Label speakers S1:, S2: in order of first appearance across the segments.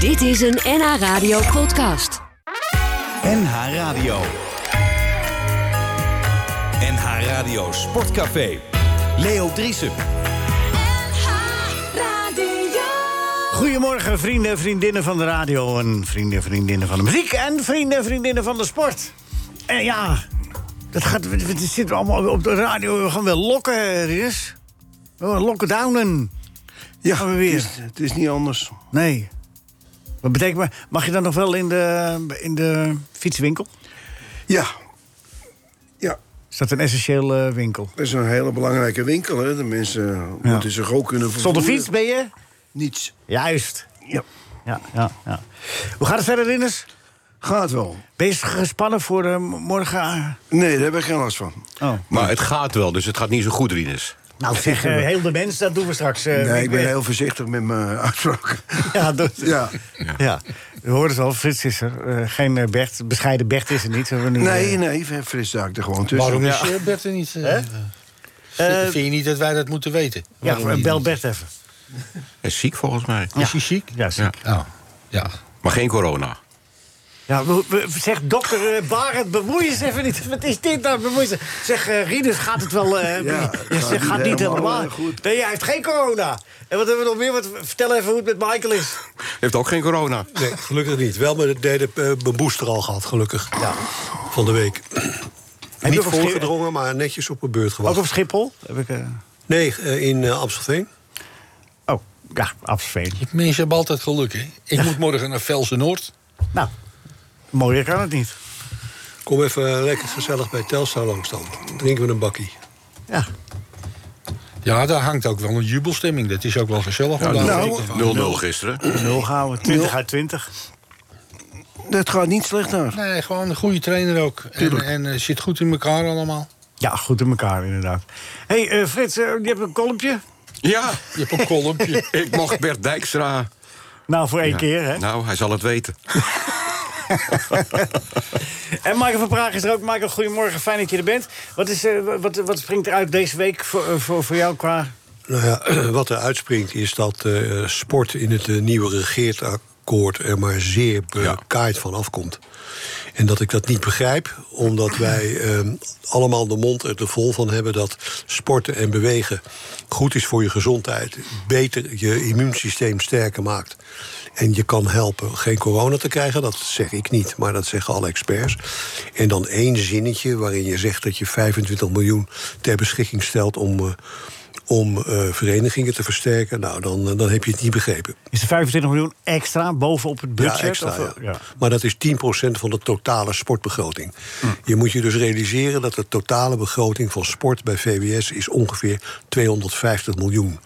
S1: Dit is een NH Radio podcast.
S2: NH Radio. NH Radio Sportcafé. Leo Driesen.
S3: Goedemorgen, vrienden en vriendinnen van de radio. En vrienden en vriendinnen van de muziek. En vrienden en vriendinnen van de sport. En ja, dat gaat. Het zit allemaal op de radio. We gaan wel lokken, Rinus. We gaan lockdownen. Ja, gaan we weer.
S4: Het is, het is niet anders.
S3: Nee. Wat betekent maar. Mag je dan nog wel in de, in de fietswinkel?
S4: Ja. Ja,
S3: Is dat een essentiële eh, winkel?
S4: dat is een hele belangrijke winkel. Hè. De mensen moeten zich ook kunnen vervoeren.
S3: Zonder fiets ben je?
S4: Niets.
S3: Juist.
S4: Ja.
S3: Ja, ja, ja. Hoe gaat het verder, Rinus?
S4: Gaat wel.
S3: Ben je gespannen voor eh, morgen?
S4: Nee, daar heb ik geen last van.
S3: Oh.
S5: Maar het gaat wel, dus het gaat niet zo goed, Rinus.
S3: Nou, zeg, eh, heel de mens, dat doen we straks. eh,
S4: Nee, ik ben
S3: weer.
S4: heel voorzichtig met mijn uitspraken.
S3: Ja, dat,
S4: Ja.
S3: ja. We hoorden het al, Frits is er. Eh, geen eh, Bert, bescheiden Bert is er niet. Zullen We nu,
S4: Nee,
S3: eh,
S4: nee, Frits duikt er gewoon tussen.
S6: Waarom is eh, Bert er niet? eh,
S3: Eh,
S6: vind- vind je niet dat wij dat moeten weten?
S3: ja, eh,
S6: Waarom niet?
S3: bel Bert even.
S5: Hij is ziek volgens mij.
S6: Is hij ziek?
S3: Ja,
S5: Ja.
S6: Ja. ja.
S5: Maar geen corona.
S3: ja we, we- zeg, dokter eh, Barend, bemoei eens even niet. Wat is dit nou? Bemoei eens. Zeg, eh Rieders, gaat het wel... eh,
S4: Ja,
S3: ja,
S4: gaat
S3: zeg,
S4: niet
S3: gaat niet
S4: helemaal,
S3: helemaal.
S4: eh, goed.
S3: Nee, hij heeft geen corona. En wat hebben we nog meer? Wat, vertel even hoe het met Michael is.
S5: Heeft ook geen corona.
S7: Nee, gelukkig niet. Wel met de derde eh, mijn booster al gehad, gelukkig. Van de week.
S3: je
S7: niet
S3: ook op Schi-
S7: voorgedrongen, maar netjes op mijn beurt
S3: Ook
S7: gewacht.
S3: op Schiphol? Heb ik, eh,
S7: Nee, eh, in eh, Amstelveen.
S3: Oh, ja, absoluut.
S6: Die mensen hebben altijd geluk, hè? Ik moet morgen naar Velsen Noord.
S3: Nou, mooier kan het niet.
S7: Kom even eh, lekker gezellig bij Telstar langs dan. Drinken we een bakkie.
S3: Ja.
S6: Ja, daar hangt ook wel een jubelstemming. Dat is ook wel gezellig.
S5: Ja,
S6: om daar-
S4: nou,
S6: Ik-
S5: 0-0 gisteren.
S3: Nul gehouden, 20 uit 20.
S4: Dat gaat niet slecht naar.
S6: Nee, gewoon een goede trainer ook. En, en eh, zit goed in elkaar allemaal.
S3: Ja, goed in elkaar inderdaad. Hé, hey, eh, Frits, eh, je hebt een kolompje?
S5: Ja,
S6: Je hebt een kolompje.
S5: ik mocht Bert Dijkstra.
S3: Nou, voor één keer, hè?
S5: Nou, hij zal het weten.
S3: En Michael van Praag is er ook. Michael, goedemorgen, fijn dat je er bent. Wat, is, eh, wat, wat springt eruit deze week voor, eh, voor, voor jou qua...
S7: Nou ja, wat er uitspringt is dat eh, sport in het eh, nieuwe regeerakkoord er maar zeer bekaaid van afkomt. En dat ik dat niet begrijp, omdat wij eh, allemaal de mond er te vol van hebben dat sporten en bewegen goed is voor je gezondheid, beter je immuunsysteem sterker maakt. En je kan helpen geen corona te krijgen, dat zeg ik niet, maar dat zeggen alle experts. En dan één zinnetje waarin je zegt dat je 25 miljoen ter beschikking stelt om. eh, om eh, verenigingen te versterken, nou, dan, eh, dan heb je het niet begrepen.
S3: Is er 25 miljoen extra bovenop het budget?
S7: ja, extra,
S3: of- eh,
S7: ja. Maar dat is 10% van de totale sportbegroting. Je moet je dus realiseren dat de totale begroting van sport bij VWS... is ongeveer 250 miljoen.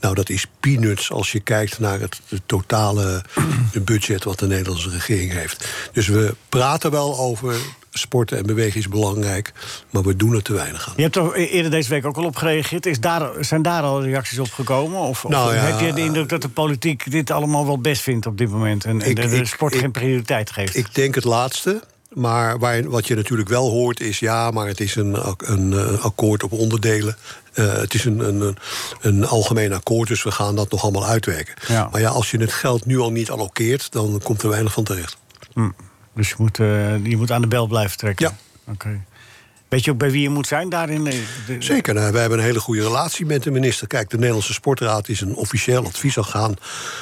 S7: Nou, dat is peanuts als je kijkt naar het, het totale budget... wat de Nederlandse regering heeft. Dus we praten wel over sporten en bewegen is belangrijk... maar we doen er te weinig aan.
S3: Je hebt er eerder deze week ook al op gereageerd. Is daar, zijn daar al reacties op gekomen? Of, of
S7: Nou ja,
S3: heb je de indruk dat de politiek dit allemaal wel best vindt op dit moment? En, en
S7: Ik-
S3: de, de
S7: ik-
S3: sport
S7: ik-
S3: geen prioriteit geeft?
S7: Ik denk het laatste. Maar waar, wat je natuurlijk wel hoort is... ja, maar het is een, ak- een, eh, akkoord op onderdelen. Eh, het is een, een, een- een algemeen akkoord, dus we gaan dat nog allemaal uitwerken.
S3: Ja.
S7: Maar ja, als je het geld nu al niet allokeert... dan komt er weinig van terecht.
S3: Hm. Dus je moet, eh, je moet aan de bel blijven trekken?
S7: Ja.
S3: Oké. Weet je ook bij wie je moet zijn daarin? Eh, de-
S7: Zeker, nou, wij hebben een hele goede relatie met de minister. Kijk, de Nederlandse Sportraad is een officieel adviesorgaan...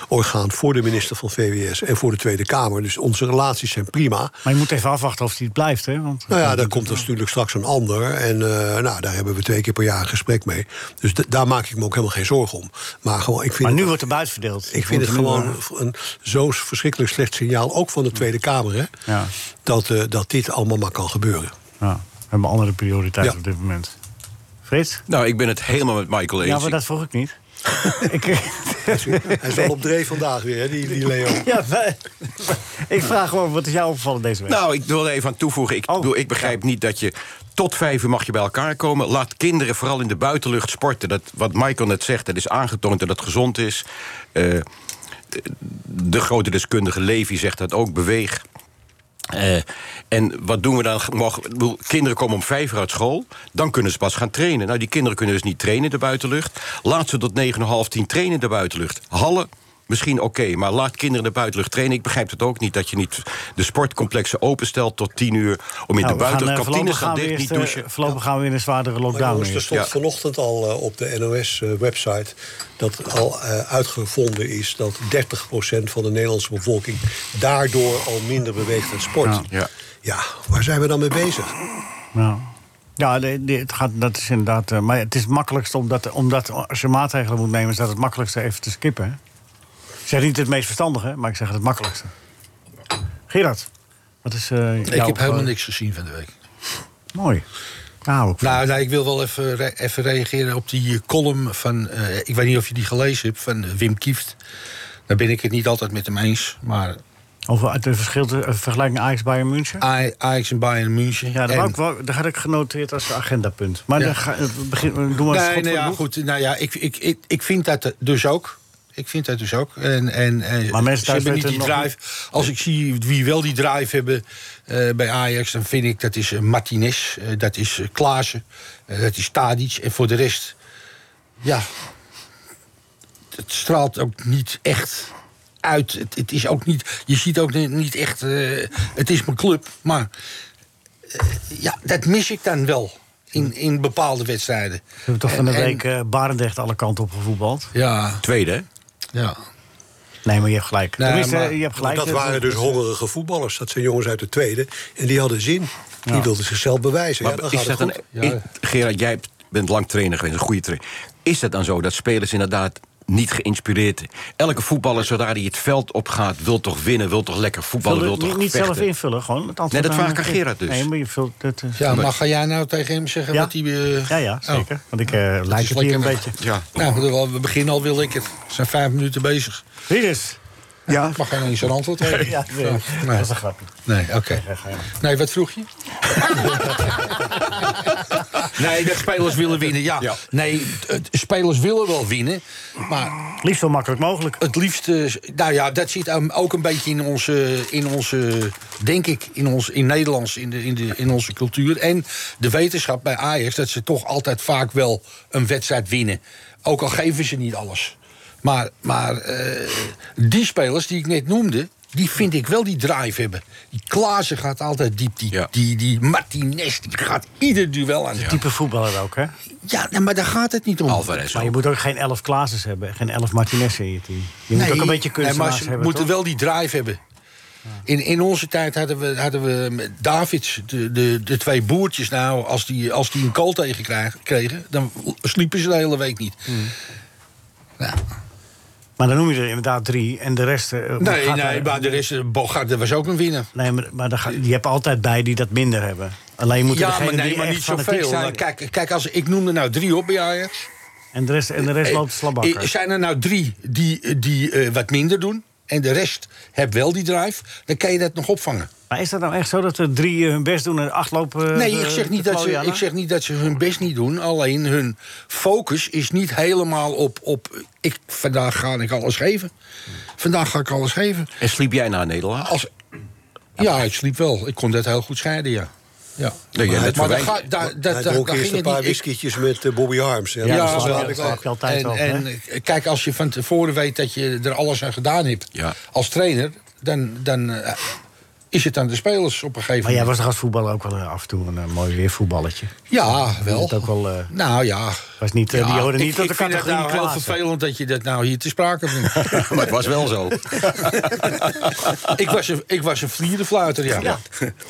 S7: orgaan voor de minister van VWS en voor de Tweede Kamer. Dus onze relaties zijn prima.
S3: Maar je moet even afwachten of die het blijft, hè? Want,
S7: Nou ja, daar komt dus natuurlijk straks een ander. En eh, nou, daar hebben we twee keer per jaar een gesprek mee. Dus d- daar maak ik me ook helemaal geen zorgen om. Maar, gewoon, ik vind
S3: maar nu
S7: het,
S3: wordt er buiten verdeeld.
S7: ik vind het
S3: Wordt er nu, eh,
S7: gewoon een zo'n verschrikkelijk slecht signaal... ook van de Tweede Kamer, hè,
S3: Ja.
S7: dat, eh, dat dit allemaal maar kan gebeuren.
S3: eh, Ja, we hebben andere prioriteiten
S7: Ja.
S3: op dit moment. Frits?
S5: Nou, ik ben het helemaal met Michael eens.
S3: Ja, maar dat vroeg ik niet. ik,
S7: Hij is wel op dreef vandaag weer, hè, die, die Leo.
S3: ja, maar- ik vraag gewoon, wat is jou opgevallen deze week?
S5: Nou, ik wil er even aan toevoegen. Ik,
S3: Oh,
S5: bedoel, ik begrijp niet dat je tot vijf uur mag je bij elkaar komen. Laat kinderen vooral in de buitenlucht sporten. Dat, wat Michael net zegt, dat is aangetoond dat het gezond is. Eh, de grote deskundige Levi zegt dat ook, beweeg. Eh, en wat doen we dan? Mag- ik bedoel, kinderen komen om vijf uur uit school. Dan kunnen ze pas gaan trainen. Nou, die kinderen kunnen dus niet trainen in de buitenlucht. Laat ze tot negen en half tien trainen in de buitenlucht. Hallen, misschien oké. maar laat kinderen in de buitenlucht trainen. Ik begrijp het ook niet dat je niet de sportcomplexen openstelt tot 10 uur. Om in
S3: Nou,
S5: de
S3: we gaan, eh,
S5: buitenlucht.
S3: voorlopig
S5: Kantines gaan
S3: we
S5: dicht,
S3: eerst,
S5: niet
S3: eh,
S5: douchen.
S3: Voorlopig gaan we in een zwaardere
S7: Maar
S3: lockdown.
S7: jongens, er
S3: in.
S7: stond
S5: Ja.
S7: vanochtend al eh, op de NOS-website dat al eh, uitgevonden is dat 30% van de Nederlandse bevolking daardoor al minder beweegt aan sport.
S3: Ja.
S5: Ja.
S7: Ja, waar zijn we dan mee bezig?
S3: Ja, ja de- de- het gaat, dat is inderdaad. eh, maar het is het makkelijkste, omdat, omdat als je maatregelen moet nemen, is dat het makkelijkste even te skippen. Hè? Ik zeg niet het meest verstandige, maar ik zeg het makkelijkste. Gerard, wat is. eh,
S6: Ik
S3: jouw-
S6: heb helemaal niks gezien van de week.
S3: Mooi. Nou, ik
S6: Nou, nou, ik wil wel even, re- even reageren op die column van... eh, ik weet niet of je die gelezen hebt, van eh, Wim Kieft. Daar ben ik het niet altijd met hem eens. Maar
S3: over het verschil te- eh, vergelijking Ajax Bayern München.
S6: A- Ajax en Bayern München...
S3: ja, dat,
S6: Ah, en-
S3: wou ik wel- dat had ik genoteerd als agendapunt. Maar
S6: Ja.
S3: dan ga, het begin, eh, doen we eens
S6: Nee,
S3: goed
S6: nou
S3: voor
S6: ja,
S3: het boek.
S6: goed. Nou ja, ik, ik, ik, ik vind dat dus ook. Ik vind dat dus ook. En, en, en
S3: Maar mensen
S6: ze
S3: thuis
S6: hebben niet die
S3: weten nog
S6: drive. Als ik zie wie wel die drive hebben eh, bij Ajax, dan vind ik dat is eh, Martinez, eh, dat is eh, Klaassen, eh, dat is Tadic. En voor de rest, ja, het straalt ook niet echt uit. Het, het is ook niet, je ziet ook ni- niet echt, eh, het is mijn club. Maar eh, ja, dat mis ik dan wel in, in bepaalde wedstrijden.
S3: We hebben toch van de
S6: En- en-
S3: week eh Barendrecht alle kanten op gevoetbald.
S6: ja,
S5: Tweede, hè?
S6: ja.
S3: Nee, maar je hebt gelijk.
S6: Nee,
S3: Tenminste,
S6: maar-
S3: je hebt
S7: Maar
S3: gelijk.
S7: dat
S3: Het-
S7: waren dus hongerige voetballers. Dat zijn jongens uit de tweede. En die hadden zin. Die wilden zichzelf bewijzen. ja,
S5: Maar
S7: dan
S5: is
S7: gaat
S5: dat
S7: het goed.
S5: een, is- Gerard, jij bent lang trainer geweest, een goede trainer. Is dat dan zo dat spelers inderdaad niet geïnspireerd... Elke voetballer, zodra hij het veld opgaat, wil toch winnen... wil toch lekker voetballen,
S3: Vullen-
S5: wil toch
S3: niet, niet zelf
S5: vechten?
S3: invullen, gewoon. Het antwoord
S5: Nee, dat
S3: aan- eh,
S5: vraag ik aan Gerard dus.
S3: Nee, maar je vult het. eh,
S6: ja, maar ga jij nou tegen hem zeggen
S3: Ja.
S6: wat hij... eh,
S3: ja, ja, zeker. Want ik eh lijk het hier een beetje.
S5: Ja.
S6: Nou, we beginnen al wil ik het. We zijn vijf minuten bezig.
S3: Hier is.
S6: Ik mag geen eens een antwoord hebben.
S3: Ja, nee, dat
S6: nee,
S3: is een grapje.
S6: nee oké.
S3: ga je
S6: Nee, wat vroeg je? nee, dat spelers willen winnen, ja.
S5: Ja.
S6: Nee, het- spelers willen wel winnen. Maar
S3: Liefst zo makkelijk mogelijk.
S6: het liefst... eh, Nou ja, dat zit um, ook een beetje in onze, in onze denk ik, in, ons, in Nederlands, in, de, in, de, in onze cultuur. En de wetenschap bij Ajax, dat ze toch altijd vaak wel een wedstrijd winnen. Ook al geven ze niet alles. Maar, maar eh, die spelers die ik net noemde, die vind ik wel die drive hebben. Die Klaassen gaat altijd diep. Die,
S5: Ja.
S6: die, die Martinez die gaat ieder duel aan. Ja,
S3: Type voetballer ook, hè?
S6: nee, maar daar gaat het niet om.
S5: Alvarez
S3: Maar je
S5: ook.
S3: moet ook geen elf Klaasens hebben, geen elf Martinez in je team. Je moet
S6: Nee,
S3: ook een beetje
S6: nee, maar
S3: kunstenaars
S6: ze
S3: hebben.
S6: moeten
S3: toch?
S6: wel die drive hebben. In, in onze tijd hadden we, hadden we met Davids, de, de, de twee boertjes nou... als die, als die een kool tegen kregen- kregen, dan sliepen ze de hele week niet. Nou,
S3: Maar dan noem je er inderdaad drie en de rest. eh,
S6: nee,
S3: gaat
S6: nee,
S3: er-
S6: maar er is, Bogart dat was ook een winnaar.
S3: Nee, maar, maar daar ga- je hebt altijd bij die dat minder hebben. Alleen je moet er
S6: Ja,
S3: degene
S6: maar nee,
S3: die
S6: maar
S3: echt
S6: niet
S3: fanatiek
S6: zoveel.
S3: zijn-
S6: Nou, Kijk, kijk als, ik noemde nou drie op bij Ajax.
S3: En de rest, en de rest
S6: Eh,
S3: loopt slabakker.
S6: eh, Zijn er nou drie die, die eh, wat minder doen... en de rest heb wel die drive, dan kan je dat nog opvangen.
S3: Maar is dat nou echt zo dat er drie eh, hun best doen en acht lopen? eh,
S6: Nee,
S3: de-
S6: ik zeg, niet
S3: de
S6: dat ze,
S3: plooien
S6: ik
S3: aan?
S6: zeg niet dat ze hun best niet doen. Alleen hun focus is niet helemaal op. op ik, vandaag ga ik alles geven. Vandaag ga ik alles geven.
S5: En sliep jij na Nederland?
S6: Als, ja, ik sliep wel. Ik kon dat heel goed scheiden, ja. ja.
S5: Nee, jij bent
S6: maar daar
S5: verwijt.
S6: ga- daar- daar-
S7: Hij
S6: daar-
S7: dronk
S6: daar
S7: eerst
S6: ging het
S7: een paar
S6: niet. Ik-
S7: whiskietjes met eh, Bobby Harms. Ja,
S6: Ja,
S7: dat is
S3: dat
S7: wel-
S3: heb ik ook. heb je altijd
S6: en,
S3: wel, hè?
S6: en eh, kijk, als je van tevoren weet dat je er alles aan gedaan hebt
S5: Ja.
S6: als trainer, dan, dan eh, is het aan de spelers op een gegeven
S3: Maar jij
S6: moment.
S3: was toch als voetballer ook wel eh, af en toe een eh, mooi weervoetballetje.
S6: Ja, wel.
S3: Dat ook wel, eh,
S6: nou ja.
S3: was niet, eh, die hoorden niet
S6: ik,
S3: tot
S6: ik
S3: de
S6: vind het
S3: categorie
S6: nou heel
S3: Klaassen.
S6: vervelend dat je dat nou hier te sprake brengt.
S5: maar het was wel zo.
S6: ik, was een, ik was een vlierenfluiter, ja.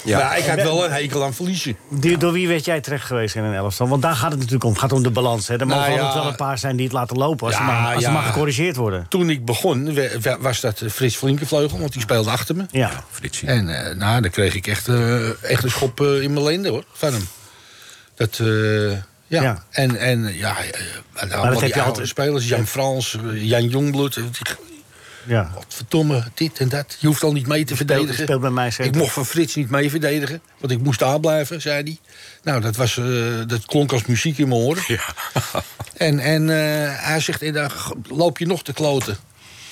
S6: ja. Maar ik had wel een hekel aan verliezen.
S3: Die- door wie werd jij terecht geweest in een elftal? Want daar gaat het natuurlijk om. Het gaat om de balans. Hè. Er
S6: Nou
S3: mogen altijd
S6: ja.
S3: wel een paar zijn die het laten lopen. Als,
S6: Ja,
S3: ze, maar, als ze
S6: ja.
S3: maar gecorrigeerd worden.
S6: Toen ik begon we- we- was dat eh, Frits Flinkenvleugel, want die speelde achter me.
S3: Ja.
S5: Fritsie.
S6: En eh, nou, dan kreeg ik echt, eh, echt een schop eh, in mijn lenden, hoor, van hem. Dat, eh, ja.
S3: Ja.
S6: En, en ja, eh, allemaal
S3: heb
S6: die
S3: je
S6: oude
S3: altijd-
S6: spelers, Jan Frans, eh, Jan Jongbloed... eh, die-
S3: Ja.
S6: Godverdomme, dit en dat. Je hoeft al niet mee te verdedigen.
S3: speelt bij mij zeker.
S6: ik mocht van Frits niet mee verdedigen, want ik moest daar blijven, zei hij. Nou, dat, was, eh, dat klonk als muziek in mijn oren. En, en eh, hij zegt, eh, dan g- loop je nog te kloten.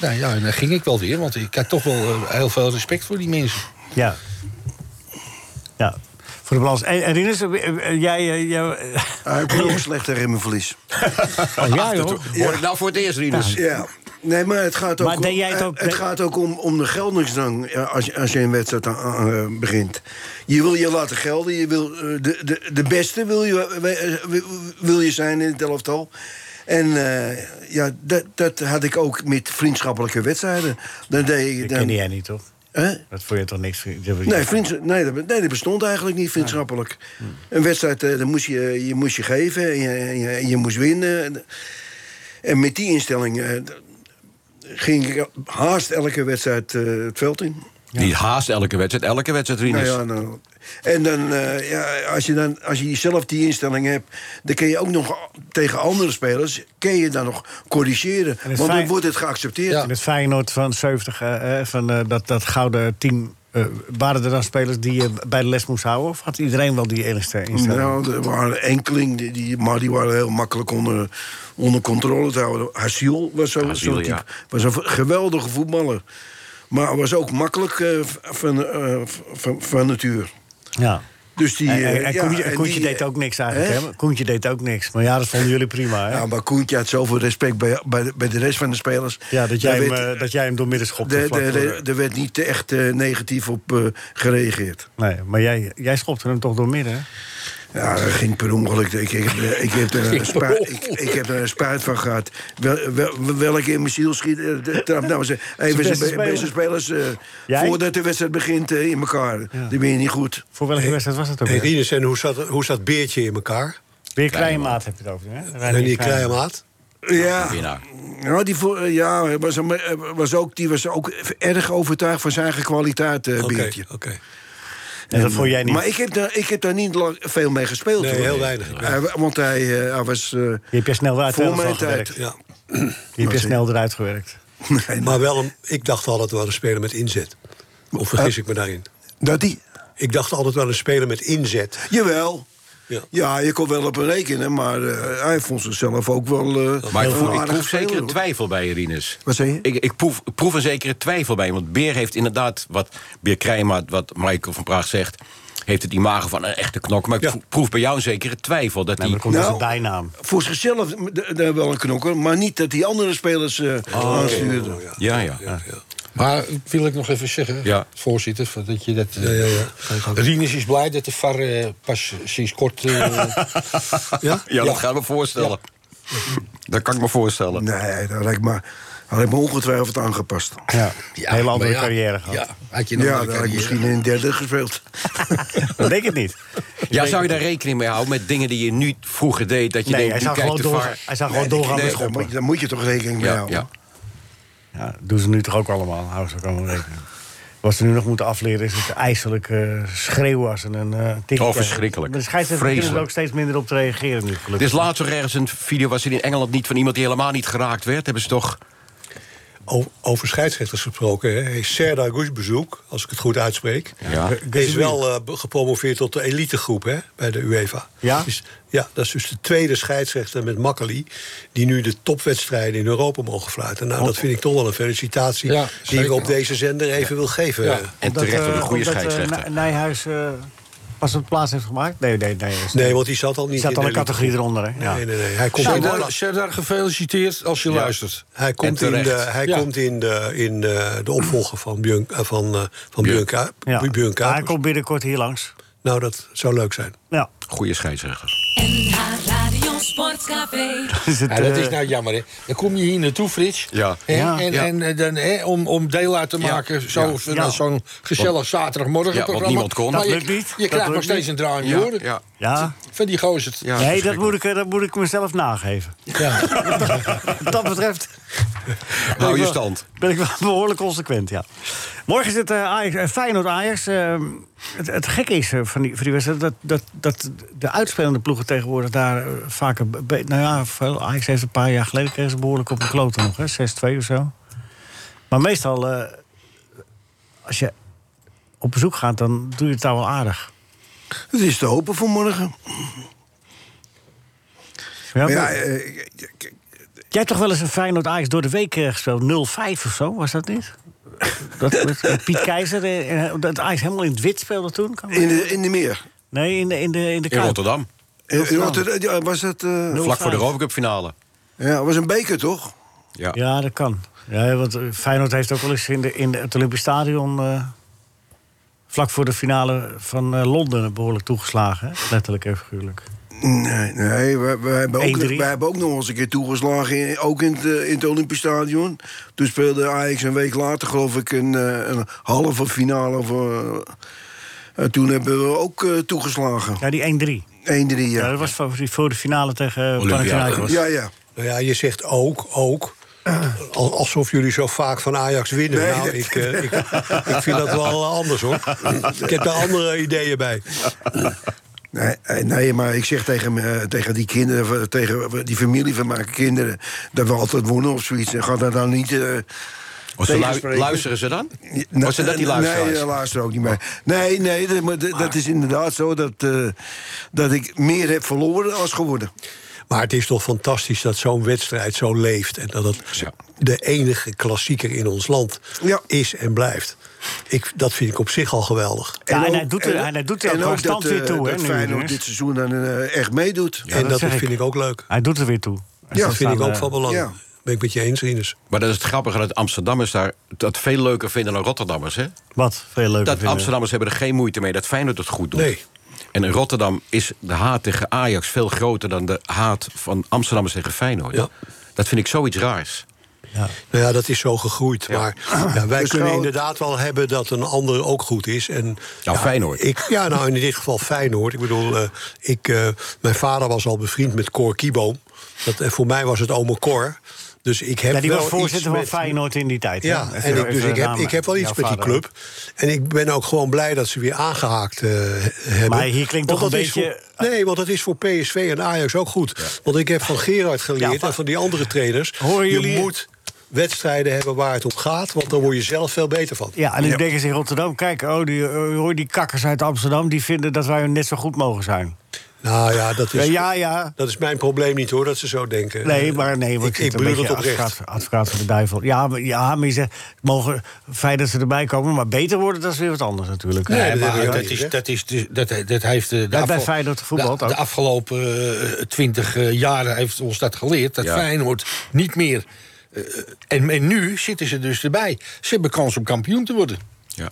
S6: Nou ja, en dan ging ik wel weer, want ik had toch wel eh, heel veel respect voor die mensen.
S3: ja. Ja. Voor de balans. En, en Rinus, eh, eh, jij... eh, jij eh,
S4: Ah, ik ben ook slechter in mijn verlies.
S3: oh, ja, joh.
S5: Hoor ik nou voor het eerst, Rinus?
S4: Ja. Nee, maar het gaat ook,
S3: Maar deed
S4: om,
S3: jij het
S4: eh,
S3: ook-
S4: het gaat ook om, om de geldingsdrang eh, als, je- als je een wedstrijd aan- aan, eh, begint. Je wil je laten gelden, je wil, eh, de, de, de beste wil je, eh, we- eh, wil- wil je zijn in het elftal. En eh, ja, dat, dat had ik ook met vriendschappelijke wedstrijden. Dan deed ik
S3: Dat
S4: dan,
S3: kende jij niet, toch?
S4: Hè?
S3: Dat vond je toch niks?
S4: Nee, vriends, nee, dat, nee, dat bestond eigenlijk niet vriendschappelijk. Een wedstrijd, eh, dan moest je, je moest je geven en je, en je, en je moest winnen. En met die instelling eh, d- ging ik haast elke wedstrijd eh, het veld in.
S5: Die haast elke wedstrijd, elke wedstrijd,
S4: Nou
S5: Rinus.
S4: ja, nou, en dan, eh, ja, als, je dan, als je zelf die instelling hebt... dan kun je ook nog a- tegen andere spelers... kun je dan nog corrigeren.
S3: het
S4: Want dan
S3: fijn-
S4: wordt het geaccepteerd.
S6: Ja.
S3: In het Feyenoord van 70, eh, eh, van eh, dat, dat gouden team... eh, waren er dan spelers die je bij de les moest houden? Of had iedereen wel die enigste instelling?
S4: Nou, er waren enkeling, die, die, maar die waren heel makkelijk onder, onder controle te houden. Hassiel was zo'n
S5: Hassiel,
S4: zo type.
S5: ja.
S4: Was een v- geweldige voetballer. Maar was ook makkelijk eh, v- van, eh, v- van, van natuur.
S3: ja.
S4: Dus die,
S3: En,
S4: eh,
S3: en- en
S4: ja,
S3: Koentje,
S4: en
S3: Koentje
S4: die- eh,
S3: deed ook niks eigenlijk,
S4: Hè?
S3: hè? Koentje deed ook niks. Maar ja, dat vonden jullie prima, hè?
S4: Ja, maar Koentje had zoveel respect bij, bij, de, bij de rest van de spelers.
S3: Ja, dat jij,
S4: Daar
S3: hem,
S4: werd-
S3: eh, dat jij hem door midden schopte.
S4: de-
S3: vlak
S4: de-
S3: voor-
S4: de- Er werd niet echt eh, negatief op eh, gereageerd.
S3: Nee, maar jij, jij schopte hem toch door midden, hè?
S4: Ja, dat ging per ongeluk. Ik, ik, ik, heb, er een spuit, ik, ik heb er een spuit van gehad. Wel, wel, welke in mijn ziel schiet. eh, de- Trap nou eens even
S3: beste
S4: zijn be-
S3: speler.
S4: beste spelers. eh,
S3: Jij?
S4: voordat de wedstrijd begint eh, in elkaar. Die ben je niet goed.
S3: Voor welke wedstrijd was dat ook
S7: Hey,
S3: weer?
S7: Rinus, en hoe zat, hoe zat Beertje in elkaar?
S3: Weer Kleienmaat heb je het over, hè?
S7: En die
S3: Reinier Kleijenmaat.
S7: Kleijenmaat?
S4: Ja,
S5: Winnaar.
S4: ja, die, vo- eh, ja was, een- eh, was ook, die was ook erg overtuigd van zijn eigen kwaliteit, eh
S7: Oké,
S4: Beertje.
S7: oké.
S3: En dat vond jij niet.
S4: Maar ik heb, daar, ik heb daar niet lang, veel mee gespeeld.
S7: Nee,
S4: hoor.
S7: heel weinig.
S4: Hij- want hij, eh, hij was... eh,
S3: Je hebt je snel eruit
S4: Voor
S3: elftal
S4: mijn
S3: gewerkt.
S4: tijd.
S7: Ja.
S3: Je hebt je snel eruit gewerkt.
S7: Maar wel, een- ik dacht altijd wel een speler met inzet. Of vergis ik me daarin?
S4: dat die...
S7: Ik dacht altijd wel een speler met inzet.
S4: Jawel.
S7: Ja.
S4: Ja. je kon wel op hem rekenen, maar eh, hij vond zichzelf ook wel. eh,
S5: Maar ik
S4: een
S5: proef, ik
S4: aardige
S5: proef
S4: speler,
S5: zeker een
S4: hoor.
S5: twijfel bij je, Rinus.
S4: Wat zei je?
S5: Ik, ik proef, ik proef een zekere twijfel bij je. Want Beer heeft inderdaad, wat Beer Krijma, wat Michael van Praag zegt... heeft het imago van een echte knok. Maar ik
S7: Ja.
S5: pro- proef bij jou een zekere twijfel. Dat
S3: En
S5: die,
S3: dan komt
S4: Nou.
S3: zijn bijnaam.
S4: Voor zichzelf d- daar wel een knokker, maar niet dat die andere spelers eh aanstuurden.
S5: Ah, Oh, ja, ja. ja.
S6: Maar eh, wil ik nog even zeggen,
S5: Ja.
S6: voorzitter, van dat je dat... eh,
S7: ja, ja. Ga je gang.
S6: Rinus is blij dat de VAR eh, pas sinds kort... eh,
S7: Ja?
S5: dat ga ik me voorstellen. Dat kan ik me voorstellen.
S4: Nee, daar had ik maar, had ik me ongetwijfeld aangepast.
S3: Ja, hele andere
S6: maar ja,
S3: carrière gehad.
S6: Ja, had je nog
S4: Ja,
S6: een
S4: daar had ik
S6: carrière.
S4: misschien in een derde gespeeld.
S3: Dat denk ik niet.
S5: Ja, zou je daar rekening mee houden met dingen die je nu vroeger deed? Dat je
S3: Nee,
S5: denkt,
S3: hij
S5: nu
S3: zou
S5: kijkt
S3: gewoon,
S5: de
S3: door,
S5: VAR.
S3: hij zou gewoon doorgaan
S4: Nee,
S3: met
S4: daar,
S3: schoppen.
S4: moet, je- daar moet je toch rekening mee
S5: Ja,
S4: houden.
S5: ja.
S3: Ja, doen ze nu toch ook allemaal. Houden ze ook allemaal rekening. Wat ze nu nog moeten afleren is het ijselijk eh, schreeuwen als ze een eh tikkie
S5: Oh, verschrikkelijk.
S3: De scheidsrechter kunnen er
S5: Vreselijk.
S3: ook steeds minder op te reageren nu,
S5: Er is
S3: gelukkig.
S5: laatst nog ergens een video was er in Engeland niet van iemand die helemaal niet geraakt werd. Hebben ze toch.
S7: O- Over scheidsrechters gesproken. Hè. Hey, Serdar Gusbezoek, als ik het goed uitspreek.
S5: Ja.
S7: Hij is wel eh, be- gepromoveerd tot de elitegroep hè, bij de UEFA.
S3: Ja?
S7: Dus, ja, dat is dus de tweede scheidsrechter met Makkeli... die nu de topwedstrijden in Europa mogen fluiten. Nou,
S3: Oh.
S7: dat vind ik toch wel een felicitatie...
S6: Ja,
S7: die ik
S6: zeker.
S7: op deze zender even wil geven.
S6: Ja.
S5: En terecht
S3: op
S5: op een goede scheidsrechter.
S3: Nijhuis eh, pas op plaats heeft gemaakt? Nee, nee, nee. Hij
S7: Nee, want die zat al niet
S3: zat
S7: in
S3: al
S7: de
S3: een categorie eronder, hè? Ja.
S7: Nee, nee, nee. Hij komt,
S6: Serdar, Serdar, gefeliciteerd als je luistert.
S7: hij komt,
S5: En
S7: in, de,
S5: terecht.
S7: hij
S6: Ja.
S7: komt in, de, in eh, de, de opvolger van Björn eh, van, eh, van Björn Kuip-
S3: Ja.
S7: Björn Kuipers.
S3: Hij komt binnenkort hier langs.
S7: Nou, dat zou leuk zijn.
S3: Ja.
S5: Goede scheidsrechter.
S1: NH Radio Sportcafé.
S3: Is het,
S6: Ja, dat
S3: eh,
S6: is nou jammer, hè. Dan kom je hier naartoe, Frits.
S5: Ja.
S6: Hè,
S3: Ja.
S6: En,
S5: Ja.
S6: en eh, dan, hè, om, om deel uit te maken zo,
S5: Ja.
S6: van
S3: Ja.
S6: zo'n gezellig zaterdagmorgen
S5: Ja, want niemand kon.
S6: Maar
S3: Dat
S6: je,
S3: lukt niet.
S6: Je
S3: Dat
S6: krijgt nog
S3: lukt
S6: steeds
S3: niet.
S6: een draai in je oren.
S5: ja.
S3: ja.
S6: Van die gozer.
S5: Ja,
S3: Nee, dat
S5: verschrikkelijk.
S3: moet, ik, eh, dat moet ik mezelf nageven.
S6: Ja.
S3: Wat dat betreft
S5: Hou Nou, je stand.
S3: ben ik wel behoorlijk consequent, ja. Morgen zit eh Ajax, eh, Feyenoord-Ajax. eh, het, het gekke is eh, van die, van die wedstrijd... Dat, dat, dat de uitspelende ploegen tegenwoordig daar eh, vaker... be- be- nou ja, veel, Ajax heeft een paar jaar geleden... kregen ze behoorlijk op een klote nog, hè, 6-2 of zo. Maar meestal, eh, als je op bezoek gaat... dan doe je het daar wel aardig.
S4: Het is te hopen voor morgen.
S3: Ja,
S4: Maar ja,
S3: maar-
S4: eh, ik- ik-
S3: Jij hebt toch wel eens een Feyenoord-Ajax door de week eh, gespeeld? 0-5 of zo, was dat niet? dat, met, met Piet Keizer, eh, eh, dat Ajax helemaal in het wit speelde toen? Kan
S4: in, de, in de meer.
S3: Nee, in de, in de, in de
S5: In
S3: Kuip.
S5: Rotterdam.
S4: In- in Rotterdam, ja, was dat. eh,
S3: Nul-
S5: Vlak voor de
S3: 05.
S5: Rob Cup finale.
S4: ja, was een beker toch?
S5: Ja.
S3: Ja, dat kan. Ja, want eh, Feyenoord heeft ook wel eens in, de, in het Olympisch Stadion... eh, vlak voor de finale van eh, Londen behoorlijk toegeslagen. Hè? Letterlijk en figuurlijk.
S4: Nee, nee wij, wij hebben ook,
S3: 1-3.
S4: wij hebben ook nog eens een keer toegeslagen, in- ook in het, eh, in het Olympisch Stadion. Toen speelde Ajax een week later, geloof ik, een, eh, een halve finale. Of, eh, en toen hebben we ook eh, toegeslagen. 1-3,
S3: Ja, die 1-3. Ja,
S4: ja.
S3: dat was voor, voor de finale tegen eh,
S5: Olympiakos.
S3: Panathinaikos.
S4: Ja, ja.
S7: Nou ja, je zegt ook, ook. Al- Alsof jullie zo vaak van Ajax winnen.
S4: Nee,
S7: nou,
S4: dat-
S7: ik, eh, ik, ik vind dat wel anders hoor. Ik heb daar andere ideeën bij.
S4: Nee, eh, nee, maar ik zeg tegen, eh, tegen die kinderen, van- tegen die familie van mijn kinderen... dat we altijd wonnen of zoiets. Gaat dat dan niet... eh,
S5: Of Oh, ze lu-
S4: tegenspreken?
S5: luisteren ze dan?
S3: Oh,
S4: nou, Nee,
S5: Was ze dat die luisteraars?
S4: Nee, luister ook niet meer. Nee, nee, dat, maar dat-
S3: Ah.
S4: dat is inderdaad zo dat, eh, dat ik meer heb verloren als geworden.
S7: Maar het is toch fantastisch dat zo'n wedstrijd zo leeft. En dat het
S5: Ja.
S7: de enige klassieker in ons land
S4: Ja.
S7: is en blijft. Ik, dat vind ik op zich al geweldig.
S3: Ja, en
S4: ook-
S3: hij doet er- en hij doet er ook
S4: en
S3: gewoon
S4: dat,
S3: stand weer
S4: eh,
S3: toe, hè,
S4: dat
S3: nu,
S4: Feyenoord
S3: jongens.
S4: dit seizoen dan eh, echt meedoet.
S7: en
S3: dat
S7: dat,
S3: zeg
S7: vind
S3: ik.
S7: ik ook leuk.
S3: Hij doet er weer toe. En
S4: Ja,
S3: zo
S7: Dat vind
S3: staan,
S7: ik ook
S3: eh,
S7: van belang.
S4: ja.
S7: Ben ik met je eens, Rinus.
S5: Maar dat is het grappige dat Amsterdammers daar dat veel leuker vinden dan Rotterdammers. Hè?
S3: Wat veel leuker
S5: Dat
S3: vinden.
S5: Amsterdammers hebben er geen moeite mee dat Feyenoord het goed doet.
S7: Nee.
S5: En in Rotterdam is de haat tegen Ajax veel groter dan de haat van Amsterdammers tegen Feyenoord.
S7: Ja.
S5: Dat vind ik zoiets raars.
S7: Nou ja, dat is zo gegroeid. Maar ja, wij
S4: Dus
S7: kunnen
S4: wel-
S7: inderdaad wel hebben dat een ander ook goed is. En,
S5: Nou, Feyenoord.
S7: Ik, ja, nou in dit geval Feyenoord. Ik bedoel, eh, ik, eh, mijn vader was al bevriend met Cor Kieboom. Dat, en voor mij was het oma Cor. Dus ik heb
S3: Ja, die
S7: wel
S3: was
S7: iets
S3: voorzitter van
S7: met-
S3: Feyenoord in die tijd. hè?
S7: Ja,
S3: Even-
S7: en ik, dus
S3: even
S7: ik heb,
S3: namen.
S7: ik heb wel iets
S3: Jouw
S7: met die
S3: vader.
S7: club. En ik ben ook gewoon blij dat ze weer aangehaakt eh, hebben.
S3: Maar hier klinkt
S7: Want
S3: toch
S7: dat
S3: een
S7: is
S3: beetje-
S7: voor- nee, want dat is voor PSV en Ajax ook goed. Want ik heb van Gerard
S3: Ja,
S7: geleerd
S3: maar-
S7: en van die andere trainers...
S3: Horen jullie-
S7: je moet wedstrijden hebben waar het om gaat... want dan word je zelf veel beter van.
S3: Ja, en nu denken ze in Rotterdam, kijk, oh, die, eh, hoor die kakkers uit Amsterdam... die vinden dat wij net zo goed mogen zijn.
S7: Nou ja, dat
S3: Ja,
S7: is,
S3: ja, ja.
S7: Dat is mijn probleem niet, hoor, dat ze zo denken.
S3: Nee, maar nee, want
S7: Eh, ik,
S3: je
S7: ik
S3: zit een
S7: bedoel het
S3: beetje
S7: oprecht.
S3: advocaat, advocaat van de duivel. Ja, maar, ja, maar je zegt, het mogen fijn dat ze erbij komen... maar beter worden, dat is weer wat anders natuurlijk.
S7: Nee,
S6: Nee,
S7: dat
S6: maar
S7: hebben we
S6: dat,
S7: niet,
S6: is,
S7: hè?
S6: dat, is, de- dat, dat heeft eh, de, de,
S3: bij
S6: afgel-
S3: Feyenoord voetbal
S6: de,
S3: ook.
S6: de afgelopen eh, twintig jaren heeft ons dat geleerd. Dat
S5: Ja.
S6: Feyenoord niet meer... eh, en, en nu zitten ze dus erbij. Ze hebben kans om kampioen te worden.
S5: Ja.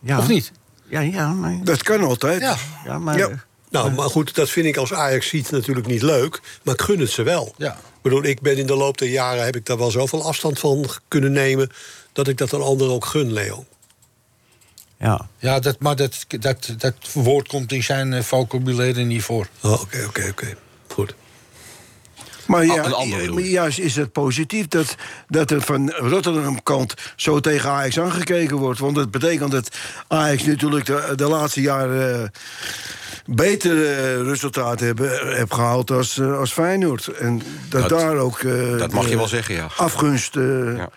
S3: Ja.
S6: Of niet?
S3: Ja, ja, maar...
S4: Dat kan altijd.
S6: Ja.
S3: Ja, maar
S4: Ja.
S7: Nou, maar goed, dat vind ik als ajax ziet natuurlijk niet leuk. Maar ik gun het ze wel.
S6: Ja.
S7: Ik bedoel, ik ben in de loop der jaren... heb ik daar wel zoveel afstand van kunnen nemen... dat ik dat aan anderen ook gun, Leo.
S3: ja.
S6: Ja, dat, maar dat, dat, dat woord komt in zijn eh, vocabulaire niet voor.
S7: Oh, Oké, oké, oké. Goed.
S4: Maar ja,
S5: Ah, een ander bedoel
S4: maar
S5: ik.
S4: juist is het positief dat, dat er van Rotterdam kant zo tegen Ajax aangekeken wordt. Want dat betekent dat Ajax natuurlijk de, de laatste jaren eh, betere eh, resultaten hebben heb gehaald als, eh, als Feyenoord. En dat,
S5: Dat-
S4: daar ook eh,
S5: dat mag je
S4: de
S5: wel zeggen, ja.
S4: afgunst eh,
S5: Ja.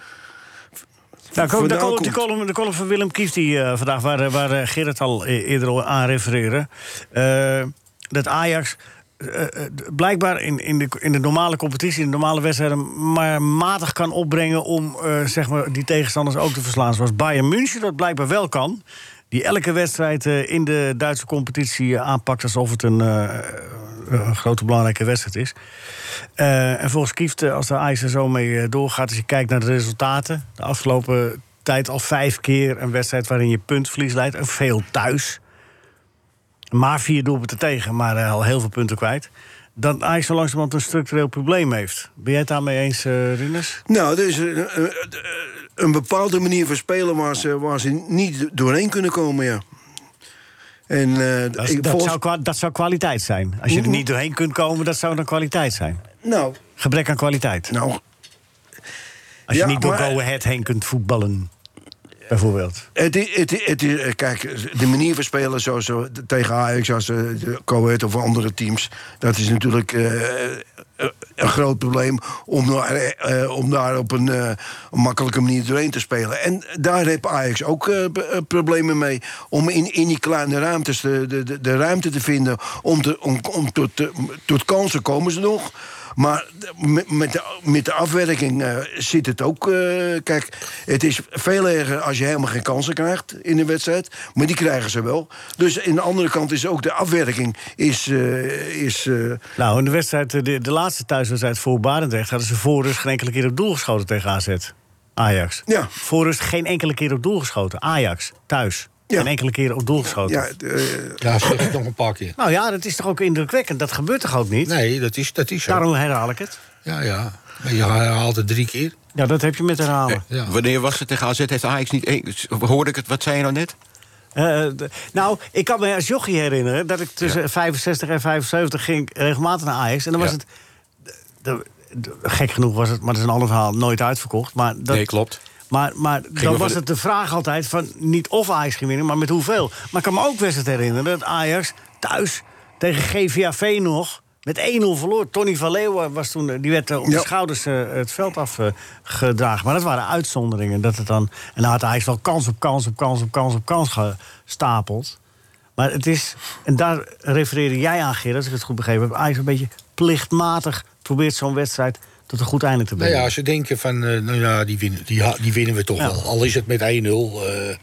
S3: Nou, kom,
S4: vandaan
S3: daar komt die
S4: komt.
S3: column, de column van Willem Kieft die eh, vandaag, waar, eh, waar eh, Gerrit al e- eerder al aan refereerde. Eh, dat Ajax eh, eh, d- blijkbaar in, in, de, in de normale competitie, in de normale wedstrijden, maar matig kan opbrengen om eh, zeg maar, die tegenstanders ook te verslaan. Zoals Bayern München dat blijkbaar wel kan. Die elke wedstrijd eh, in de Duitse competitie eh, aanpakt alsof het een, eh, eh, grote belangrijke wedstrijd is. Eh, en volgens Kieft, eh, als de Ajax er zo mee eh, doorgaat... als je kijkt naar de resultaten... de afgelopen tijd al vijf keer een wedstrijd waarin je puntverlies leidt. en Veel thuis. Maar vier doelpunten tegen, maar eh, al heel veel punten kwijt. Dat Ajax zo langzamerhand een structureel probleem heeft. Ben jij het daarmee eens, eh Rinus?
S4: Nou, er is een, een- een bepaalde manier van spelen waar ze, waar ze niet doorheen kunnen komen, ja. En, eh,
S3: Dat,
S4: ik, volgens-
S3: dat
S4: Mm-hmm.
S3: zou, kwa- dat zou kwaliteit zijn. Als je er niet doorheen kunt komen, dat zou dan kwaliteit zijn.
S4: nou,
S3: Gebrek aan kwaliteit.
S4: nou,
S3: Als je
S4: ja,
S3: niet door
S4: maar-
S3: Go Ahead heen kunt voetballen, bijvoorbeeld.
S4: het, i- het, i- het i- kijk, de manier van spelen zoals ze tegen Ajax, als ze Coët of andere teams... dat is natuurlijk eh, eh, een groot probleem om daar, eh, eh, om daar op een eh, makkelijke manier doorheen te spelen. En daar heeft Ajax ook eh, p- eh, problemen mee om in, in die kleine ruimtes de, de, de, de ruimte te vinden... om, te, om, om tot, eh, tot kansen komen ze nog... Maar met, met, de, met de afwerking eh, zit het ook. eh, kijk, het is veel erger als je helemaal geen kansen krijgt in de wedstrijd. Maar die krijgen ze wel. Dus aan de andere kant is ook de afwerking. Is, eh, is, eh,
S3: Nou, in de, wedstrijd, eh, de, de laatste thuiswedstrijd voor Barendrecht... hadden ze voor rust geen enkele keer op doel geschoten tegen AZ. Ajax.
S4: Ja.
S3: Voor rust geen enkele keer op doel geschoten. Ajax, thuis.
S4: Ja.
S3: Geen enkele keer op doel geschoten.
S4: ja, eh,
S6: Ja, zeg het nog een paar keer.
S3: Nou ja, dat is toch ook indrukwekkend? Dat gebeurt toch ook niet?
S6: Nee, dat is, dat is zo.
S3: Daarom herhaal ik het.
S6: Ja, ja. Maar je herhaalt het drie keer.
S3: Ja, dat heb je met herhalen.
S6: Ja.
S5: Eh, Wanneer was het tegen AZ? Heeft Ajax niet één... Hoorde ik het? Wat zei je nou net?
S3: Eh, eh, d- nou, ik kan me als jochie herinneren dat ik tussen 65 en 75 ging regelmatig naar Ajax. En dan was
S5: Ja.
S3: het... d- d- d- gek genoeg was het, maar dat is een ander verhaal, nooit uitverkocht. Maar dat,
S5: Nee, klopt.
S3: Maar, maar
S5: maar
S3: dan was
S5: voor
S3: het de vraag altijd van niet of Ajax ging winnen, maar met hoeveel. Maar ik kan me ook best herinneren dat Ajax thuis tegen GVAV nog met 1-0 verloor. Tony van Leeuwen was toen, eh, die werd eh, op
S4: Ja.
S3: de schouders eh, het veld afgedragen. Maar dat waren uitzonderingen. Dat het dan, en dan had Ajax wel kans op kans op kans op kans op kans gestapeld. Maar het is, en daar refereerde jij aan, Gerard, als ik het goed begrepen heb. Ajax een beetje plichtmatig probeert zo'n wedstrijd tot een goed einde te
S6: Nou
S3: brengen.
S6: ja, als je denken van, eh, nou ja, die winnen, die, ha- die winnen we toch
S3: Ja.
S6: wel. Al is het met 1-0. eh,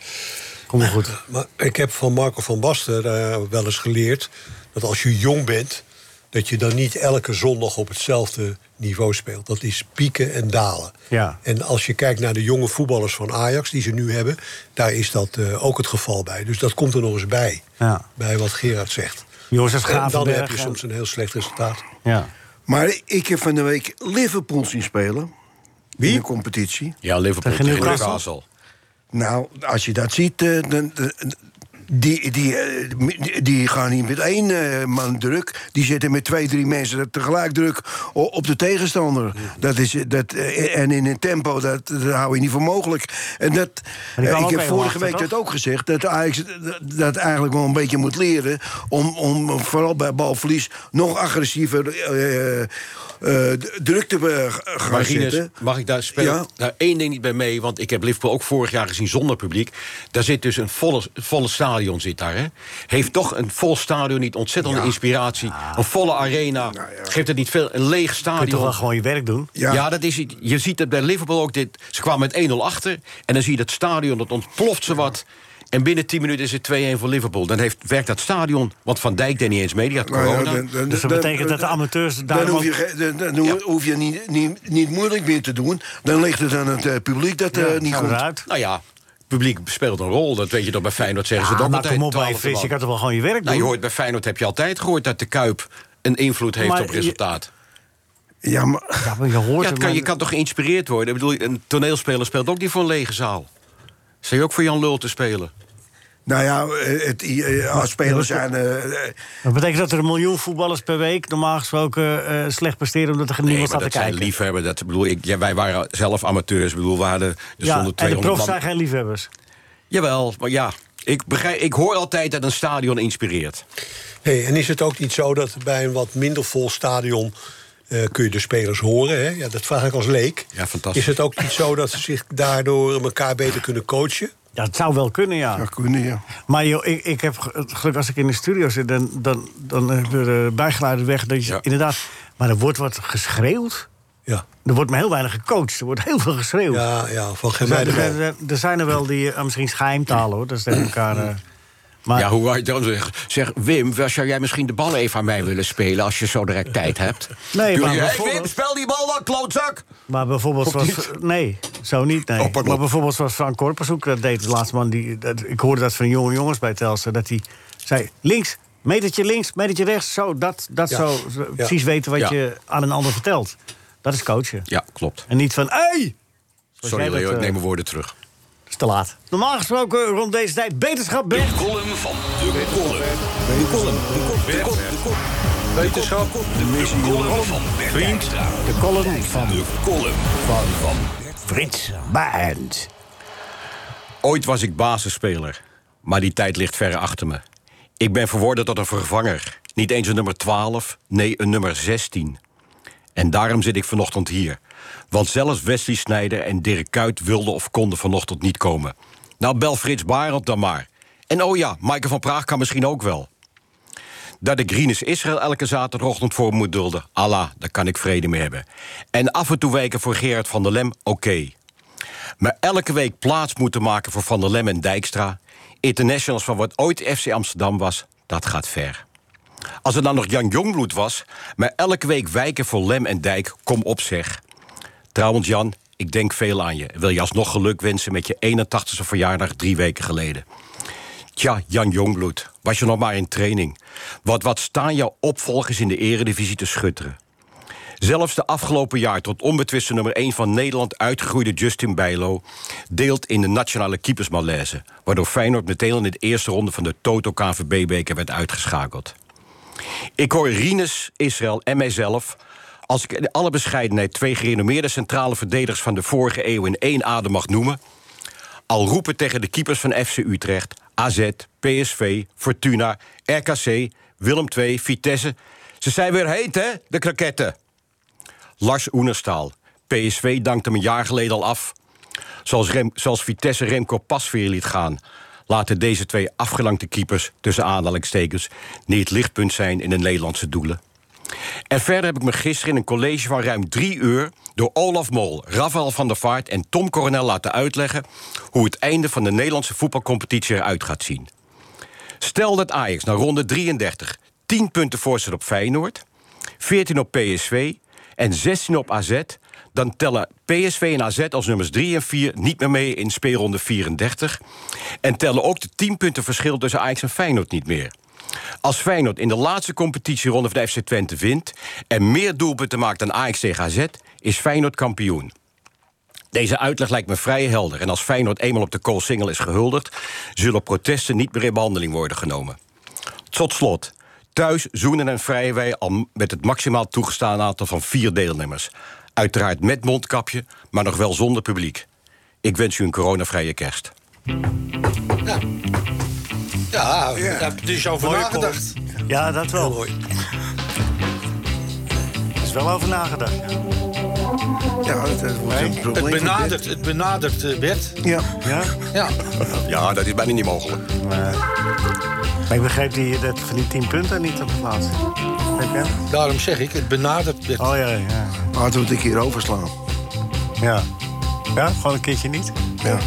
S3: Kom maar goed.
S7: Maar ik heb van Marco van Basten eh, wel eens geleerd... dat als je jong bent, dat je dan niet elke zondag op hetzelfde niveau speelt. Dat is pieken en dalen.
S3: Ja.
S7: En als je kijkt naar de jonge voetballers van Ajax die ze nu hebben... daar is dat eh, ook het geval bij. Dus dat komt er nog eens bij,
S3: Ja.
S7: bij wat Gerard zegt.
S3: Jozef
S7: En dan
S3: Gravenberg
S7: heb je
S3: en-
S7: soms een heel slecht resultaat.
S3: Ja.
S4: maar ik heb van de week Liverpool zien spelen. Wie? In de competitie.
S5: Ja, Liverpool
S3: Tegen
S5: tegen
S3: Newcastle.
S5: Newcastle.
S4: Nou, als je dat ziet, eh, dan, dan- die, die, eh, die gaan niet met één eh, man druk. Die zitten met twee, drie mensen tegelijk druk o- op de tegenstander. Dat is, dat, eh, en in een tempo, dat, dat hou je niet voor mogelijk. En dat,
S3: kwam
S4: eh,
S3: ook
S4: ik heb
S3: heel
S4: vorige
S3: achter,
S4: week
S3: toch?
S4: dat ook gezegd. Dat Ajax eh, dat- dat eigenlijk wel een beetje moet leren. Om, om vooral bij balverlies nog agressiever eh, eh, d- druk te eh, gaan
S5: Maar Rinus,
S4: zetten.
S5: mag ik daar spelen?
S4: Ja.
S5: Nou, één ding niet bij mee, want ik heb Liverpool ook vorig jaar gezien zonder publiek. Daar zit dus een volle, volle stadion zit daar. Hè? Heeft toch een vol stadion niet ontzettende inspiratie? Een volle arena. Geeft het niet veel? Een leeg
S3: Kun je toch
S5: stadion.
S3: wel gewoon je werk doen?
S5: Ja, dat is, het. je ziet het bij Liverpool ook. Dit, ze kwamen met 1-0 achter. En dan zie je dat stadion, dat ontploft ze wat. En binnen 10 minuten is het 2-1 voor Liverpool. Dan heeft, werkt dat stadion, want Van Dijk deed niet eens mee. Die had
S4: Nou ja,
S5: corona.
S4: dan- dan-
S3: Dus dat
S4: dan-
S3: betekent dat de amateurs
S4: Dan
S3: daarom
S4: hoef je,
S3: ook...
S4: ge- dan, dan hoef- hoef je niet, niet, niet moeilijk meer te doen. Dan ligt het aan het eh, publiek dat eh, niet
S3: gaan
S4: goed.
S3: eruit.
S5: Nou ja, het publiek speelt een rol. Dat weet je toch bij Feyenoord zeggen ze
S3: Ah,
S5: dat
S3: maar kom op, bij
S5: 12e
S3: Frits,
S5: man.
S3: je kan toch wel gewoon je werk doen?
S5: Nou, je hoort bij Feyenoord heb je altijd gehoord dat de Kuip een invloed heeft
S3: Maar
S5: op
S3: je-
S5: resultaat.
S4: Ja, maar,
S3: Ja, maar je hoort
S5: Ja,
S3: het,
S5: het kan,
S3: maar-
S5: je kan toch geïnspireerd worden? Ik bedoel, een toneelspeler speelt ook niet voor een lege zaal. Zou je ook voor Jan Lul te spelen?
S4: nou ja, eh, het, eh, als spelers zijn... eh, eh,
S3: Dat betekent dat er een miljoen voetballers per week... normaal gesproken eh, slecht presteren omdat er niemand staat
S5: maar
S3: te
S5: dat zijn
S3: kijken.
S5: liefhebber. Dat, ik bedoel, ik, ja, wij waren zelf amateurs. Ik bedoel, we hadden er
S3: Ja,
S5: stonden
S3: en de
S5: 200
S3: profs
S5: man.
S3: zijn geen liefhebbers.
S5: Jawel, maar ja. Ik, begrijp, ik hoor altijd dat een stadion inspireert.
S7: Hey, en is het ook niet zo dat bij een wat minder vol stadion... eh, kun je de spelers horen, hè? Ja, dat vraag ik als leek.
S5: Ja, fantastisch.
S7: Is het ook niet zo dat ze zich daardoor elkaar beter kunnen coachen?
S3: Ja, het zou wel kunnen, ja.
S4: ja, kunnen, ja.
S3: Maar joh, ik, ik heb ge- het geluk als ik in de studio zit... dan, dan, dan hebben de bijgeluiden weg. Dat je,
S5: Ja.
S3: Inderdaad, maar er wordt wat geschreeuwd.
S7: Ja,
S3: Er wordt maar heel weinig gecoacht. Er wordt heel veel geschreeuwd.
S7: ja, ja van geen
S3: Er,
S7: mij de
S3: zijn-
S7: bal.
S3: er, er- er zijn er wel die eh, misschien geheimtalen, hoor. Dat is tegen elkaar... eh, maar,
S5: Ja, hoe wou je dan zeggen? Zeg, Wim, wel, zou jij misschien de bal even aan mij willen spelen... als je zo direct tijd hebt?
S3: Nee,
S5: Doe
S3: maar
S5: je, "Hey,
S3: bijvoorbeeld-
S5: Wim, speel die bal dan, klootzak!
S3: Maar bijvoorbeeld zoals... Nee, zo niet, nee.
S5: Oh, pardon.
S3: maar bijvoorbeeld zoals Frank Korpershoek dat deed, de laatste man... Die, dat, ik hoorde dat van jonge jongens bij Telstra, dat hij zei... links, metertje links, metertje rechts, zo, dat, dat
S7: Ja.
S3: zo. zo,
S7: Ja.
S3: Precies weten wat
S5: Ja.
S3: je aan een ander vertelt. Dat is coachen.
S5: Ja, klopt.
S3: En niet van, hé! Hey! Zoals jij
S5: Sorry,
S3: dat,
S5: Leo, ik
S3: eh,
S5: neem mijn woorden terug.
S3: is te laat. Normaal gesproken rond deze tijd beterschap, Bert.
S2: Column van de kolom. De kolom. De kolom.
S5: Wetenschap.
S2: De missie. De kolom van Bert Dijkstra.
S3: De column van
S2: De kolom van, van
S3: Frits Baand.
S5: Ooit was ik basisspeler, maar die tijd ligt ver achter me. Ik ben verworden tot een vervanger. Niet eens een nummer 12, nee een nummer 16. En daarom zit ik vanochtend hier. Want zelfs Wesley Snijder en Dirk Kuyt wilden of konden vanochtend niet komen. Nou, bel Frits Barend dan maar. En oh ja, Maaike van Praag kan misschien ook wel. dat ik Rinus Israël elke zaterdagochtend voor moet dulden. Allah, daar kan ik vrede mee hebben. En af en toe wijken voor Gerard van der Lem, oké. Maar elke week plaats moeten maken voor Van der Lem en Dijkstra... internationals van wat ooit FC Amsterdam was, dat gaat ver. Als het dan nog Jan Jongbloed was... maar elke week wijken voor Lem en Dijk, kom op zeg. Trouwens Jan, ik denk veel aan je. Wil je alsnog geluk wensen met je 81ste verjaardag drie weken geleden. Tja, Jan Jongbloed, was je nog maar in training. Wat, wat staan jouw opvolgers in de eredivisie te schutteren. Zelfs de afgelopen jaar tot onbetwiste nummer 1 van Nederland uitgegroeide Justin Bijlo deelt in de nationale keepersmalaise, waardoor Feyenoord meteen in de eerste ronde van de Toto KVB-beker werd uitgeschakeld. Ik hoor Rinus, Israël en mijzelf. Als ik in alle bescheidenheid twee gerenommeerde centrale verdedigers van de vorige eeuw in één adem mag noemen. Al roepen tegen de keepers van FC Utrecht, AZ, PSV, Fortuna, RKC, Willem II, Vitesse. Ze zijn weer heet, hè, de kraketten. Lars Oenerstaal. PSV dankte hem een jaar geleden al af. Zoals, Rem, zoals Vitesse Remco Pasveer liet gaan... laten deze twee afgelangte keepers, tussen aanhalingstekens... niet het lichtpunt zijn in de Nederlandse doelen. En verder heb ik me gisteren in een college van ruim drie uur... door Olaf Mol, Rafael van der Vaart en Tom Coronel laten uitleggen... hoe het einde van de Nederlandse voetbalcompetitie eruit gaat zien. Stel dat Ajax na ronde 33 10 punten voor zit op Feyenoord... 14 op PSV en 16 op AZ... dan tellen PSV en AZ als nummers 3 en 4 niet meer mee in speelronde 34... en tellen ook de 10 punten verschil tussen Ajax en Feyenoord niet meer. Als Feyenoord in de laatste competitieronde van de FC Twente wint... en meer doelpunten maakt dan Ajax tegen AZ, is Feyenoord kampioen. Deze uitleg lijkt me vrij helder. En als Feyenoord eenmaal op de koolsingel is gehuldigd... zullen protesten niet meer in behandeling worden genomen. Tot slot. Thuis zoenen en vrijen wij al met het maximaal toegestaan aantal van vier deelnemers. Uiteraard met mondkapje, maar nog wel zonder publiek. Ik wens u een coronavrije kerst.
S6: Ja, daar heb je dus over
S3: Mooie
S6: nagedacht.
S3: Ja, dat wel. hoor. is wel over nagedacht.
S4: Ja, dat eh, wordt een probleem.
S6: Het benadert, het benadert eh, Bert.
S4: Ja.
S3: Ja?
S6: Ja.
S5: Ja, dat is bijna niet mogelijk.
S3: Maar ik begreep die, dat van die 10 punten niet op het laatste. Heb je?
S6: Daarom zeg ik, het benadert Bert.
S3: Oh ja, ja.
S4: Laten we het een keer overslaan.
S3: Ja, ja gewoon een keertje niet.
S4: Ja,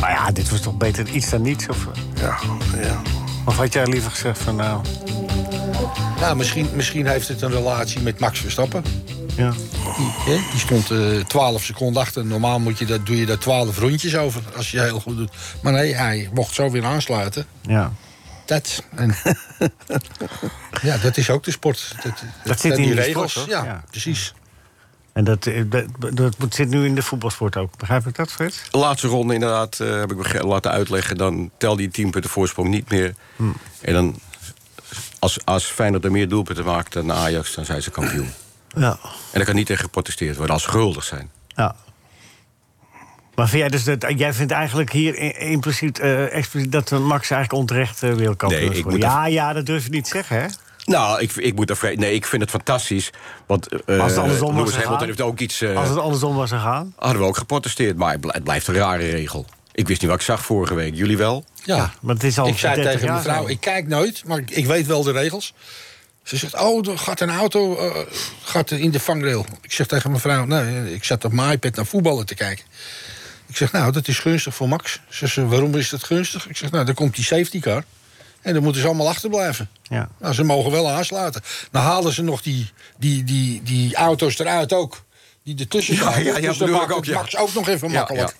S3: Maar ja, dit was toch beter iets dan niets? Of, eh?
S4: ja, ja.
S3: of had jij liever gezegd van nou...
S6: Ja, misschien, misschien heeft het een relatie met Max Verstappen.
S3: Ja.
S6: Hè? Die stond eh 12 seconden achter. Normaal moet je dat, doe je daar 12 rondjes over als je heel goed doet. Maar nee, hij mocht zo weer aansluiten.
S3: ja.
S6: Dat. En ja, dat is ook de sport. Dat,
S3: zit
S6: zijn
S3: in
S6: die
S3: de
S6: regels.
S3: sport, hoor.
S6: ja,
S3: Ja.
S6: precies.
S3: En dat, eh, dat, dat moet- zit nu in de voetbalsport ook. Begrijp ik dat, Frits?
S5: De laatste ronde inderdaad eh, heb ik bege- laten uitleggen. Dan tel die 10 punten voorsprong niet meer. En dan, als, als Feyenoord er meer doelpunten maakt dan Ajax, dan zijn ze kampioen.
S3: Ja.
S5: En er kan niet tegen geprotesteerd worden als ze guldig zijn.
S3: ja. Maar vind jij, dus dat, jij vindt eigenlijk hier i- impliciet, eh, expliciet dat Max eigenlijk onterecht eh, wil wereldkampioen
S5: Nee,
S3: is
S5: ik
S3: geworden?
S5: moet
S3: Ja, ja, dat durf je niet te zeggen, hè?
S5: Nou, ik, ik moet er vre- Nee, ik vind het fantastisch. Want eh
S3: Als het andersom was
S5: Lewis
S3: gegaan?
S5: Hamilton heeft ook iets. eh,
S3: Als het andersom was gegaan.
S5: Hadden we ook geprotesteerd, maar het bl- het blijft een rare regel. Ik wist niet wat ik zag vorige week. Jullie wel?
S6: Ja.
S3: Maar het is al
S6: ik zei
S3: 30
S6: tegen
S3: jaar
S6: mijn vrouw,
S3: zo.
S6: ik kijk nooit, maar ik, ik weet wel de regels. Ze zegt, oh, er gaat een auto eh, gaat in de vangrail. Ik zeg tegen mijn vrouw, nee, ik zat op mijn iPad naar voetballen te kijken. Ik zeg, nou, dat is gunstig voor Max. Ze zegt, waarom is dat gunstig? Ik zeg, nou, dan komt die safety car. En dan moeten ze allemaal achterblijven.
S3: Ja.
S6: Nou, ze mogen wel aansluiten. Dan halen ze nog die, die, die, die auto's eruit ook. Die ertussen
S5: Ja,
S6: staan.
S5: ja, ja,
S6: dus dan
S5: bedoel
S6: maakt
S5: ik ook,
S6: het
S5: ja.
S6: Max ook nog even
S5: Ja,
S6: makkelijk.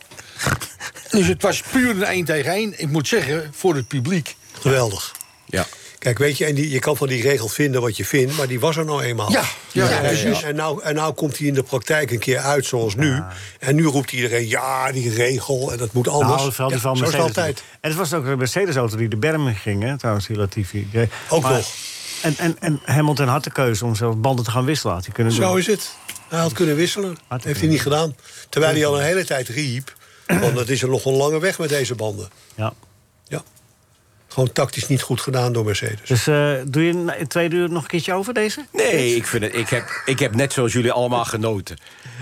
S6: Dus het was puur een 1 tegen 1. Ik moet zeggen, voor het publiek.
S7: Geweldig.
S5: Ja.
S7: Kijk, weet je, en die, je kan van die regel vinden wat je vindt, maar die was er nou eenmaal.
S6: Ja, ja,
S7: En-
S6: precies.
S7: En, nou, en nou komt die in de praktijk een keer uit, zoals nu. En nu roept iedereen, ja, die regel, en dat moet anders.
S3: Nou, vooral die
S7: Ja,
S3: van
S7: zo is
S3: Mercedes.
S7: het altijd.
S3: En het was ook een Mercedes-auto die de berm in ging, hè, trouwens, die Latifi. Ja,
S7: Ook nog.
S3: En, en, en Hamilton had de keuze om zelf banden te gaan wisselen. Had hij kunnen
S7: Zo
S3: doen.
S7: is het. Hij had kunnen wisselen.
S3: Had hij
S7: heeft hij niet gedaan. Terwijl hij al een hele tijd riep, want het is er nog een lange weg met deze banden.
S3: Ja.
S7: Ja. gewoon tactisch niet goed gedaan door Mercedes.
S3: Dus eh, doe je na- in twee uur nog een keertje over deze?
S5: Nee, ik, vind het, ik, heb, ik heb net zoals jullie allemaal genoten.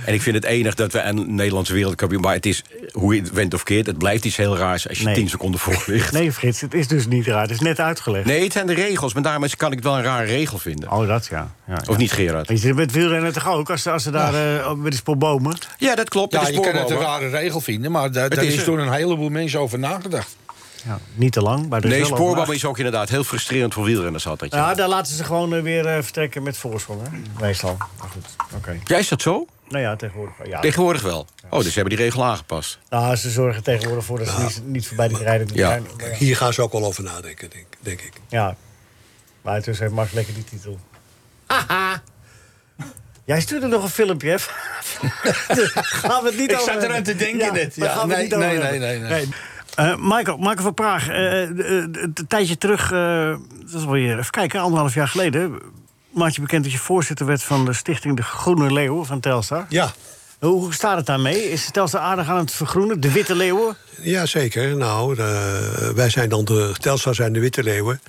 S5: En ik vind het enig dat we een Nederlandse wereldkampioen... maar het is, eh, hoe je het went of keert, het blijft iets heel raars... als je
S3: Nee.
S5: tien seconden voor ligt. Nee.
S3: Nee, Frits, het is dus niet raar. Het is net uitgelegd.
S5: het zijn de regels, maar daarmee kan ik het wel een rare regel vinden.
S3: Oh, dat ja. ja, ja.
S5: Of niet, Gerard?
S3: Je zit met wielrennen toch ook, als ze, als ze daar eh, op- met die spolbomen...
S5: Ja, dat klopt.
S6: Ja,
S5: dat is
S6: je kan het een
S5: spoorbomen.
S6: rare regel vinden, maar da- daar
S5: is
S6: is
S5: er.
S6: door een heleboel mensen over nagedacht.
S3: Ja, niet te lang, maar... er is
S5: Nee,
S3: wel over
S5: spoorbomen
S3: nagedacht.
S5: is ook inderdaad heel frustrerend voor wielrenners altijd. Ja.
S3: Ja, daar laten ze gewoon eh, weer eh, vertrekken met voorsprong, hè? Meestal. Maar goed, oké.
S5: Ja, is dat zo?
S3: Nou ja, tegenwoordig wel, ja.
S5: Tegenwoordig wel. Oh, dus ze hebben die regel aangepast.
S3: Nou, ze zorgen tegenwoordig voor dat ze niet, niet voorbij die rijden.
S5: Ja.
S3: Ja.
S7: Kijk, hier gaan ze ook wel over nadenken, denk, denk ik.
S3: ja. Maar intussen heeft Max lekker die titel. Haha. Jij stuurde nog een filmpje, hè? gaan we het niet
S6: Ik
S3: over
S6: zat eraan
S3: hebben.
S6: te denken net,
S3: daar
S6: ja.
S3: gaan we het
S6: Nee,
S3: niet over
S6: nee,
S3: hebben.
S6: nee, nee,
S3: Eh, Michael, Michael van Praag, eh, eh, een tijdje terug, eh, dat is weer even kijken, anderhalf jaar geleden, maak je bekend dat je voorzitter werd van de stichting De Groene Leeuw van Telstar.
S7: Ja,
S3: Hoe hoe staat het daarmee? Is Telstar aardig aan het vergroenen? De Witte Leeuwen?
S7: Ja, zeker. Nou, eh, wij zijn dan de Telstra zijn de Witte Leeuwen.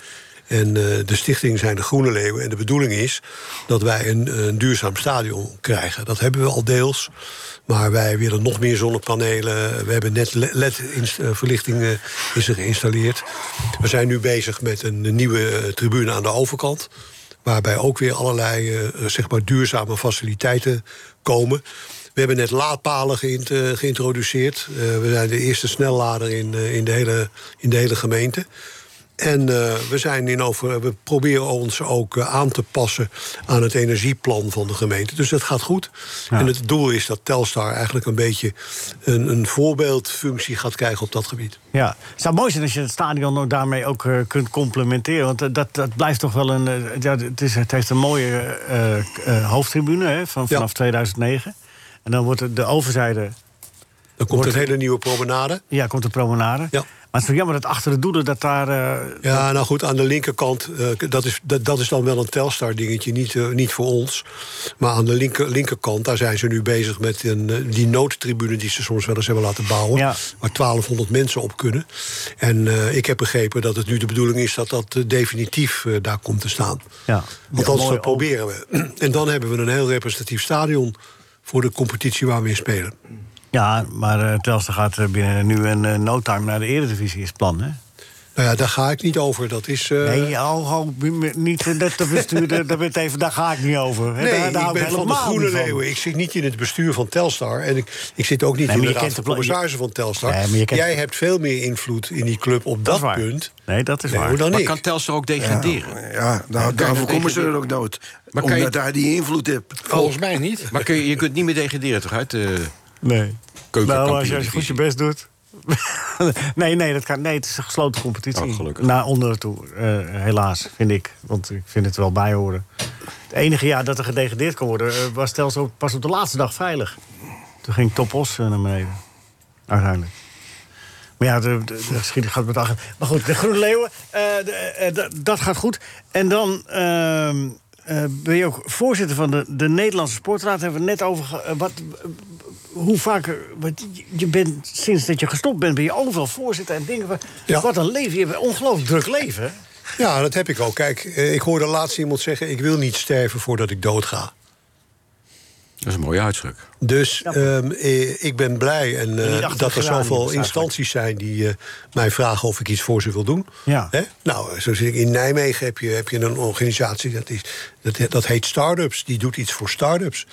S7: En eh, de stichting zijn de Groene Leeuwen. En de bedoeling is dat wij een, een duurzaam stadion krijgen. Dat hebben we al deels. Maar wij willen nog meer zonnepanelen. We hebben net LED-verlichting eh, is er geïnstalleerd. We zijn nu bezig met een nieuwe eh, tribune aan de overkant. Waarbij ook weer allerlei eh, zeg maar duurzame faciliteiten komen. We hebben net laadpalen geïnt- eh, geïntroduceerd. Eh, we zijn de eerste snellader in, eh, in, de, hele, in de hele gemeente. En eh, we, zijn in over, we proberen ons ook eh, aan te passen aan het energieplan van de gemeente. Dus dat gaat goed. En het doel is dat Telstar eigenlijk een beetje een, een voorbeeldfunctie gaat krijgen op dat gebied.
S3: Ja, het zou mooi zijn als je het stadion ook daarmee ook eh, kunt complementeren. Want eh, dat, dat blijft toch wel een. eh, ja, het, is, het heeft een mooie eh, eh, hoofdtribune hè, van, vanaf 2009. En dan wordt het- de overzijde.
S7: Dan komt een hele nieuwe promenade.
S3: Ja, komt de promenade.
S7: Ja.
S3: Maar het is wel jammer dat achter de doelen dat daar. eh,
S7: Ja, nou goed, aan de linkerkant, eh, dat, is, dat, dat is dan wel een Telstar dingetje, niet, eh, niet voor ons. Maar aan de linker, linkerkant, daar zijn ze nu bezig met een, eh, die noodtribune die ze soms wel eens hebben laten bouwen.
S3: Ja.
S7: Waar 1200 mensen op kunnen. En eh, ik heb begrepen dat het nu de bedoeling is dat dat eh, definitief eh, daar komt te staan.
S3: Ja.
S7: Althans,
S3: Ja, mooi
S7: dat proberen we. En dan hebben we een heel representatief stadion voor de competitie waar we in spelen.
S3: ja, maar eh Telstar gaat eh, binnen nu een eh, no time naar de Eredivisie, is het plan. Hè?
S7: Nou ja, daar ga ik niet over. Dat is. eh,
S3: Nee, oh, oh, niet eh, net de bestuurder, daar, ben ik even, daar ga ik niet over. hè.
S7: Nee,
S3: daar, daar
S7: ik
S3: hou
S7: ben van de
S3: helemaal
S7: Groene
S3: niet van.
S7: Leeuwen. Ik zit niet in het bestuur van Telstar. En ik, ik zit ook niet
S3: Nee,
S7: in
S3: maar
S7: de
S3: je
S7: raad
S3: kent
S7: van
S3: de pla-
S7: commissarissen van Telstar.
S3: Nee, maar je kent-
S7: Jij hebt veel meer invloed in die club op dat,
S3: is waar.
S7: punt.
S3: Nee, dat is
S7: Nee,
S3: waar.
S7: hoe dan
S5: Maar
S7: ik.
S5: kan Telstra ook degraderen?
S4: Ja, nou, daarvoor komen ze er ook dood.
S5: Maar kan
S4: Omdat
S5: je-
S4: hij die invloed hebt.
S6: Volgens mij niet.
S5: Maar kun je, je kunt niet meer degraderen, toch? Uit eh, de
S3: Nee.
S5: keukenkampioen.
S3: Nou, als je, als je goed je best doet. nee, nee, dat kan, nee, het is een gesloten competitie.
S5: Oh, gelukkig.
S3: Naar onderen toe, eh, helaas, vind ik. Want ik vind het wel bijhoren. Het enige jaar dat er gedegradeerd kon worden... eh, was Telstra pas op de laatste dag veilig. Toen ging Topos eh, naar beneden. Uiteindelijk. Maar ja, de, de, de geschiedenis gaat met achter. Maar goed, de Groene Leeuwen, eh, de- eh, dat- dat gaat goed. En dan ehm, eh, ben je ook voorzitter van de, de Nederlandse Sportraad. Daar hebben we het net over. ge- eh, wat, hoe vaak. eh, Wat, je- je bent, sinds dat je gestopt bent, ben je overal voorzitter en dingen. Van,
S7: Ja.
S3: Wat een leven. Je hebt een ongelooflijk druk leven. hè?
S7: Ja, dat heb ik ook. Kijk, eh, ik hoorde laatst iemand zeggen... ik wil niet sterven voordat ik doodga.
S5: Dat is een mooie uitspraak.
S7: Dus ehm, eh, ik ben blij en, eh,
S3: niet achter
S7: dat er
S3: geraniums
S7: zoveel
S3: eigenlijk.
S7: instanties zijn die eh, mij vragen of ik iets voor ze wil doen.
S3: Ja.
S7: Hè? Nou, zo zit ik in Nijmegen heb je, heb je een organisatie dat, is, dat, dat heet Startups. Die doet iets voor startups.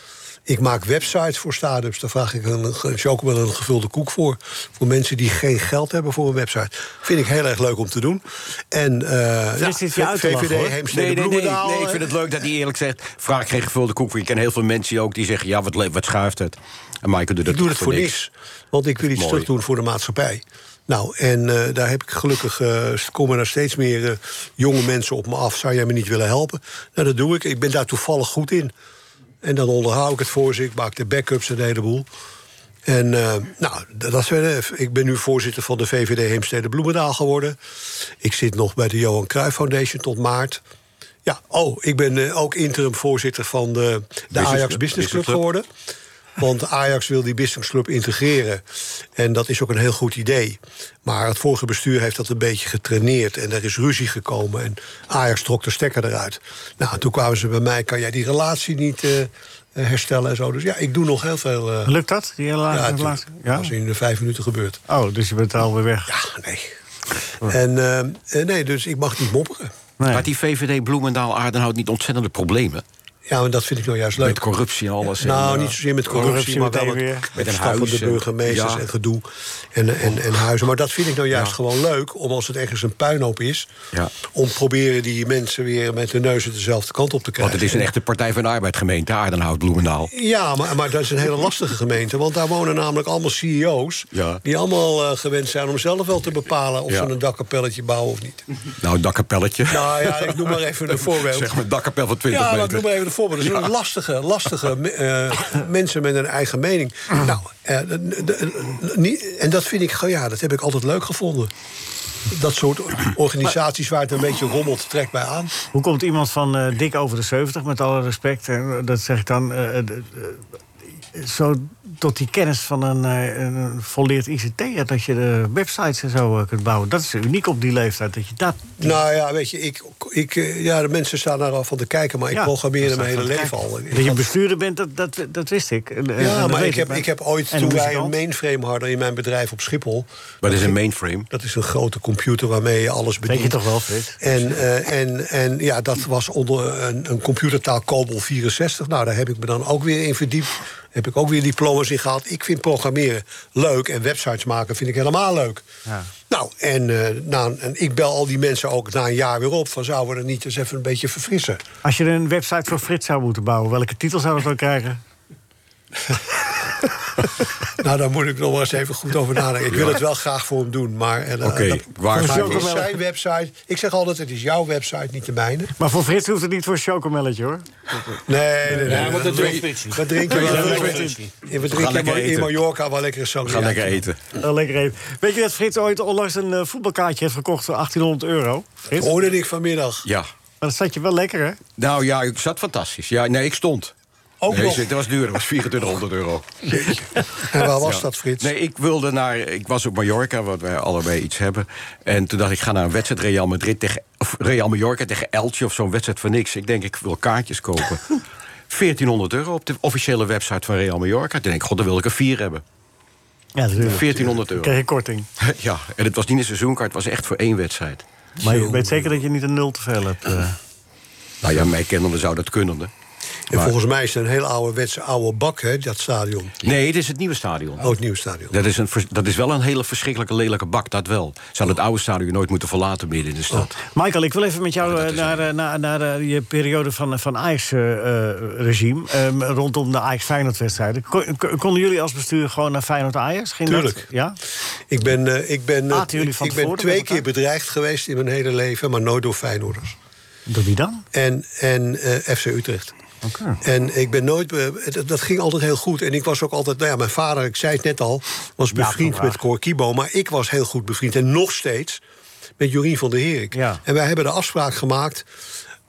S7: Ik maak websites voor startups. Daar vraag ik een, is ook wel een gevulde koek voor. Voor mensen die geen geld hebben voor een website. Vind ik heel erg leuk om te doen. En eh
S3: zit je uit te lachen, hoor.
S7: VVD, Heemstede,
S5: Nee, nee, nee,
S7: Bloemendaal. eh,
S5: nee. Ik vind het leuk dat hij eerlijk zegt. Vraag geen gevulde koek. Want je kent heel veel mensen ook die zeggen: ja, wat, le- wat schuift het? En Michael doet dat
S7: Ik doe het voor niks. Want ik wil iets
S5: Mooi.
S7: terug doen voor de maatschappij. Nou, en eh, daar heb ik gelukkig. eh, komen er steeds meer eh, jonge mensen op me af. Zou jij me niet willen helpen? Nou, dat doe ik. Ik ben daar toevallig goed in. En dan onderhoud ik het voor ze. Ik maak de backups en een heleboel. En eh, nou, d- dat is wel, eh, ik ben nu voorzitter van de VVD Heemstede Bloemendaal geworden. Ik zit nog bij de Johan Cruijff Foundation tot maart. Ja, oh, ik ben eh, ook interim voorzitter van de, de Ajax Business Club
S5: Business Club.
S7: geworden. Want Ajax wil die businessclub integreren. En dat is ook een heel goed idee. Maar het vorige bestuur heeft dat een beetje getraineerd. En er is ruzie gekomen. En Ajax trok de stekker eruit. Nou, toen kwamen ze bij mij. Kan jij die relatie niet eh, herstellen en zo? Dus ja, ik doe nog heel veel. eh,
S3: Lukt dat? Die hele
S7: ja,
S3: laatste
S7: natuurlijk.
S3: plaats? Ja?
S7: Dat is in de vijf minuten gebeurd.
S3: Oh, dus je bent alweer weg.
S7: Ja, nee. En eh, eh, nee, dus ik mag niet mopperen.
S3: Nee.
S5: Maar die VVD Bloemendaal Aardenhout niet ontzettende problemen?
S7: Ja, maar dat vind ik nou juist leuk.
S5: Met corruptie en alles.
S7: nou,
S5: en, eh,
S7: niet zozeer met
S3: Corruptie
S7: corruptie, maar wel
S3: meteen weer.
S7: met,
S5: Met
S7: met
S5: een
S7: een van
S5: huis
S7: de
S5: en-
S7: burgemeesters
S5: ja.
S7: en gedoe en, en, en huizen. Maar dat vind ik nou juist gewoon leuk, om als het ergens een puinhoop is...
S5: Ja.
S7: om proberen die mensen weer met de neuzen dezelfde kant op te
S5: Want
S7: krijgen.
S5: het is een echte Partij van de Arbeid gemeente, Aardenhout Bloemendaal.
S7: Ja, maar, maar dat is een hele lastige gemeente. Want daar wonen namelijk allemaal CEO's...
S5: Ja.
S7: die allemaal eh, gewend zijn om zelf wel te bepalen... of
S5: Ja.
S7: ze een dakkapelletje bouwen of niet.
S5: Nou, een dakkapelletje.
S7: Nou ja, ik noem maar even een voorbeeld.
S5: Zeg maar een dakkapel van 20
S7: Ja, maar ik
S5: meter.
S7: noem maar even een voorbeeld. Dat zijn lastige, lastige me- eh, mensen met een eigen mening. Nou, eh, de- de- niet- en dat vind ik, gewoon- ja, dat heb ik altijd leuk gevonden. Dat soort organisaties waar het een beetje rommelt, trekt mij aan.
S3: Hoe komt iemand van eh, dik over de 70, met alle respect, eh, dat zeg ik dan, eh, eh, eh, zo tot die kennis van een, eh, een volleerd ICT, dat je de websites en zo eh, kunt bouwen. Dat is uniek op die leeftijd, dat je dat...
S7: Nou ja, weet je, ik, ik, eh, ja, de mensen staan daar al van te kijken, maar ik
S3: Ja,
S7: programmeerde
S3: dat
S7: mijn hele
S3: staat
S7: leven
S3: van te
S7: al.
S3: kijken.
S7: Ik
S3: Dat je
S7: had-
S3: bestuurder bent, dat, dat, dat wist ik. En- en
S7: ja,
S3: dat
S7: maar
S3: weet
S7: ik heb, ik heb ooit,
S3: En
S7: toen
S3: de
S7: wij een
S3: muzikant.
S7: mainframe hadden in mijn bedrijf op Schiphol...
S5: Wat is een mainframe?
S7: Dat is een grote computer waarmee je alles bedient.
S3: Weet je toch wel, Frits?
S7: En, eh, en, en ja, dat was onder een, een computertaal COBOL 64. Nou, daar heb ik me dan ook weer in verdiept. Heb ik ook weer diploma's in gehaald. Ik vind programmeren leuk en websites maken vind ik helemaal leuk.
S3: Ja.
S7: Nou, en, eh, na, een- en ik bel al die mensen ook na een jaar weer op... van zouden we er niet eens even een beetje verfrissen?
S3: Als je een website voor Frits zou moeten bouwen, welke titel zou dat dan krijgen?
S7: nou, daar moet ik nog wel eens even goed over nadenken. Ik wil het wel graag voor hem doen, maar... en, eh,
S5: Oké,
S7: dat-
S5: waar
S7: maar
S5: voor?
S7: het is zijn website. Ik zeg altijd, het is jouw website, niet de mijne.
S3: Maar voor Frits hoeft het niet voor een chocomelletje, hoor.
S7: Nee, nee, nee.
S6: Ja, want dat
S5: weet-
S6: doet Frits niet.
S7: Wat drink je wel?
S6: Dat
S7: lekker-
S6: doet Frits niet.
S7: Ja, We
S5: gaan
S7: drinken
S5: lekker
S7: in Ma-
S5: eten.
S7: in Mallorca wel lekker zo.
S5: We gaan lekker eten.
S3: Eh, lekker even. Weet je dat Frits ooit onlangs een eh, voetbalkaartje heeft gekocht voor 1800 euro? Frits? Maar
S7: Hoorde ik vanmiddag.
S5: Ja.
S3: dat zat je wel lekker, hè?
S5: Nou ja, ik zat fantastisch. Ja, nee, ik stond.
S7: Ook
S5: nee,
S7: nog.
S5: Het was duur, het was 2400 euro.
S7: En waar was
S5: Ja.
S7: dat, Frits?
S5: Nee, ik wilde naar. Ik was op Mallorca, wat wij allebei iets hebben. En toen dacht ik, ik ga naar een wedstrijd Real Madrid tegen. Of Real Mallorca tegen Elche of zo'n wedstrijd van niks. Ik denk, ik wil kaartjes kopen. 1400 euro op de officiële website van Real Mallorca. Toen denk ik, god, dan wil ik er vier hebben.
S3: Ja, natuurlijk.
S5: 1400
S3: Dan
S5: euro.
S3: krijg je korting.
S5: Ja, en het was niet een seizoenkaart, het was echt voor één wedstrijd.
S3: Maar je weet zeker dat je niet een nul te veel hebt. eh.
S5: Nou ja, mij kennende zou dat kunnen. hè.
S7: En volgens mij is het een heel ouderwetse oude bak, hè, dat stadion.
S5: Nee, het is het nieuwe stadion.
S7: Oud nieuw stadion.
S5: Dat is, een, vers- dat is wel een hele verschrikkelijke lelijke bak, dat wel. Ze hadden het oude stadion nooit moeten verlaten midden in
S7: Oh,
S5: de stad.
S3: Michael, ik wil even met jou eh, naar, eh, naar, naar eh, je periode van, van eh, Ajax-regime. ehm, rondom de Ajax-Feyenoord-wedstrijden. Kon- kon- Konden jullie als bestuur gewoon naar Feyenoord-Ajax? Ging dat?
S7: Tuurlijk.
S3: Ja?
S7: Ik ben, eh, ik ben, eh,
S3: Aten jullie van
S7: ik ben
S3: tevoren
S7: twee
S3: met elkaar?
S7: keer bedreigd geweest in mijn hele leven, maar nooit door Feyenoorders.
S3: Door wie dan?
S7: en, en eh, FC Utrecht. En ik ben nooit. be- dat- dat ging altijd heel goed. En ik was ook altijd. Nou ja, mijn vader, ik zei het net al. was bevriend
S3: vandaag.
S7: met Cor Kibo. Maar ik was heel goed bevriend. En nog steeds met Jorien van der Herik.
S3: Ja.
S7: En wij hebben de afspraak gemaakt.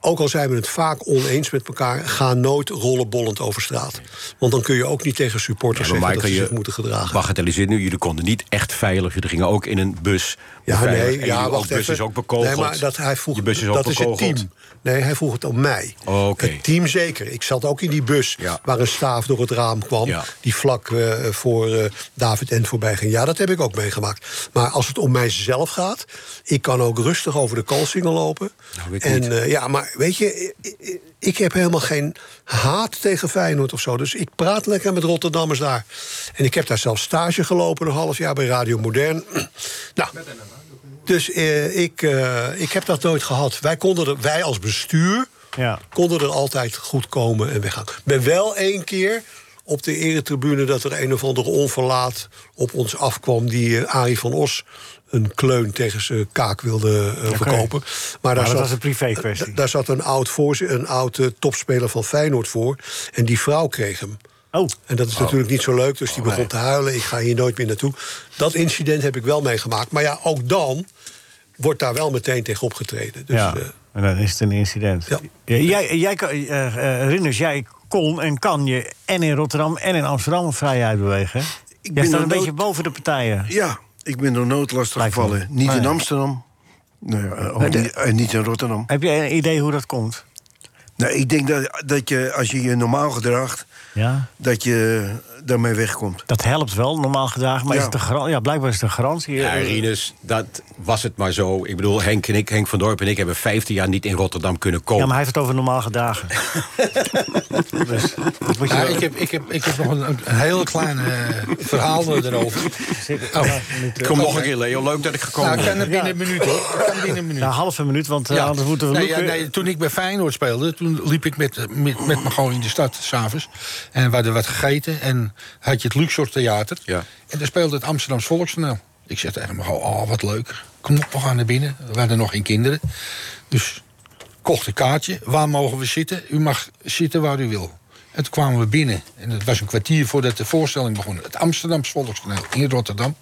S7: Ook al zijn we het vaak oneens met elkaar, ga nooit rollenbollend over straat. Want dan kun je ook niet tegen supporters
S5: Ja, maar
S7: zeggen dat ze
S5: Michael,
S7: zich moeten gedragen.
S5: Bagatelliseer nu, jullie konden niet echt veilig. Jullie gingen ook in een bus.
S7: Ja,
S5: beveiligd.
S7: nee,
S5: En
S7: ja,
S5: jullie-
S7: wacht
S5: ons bus
S7: even.
S5: is ook bekogeld.
S7: Nee, maar dat, hij vroeg,
S5: Je bus is ook
S7: dat is het
S5: bekogeld.
S7: team. Nee, hij vroeg het om mij.
S5: Oh, oké.
S7: Het team zeker. Ik zat ook in die bus
S5: Ja.
S7: waar een staaf door het raam kwam...
S5: Ja.
S7: die vlak eh, voor eh, David N. voorbij ging. Ja, dat heb ik ook meegemaakt. Maar als het om mijzelf gaat... ik kan ook rustig over de koolsingel lopen.
S5: Nou, ik
S7: en
S5: niet.
S7: eh, ja, maar weet je, i- i- ik heb helemaal geen haat tegen Feyenoord of zo. Dus ik praat lekker met Rotterdammers daar. En ik heb daar zelf stage gelopen, een half jaar bij Radio Modern. nou... Dus eh, ik, eh, ik heb dat nooit gehad. Wij, konden er, wij als bestuur
S3: Ja.
S7: konden er altijd goed komen en weggaan. Ik ben wel één keer op de eretribune dat er een of andere onverlaat op ons afkwam... die eh, Arie van Os een kleun tegen zijn kaak wilde eh, verkopen. Maar,
S3: dat was een privé-kwestie.
S7: d- Daar zat een oud, voorzi- een oud eh, topspeler van Feyenoord voor. En die vrouw kreeg hem.
S3: Oh,
S7: En dat is natuurlijk niet zo leuk, dus die begon te huilen. Ik ga hier nooit meer naartoe. Dat incident heb ik wel meegemaakt. Maar ja, ook dan wordt daar wel meteen tegen opgetreden. Dus,
S3: ja.
S7: eh,
S3: En dan is het een incident.
S7: Ja.
S3: Jij, jij, kan- eh, eh, Rinus, jij kon en kan je en in Rotterdam en in Amsterdam vrij uitbewegen. hè?
S4: ben
S3: Jij staat
S4: nog
S3: een beetje
S4: nooit-
S3: boven de partijen.
S4: Ja, ik ben door nood
S3: Lijkt me.
S4: gevallen. Niet
S3: Nee.
S4: in Amsterdam. Nou ja, ook
S3: Maar de-
S4: niet, en niet in Rotterdam.
S3: Heb jij een idee hoe dat komt?
S4: Nou, ik denk dat, dat je, als je je normaal gedraagt,
S3: Ja.
S4: dat je daarmee wegkomt.
S3: Dat helpt wel, normaal gedragen. Maar
S4: Ja.
S3: is het een garan- ja, blijkbaar is het een garantie.
S5: Ja,
S3: eh,
S5: Rinus, dat was het maar zo. Ik bedoel, Henk en ik, Henk van Dorp en ik hebben 15 jaar niet in Rotterdam kunnen
S3: ja,
S5: komen.
S3: maar hij heeft het over normaal gedragen. dus, dat moet je
S6: Ja,
S3: wel-
S6: ik, heb, ik, heb, ik heb nog een, een heel klein eh, verhaal erover. Oh.
S5: Kom nog een keer, Leo. Leuk dat ik gekomen
S6: Nou, ik
S5: ben.
S6: kan het binnen een minuut hoor. Ik kan binnen een minuut.
S3: Nou, half een minuut, want eh,
S6: Ja.
S3: anders moeten we...
S6: nee, ja,
S3: Loeken-
S6: nee, toen ik bij Feyenoord speelde, toen liep ik met, met, met me gewoon in de stad s'avonds. En we hadden wat gegeten en had je het Luxor Theater.
S5: Ja.
S6: En daar speelde het Amsterdams Volkstoneel. Ik zeg tegen hem, oh wat leuk. Kom op, we gaan naar binnen. We hadden nog geen kinderen. Dus kocht een kaartje. Waar mogen we zitten? U mag zitten waar u wil. En toen kwamen we binnen. En het was een kwartier voordat de voorstelling begon. Het Amsterdams Volkstoneel in Rotterdam.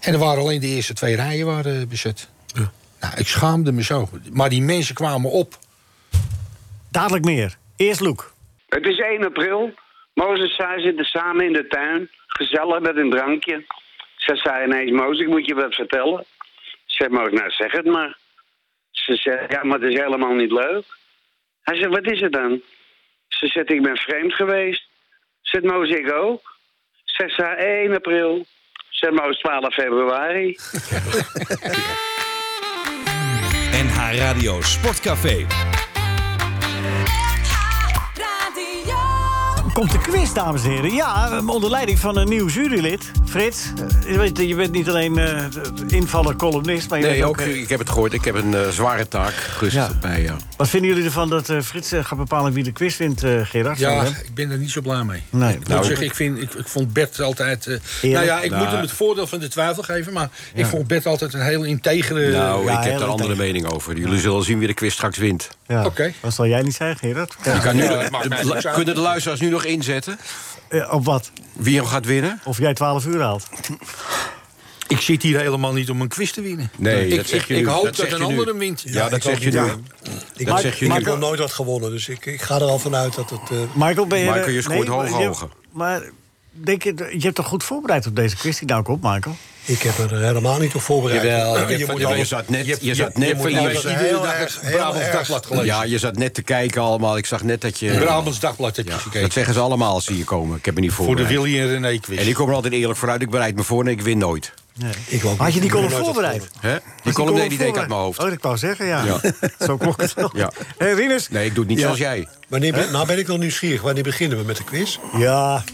S6: En er waren alleen de eerste twee rijen waren eh, bezet. Nou, ik schaamde me zo. Maar die mensen kwamen op.
S3: Dadelijk meer. Eerst Loek.
S8: Het is 1 april. Mozes en zij zitten samen in de tuin. Gezellig met een drankje. Ze zei ineens, Mozes, ik moet je wat vertellen. Ze zei, Mozes, nou zeg het maar. Ze zei, ja, maar het is helemaal niet leuk. Hij zei, wat is het dan? Ze zegt, ik ben vreemd geweest. Zegt Mozes, ik ook. Zegt zij, 1 april. Zegt Mozes, 12 februari.
S2: NH Radio Sportcafé.
S1: Radio.
S3: Komt de quiz, dames en heren. Ja, eh, onder leiding van een nieuw jurylid, Frits. Eh, Je, weet, je bent niet alleen eh, invaller, columnist, maar je bent
S5: Nee,
S3: ook...
S5: ook,
S3: eh,
S5: ik heb het gehoord. Ik heb een eh, zware taak gerust
S3: Ja.
S5: op mij. Ja.
S3: Wat vinden jullie ervan dat eh, Frits eh, gaat bepalen wie de quiz wint, eh, Gerard?
S6: Ja,
S3: Van hem?
S6: ik ben er niet zo blij mee.
S3: Nee.
S6: Ik,
S5: Nou,
S6: moet zeggen, ik, vind, ik, ik vond Bert altijd... eh,
S3: Eerlijk?
S6: nou ja, ik moet
S5: Nou.
S6: hem het voordeel van de twijfel geven... maar ik vond Bert altijd een heel integere...
S5: Nou,
S3: ja,
S5: ik
S3: heel
S5: heb daar een andere
S3: tegen.
S5: mening over. Jullie zullen zien wie de quiz straks wint.
S3: Ja.
S6: Oké.
S3: Wat zal jij niet zijn, Gerard?
S5: Je kan nu,
S6: Ja, dat mag mij niks
S5: de,
S6: uit.
S5: kunnen de luisteraars nu nog inzetten
S3: Eh, op wat?
S5: wie hem gaat winnen?
S3: Of jij 12 uur haalt.
S6: Ik zit hier helemaal niet om een quiz te winnen.
S5: Nee,
S6: ik,
S5: dat zeg
S6: ik,
S5: je
S6: ik
S5: nu.
S6: hoop
S5: Dat
S6: dat,
S5: zeg je
S6: een
S5: nu.
S6: ander hem wint.
S5: Ja, dat zeg je nu.
S7: ja.
S5: Dat
S3: Maar-
S5: zeg je
S7: Ik
S5: nu.
S3: maar-
S7: heb nog nooit wat gewonnen, dus ik, ik ga er al vanuit dat het... eh,
S3: Michael, ben je...
S5: Michael, je
S3: eh,
S5: scoort
S3: maar
S5: hoge
S3: je-
S5: ogen.
S3: Maar denk je, je hebt toch goed voorbereid op deze quiz die nou komt, Michael?
S7: ik heb er helemaal niet op voorbereid.
S6: Jawel, ik heb-
S7: je moet
S5: Je,
S7: alles-
S5: zat net, je,
S6: je-
S5: zat
S6: je
S5: net
S6: moet
S5: je-
S6: alles-
S7: iedere
S6: heel
S7: dag
S6: erg,
S7: het
S6: heel
S7: Brabants
S6: erg.
S7: Dagblad gelezen.
S5: ja, je zat net te kijken allemaal. Ik zag net dat je...
S6: Brabants Dagblad heb je
S5: Ja,
S6: gekeken.
S5: dat zeggen ze allemaal, zie je komen. Ik heb me niet
S6: Voor de
S5: voorbereid.
S6: Willy en René quiz.
S5: en ik kom er altijd eerlijk vooruit. Ik bereid me voor en ik win nooit.
S7: Ik ook
S3: Had je die
S7: niet.
S3: column
S7: Ik ben nooit
S3: voorbereid?
S7: opgevallen.
S5: Hè?
S3: Had
S5: Die column, nee, die
S3: voorbereid?
S5: deed ik uit mijn hoofd.
S3: Oh, dat ik wou zeggen, ja.
S5: Ja.
S3: Zo klonk het wel.
S5: Ja.
S3: Hey, Rinus?
S5: Nee, ik doe het niet
S3: Ja.
S5: zoals jij.
S7: Wanneer ben, nou ben ik wel nieuwsgierig. Wanneer beginnen we met de quiz?
S3: Ja.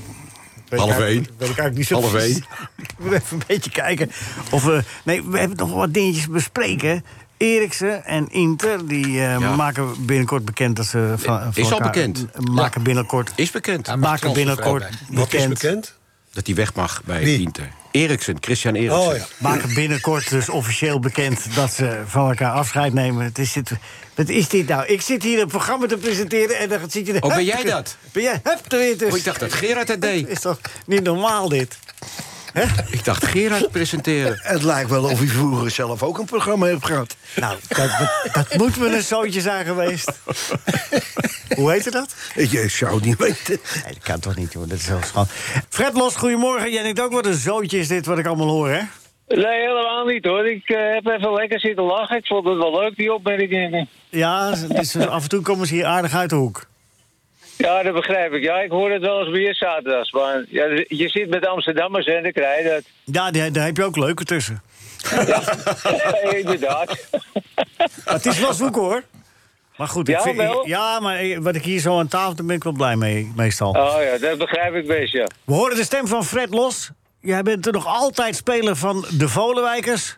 S3: Weet
S5: Half
S3: ik eigenlijk-
S5: één.
S3: Weet ik eigenlijk niet zo
S5: Half
S3: precies.
S5: één.
S3: Ik moet even een beetje kijken. Of we, nee, we hebben nog wel wat dingetjes te bespreken. Eriksen en Inter, die eh,
S5: Ja.
S3: maken binnenkort bekend dat ze van, van
S5: Is al
S3: elkaar-
S5: bekend.
S3: m- Maken binnenkort,
S5: Is bekend
S6: Ja, maar-
S3: maken binnenkort bekend.
S7: Wat is bekend?
S5: dat hij weg mag bij
S7: Wie?
S5: Inter. Eriksen, Christian Eriksen.
S7: Oh ja.
S3: Maken binnenkort dus officieel bekend dat ze van elkaar afscheid nemen. Het is dit, wat is dit nou? Ik zit hier een programma te presenteren en dan zit je...
S5: Oh, ben
S3: Hup,
S5: jij dat?
S3: Ben jij? Hup, er weer tussen.
S5: Oh, ik dacht dat Gerard het deed.
S3: Is toch niet normaal dit?
S5: Ik dacht Gerard presenteren.
S4: Het lijkt wel of je vroeger zelf ook een programma hebt gehad.
S3: Nou, dat, dat, dat moet wel een zootje zijn geweest. Hoe heette dat?
S4: Je zou het niet weten.
S3: Nee, dat kan toch niet, hoor. Dat is wel schat. Fred Los, goedemorgen. Jij denkt ook wat een zootje is dit wat ik allemaal hoor, hè?
S9: Nee, helemaal niet hoor. Ik eh, heb even lekker zitten lachen. Ik vond het wel leuk, die opmerkingen.
S3: Ja, dus af en toe komen ze hier aardig uit de hoek.
S9: Ja, dat begrijp ik. Ja, ik hoor het wel eens weer zaterdags. Maar ja, je zit met Amsterdammers en dan krijg je dat.
S3: Ja, daar, daar heb je ook leuke tussen.
S9: Ja, inderdaad.
S3: Maar het is wel zoek, hoor. Maar goed, ik
S9: Ja, wel?
S3: ja, maar eh, wat ik hier zo aan tafel, daar ben ik wel blij mee, meestal.
S9: Oh ja, dat begrijp ik best, ja.
S3: We horen de stem van Fred Los. Jij bent er nog altijd speler van de Volenwijkers.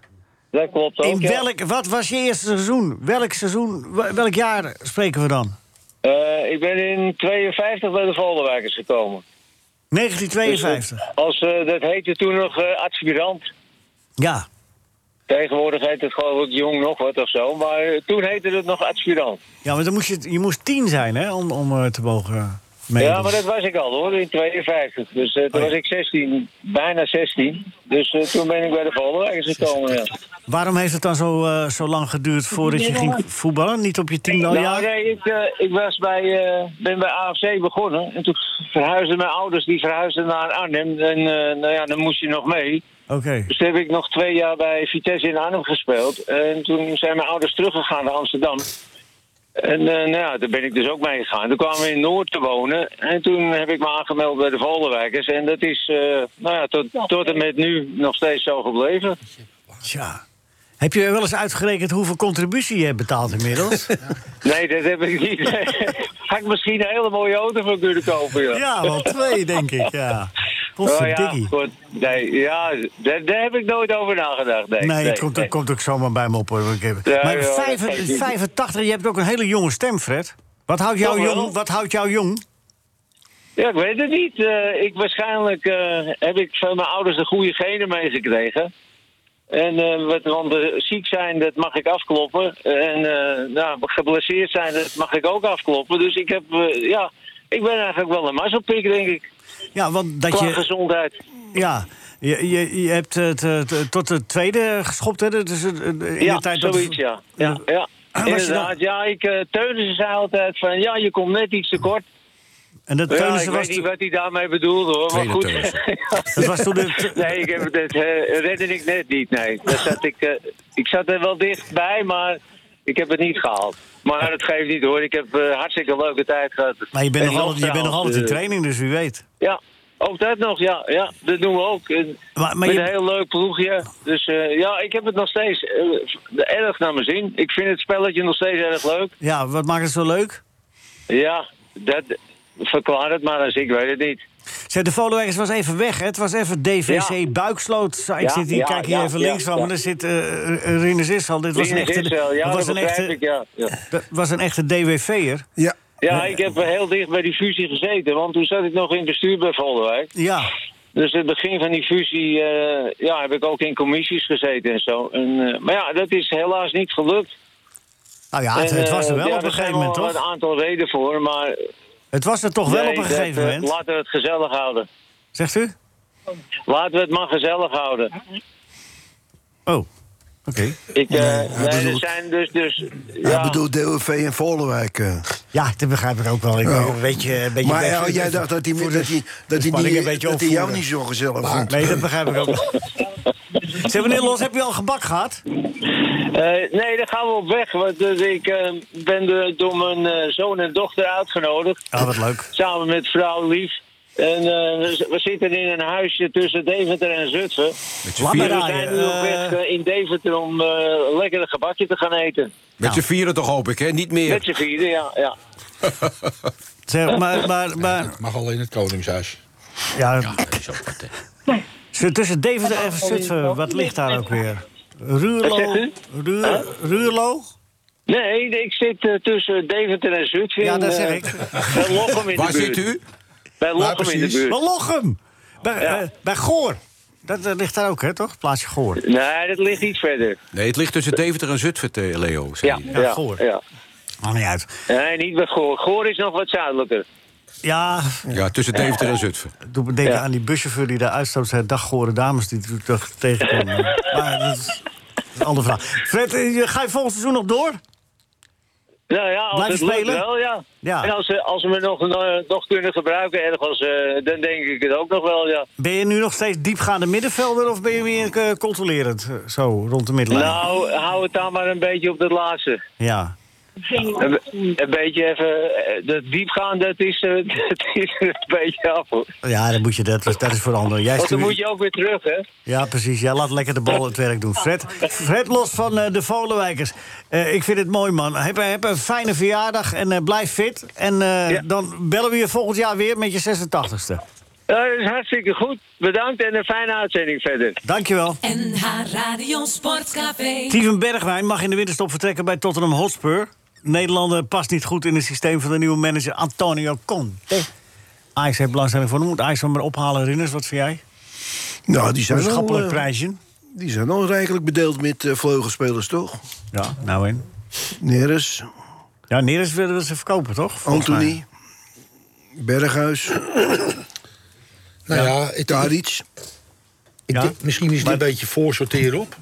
S9: Dat klopt ook,
S3: In
S9: ja.
S3: welk, wat was je eerste seizoen? Welk seizoen, wa- welk jaar spreken we dan?
S9: Eh, ik ben in 52 bij de Volderwijkers gekomen.
S3: 1952.
S9: Als, eh, dat heette toen nog eh, aspirant.
S3: Ja.
S9: Tegenwoordig heet het geloof ik jong nog wat of zo. Maar eh, toen heette het nog aspirant.
S3: Ja, want dan moest je, je moest tien zijn, hè, om, om eh, te mogen... meen
S9: Ja,
S3: ik.
S9: maar dat was ik al hoor, in 52. Dus eh, toen
S3: Oh, ja.
S9: was ik 16, bijna 16. Dus eh, toen ben ik bij de Volkswagen gekomen. Ja.
S3: Waarom heeft het dan zo, eh, zo lang geduurd voordat je ging voetballen? Niet op je tiende al
S9: Nou,
S3: jaar?
S9: nee, ik, eh, ik was bij, eh, ben bij AFC begonnen. En toen verhuisden mijn ouders, die verhuisden naar Arnhem. En eh, nou ja, dan moest je nog mee.
S3: Oké.
S9: Dus toen heb ik nog twee jaar bij Vitesse in Arnhem gespeeld. En toen zijn mijn ouders teruggegaan naar Amsterdam. En eh, nou ja, daar ben ik dus ook mee gegaan. Toen kwamen we in Noord te wonen. En toen heb ik me aangemeld bij de Volderwijkers. En dat is eh, nou ja, tot, tot en met nu nog steeds zo gebleven.
S3: Tja. Heb je wel eens uitgerekend hoeveel contributie je hebt betaald inmiddels?
S9: Nee, dat heb ik niet. Had ik misschien een hele mooie auto voor kunnen kopen. Ja.
S3: ja, wel twee, denk ik, ja. Potverdikkie.
S9: ja, goed. Oh, Nee, ja, daar, daar heb ik nooit over nagedacht. Nee,
S3: Nee,
S9: nee,
S3: het komt,
S9: nee.
S3: dat komt ook zomaar bij me op. Hoor. Ik heb-
S9: Ja,
S3: maar
S9: ja, dat
S3: vijf-
S9: geeft niet.
S3: 85, je hebt ook een hele jonge stem, Fred. Wat houdt jou,
S9: Toch wel?
S3: jong, wat houdt jou jong?
S9: Ja, ik weet het niet. Eh, ik waarschijnlijk eh, heb ik van mijn ouders de goede genen meegekregen. En eh, wat, want eh, ziek zijn, dat mag ik afkloppen. En eh, nou, geblesseerd zijn, dat mag ik ook afkloppen. Dus ik heb, eh, ja, ik ben eigenlijk wel een mazzelpik, denk ik.
S3: Ja, want dat
S9: Qua
S3: je...
S9: gezondheid.
S3: Ja, je, je, je hebt het eh, t- tot de tweede geschopt, hè? Dus, eh, in
S9: ja,
S3: de tijd dat- Eh,
S9: zoiets, ja. ja, ja.
S3: was je
S9: Inderdaad, ja, ik, eh Teunissen zei altijd van, ja, je komt net iets te kort.
S3: En dat
S9: Ja,
S3: Teunissen
S9: ik
S3: was,
S9: weet niet wat hij daarmee bedoelde, hoor. Maar
S5: Tweede
S9: goed.
S5: Teunissen.
S3: dat was toen... de-
S9: Nee, ik heb het, eh, redde ik net niet, nee. Daar zat ik, eh, ik zat er wel dichtbij, maar ik heb het niet gehaald. Maar het geeft niet hoor, ik heb eh, hartstikke leuke tijd gehad.
S3: Maar je bent,
S9: En
S3: nog altijd, je bent nog
S9: trouwens,
S3: altijd in
S9: eh,
S3: training, dus wie weet.
S9: Ja, ook dat nog, ja, ja dat doen we ook. En
S3: Maar- maar
S9: met
S3: je-
S9: een heel leuk ploegje. Dus eh, ja, ik heb het nog steeds eh, erg naar mijn zin. Ik vind het spelletje nog steeds erg leuk.
S3: Ja, wat maakt het zo leuk?
S9: Ja, dat verklaar het maar als ik weet het niet.
S3: Zeg, de Volendamers was even weg, hè? Het was even DVC
S9: Ja.
S3: Buiksloot. Zo, Ik
S9: Ja,
S3: zit hier,
S9: ja,
S3: kijk hier
S9: ja,
S3: even
S9: ja,
S3: links van
S9: ja.
S3: me. Daar zit eh Rinus Israël. Dit was een
S9: Rinus
S3: echte,
S9: Israël, ja,
S3: was
S9: dat
S3: een
S9: begrijp
S3: echte,
S9: ik, ja, ja.
S3: dat was een echte DWV'er.
S4: Ja.
S9: Ja, ik heb heel dicht bij die fusie gezeten, want toen zat ik nog in het bestuur bij Volderwijk.
S3: Ja,
S9: Dus het begin van die fusie eh, ja, heb ik ook in commissies gezeten en zo. En, eh, maar ja, dat is helaas niet gelukt.
S3: nou ja, het,
S9: En,
S3: het was er
S9: eh,
S3: wel
S9: ja,
S3: op een gegeven
S9: Er
S3: moment,
S9: zijn wel
S3: toch?
S9: een aantal redenen voor, maar...
S3: Het was er toch wel
S9: nee,
S3: op een
S9: dat,
S3: gegeven
S9: eh,
S3: moment?
S9: Laten we het gezellig houden.
S3: Zegt u?
S9: Laten we het maar gezellig houden.
S3: Oh, oké.
S9: Ik, eh,
S4: Nee, hij
S9: nee, er
S4: bedoelt-
S9: zijn dus... dus
S4: Hij
S9: ja,
S4: bedoelt DOV en Volwijk. eh.
S3: Ja, dat begrijp ik ook wel. Ik
S4: Ja.
S3: ben een beetje... Een beetje
S4: Oh. Maar ja,
S3: beetje-
S4: jij dacht dat hij
S3: voor
S4: dat
S3: de-
S4: hij- dat hij
S3: spanning een
S4: niet-
S3: beetje
S4: dat hij jou
S3: opvoeren.
S4: niet zo gezellig vond.
S3: Nee, dat begrijp ik ook. Zeg, meneer Los, heb je al gebak gehad?
S9: Eh, nee, daar gaan we op weg. Want dus ik eh, ben de- door mijn eh, zoon en dochter uitgenodigd.
S3: Ah, wat leuk.
S9: samen met vrouw Lief. En eh, we z- we zitten in een huisje tussen Deventer en Zutphen.
S3: Laat maar
S9: En we zijn
S3: draaien.
S9: nu op weg
S3: eh,
S9: eh, in Deventer om eh, lekker een gebakje te gaan eten.
S5: Met z'n vieren toch hoop ik, hè? Niet
S9: Met
S5: meer.
S9: z'n vieren, ja. ja.
S3: Zeg, maar, maar, maar...
S6: Het mag alleen het Koningshuis.
S3: Ja,
S5: Dat is ook wat, hè.
S3: Zo Tussen Deventer en Zutphen, wat ligt daar ook weer? Ruurlo?
S9: Wat zegt u?
S3: Ruur- Ruurlo?
S9: Nee, ik zit eh, tussen Deventer en Zutphen.
S3: Ja, dat zeg
S9: eh,
S3: ik.
S9: Bij Lochem in
S5: Waar
S9: de
S5: Ah, zit
S9: buurt.
S5: u?
S9: Bij Lochem in de
S6: precies?
S9: buurt.
S3: Maar Lochem! Bij,
S9: Ja.
S3: eh, bij Goor. Dat eh, ligt daar ook, hè, toch? Plaatsje Goor.
S9: Nee, dat ligt iets verder.
S5: Nee, het ligt tussen Deventer en Zutphen, eh, Leo. zei
S9: Ja,
S5: hij.
S9: ja, ja,
S3: Goor. Maakt niet uit.
S9: Nee, niet bij Goor. Goor is nog wat zuidelijker.
S3: Ja,
S5: ja, tussen Deventer en Zutphen.
S3: doe me denken
S9: Ja.
S3: aan die buschauffeur die daar uitstapt. Zei, dag Goren dames, die toen toch tegenkomen. maar dat is een andere vraag. Fred, eh, je- ga je volgend seizoen nog door?
S9: Nou ja, als
S3: Blijven
S9: het lukt
S3: spelen?
S9: wel, ja.
S3: Ja.
S9: En als, ze- als we me nog, nog- nog kunnen gebruiken ergens, eh, dan denk ik het ook nog wel, ja.
S3: Ben je nu nog steeds diepgaande middenvelder of ben je meer eh, controlerend? eh, Zo, rond de middenlijn.
S9: Nou, hou het daar maar een beetje op dat laatste.
S3: Ja.
S9: Een, be- een beetje even, eh, dat diepgaan, dat is, eh, dat is een beetje af. hoor.
S3: Ja, dan moet je dat, dat is voor anderen. Jij
S9: Want dan
S3: stuurt-
S9: moet je ook weer terug, hè.
S3: Ja, precies. Jij laat lekker de bal het werk doen. Fred, Fred los van eh, de Volenwijkers. Eh, ik vind het mooi, man. Heb, heb een fijne verjaardag en eh, blijf fit. En eh,
S9: Ja.
S3: dan bellen we je volgend jaar weer met je 86e.
S9: Ja, Nou, dat is hartstikke goed. Bedankt en een fijne uitzending verder.
S3: Dankjewel.
S1: NH Radio Sportcafé.
S3: Steven Bergwijn mag in de winterstop vertrekken bij Tottenham Hotspur. Nederlander past niet goed in het systeem van de nieuwe manager Antonio Conte. Ajax heeft belangstelling voor hem. Moet Ajax hem maar ophalen, Rinners? Wat vind jij?
S4: Nou, die
S3: Een
S4: zijn, al,
S3: schappelijk prijsje.
S4: die zijn al rijkelijk bedeeld met eh, vleugelspelers, toch?
S3: Ja, nou in.
S4: Neres,
S3: Ja, Neres willen we ze verkopen, toch? Volgens mij.
S4: Anthony. Berghuis,
S6: Nou ja, het,
S4: Tadic.
S6: ik
S3: Ja.
S6: denk- misschien is dit
S3: Maar-
S6: een beetje voorsorteren op.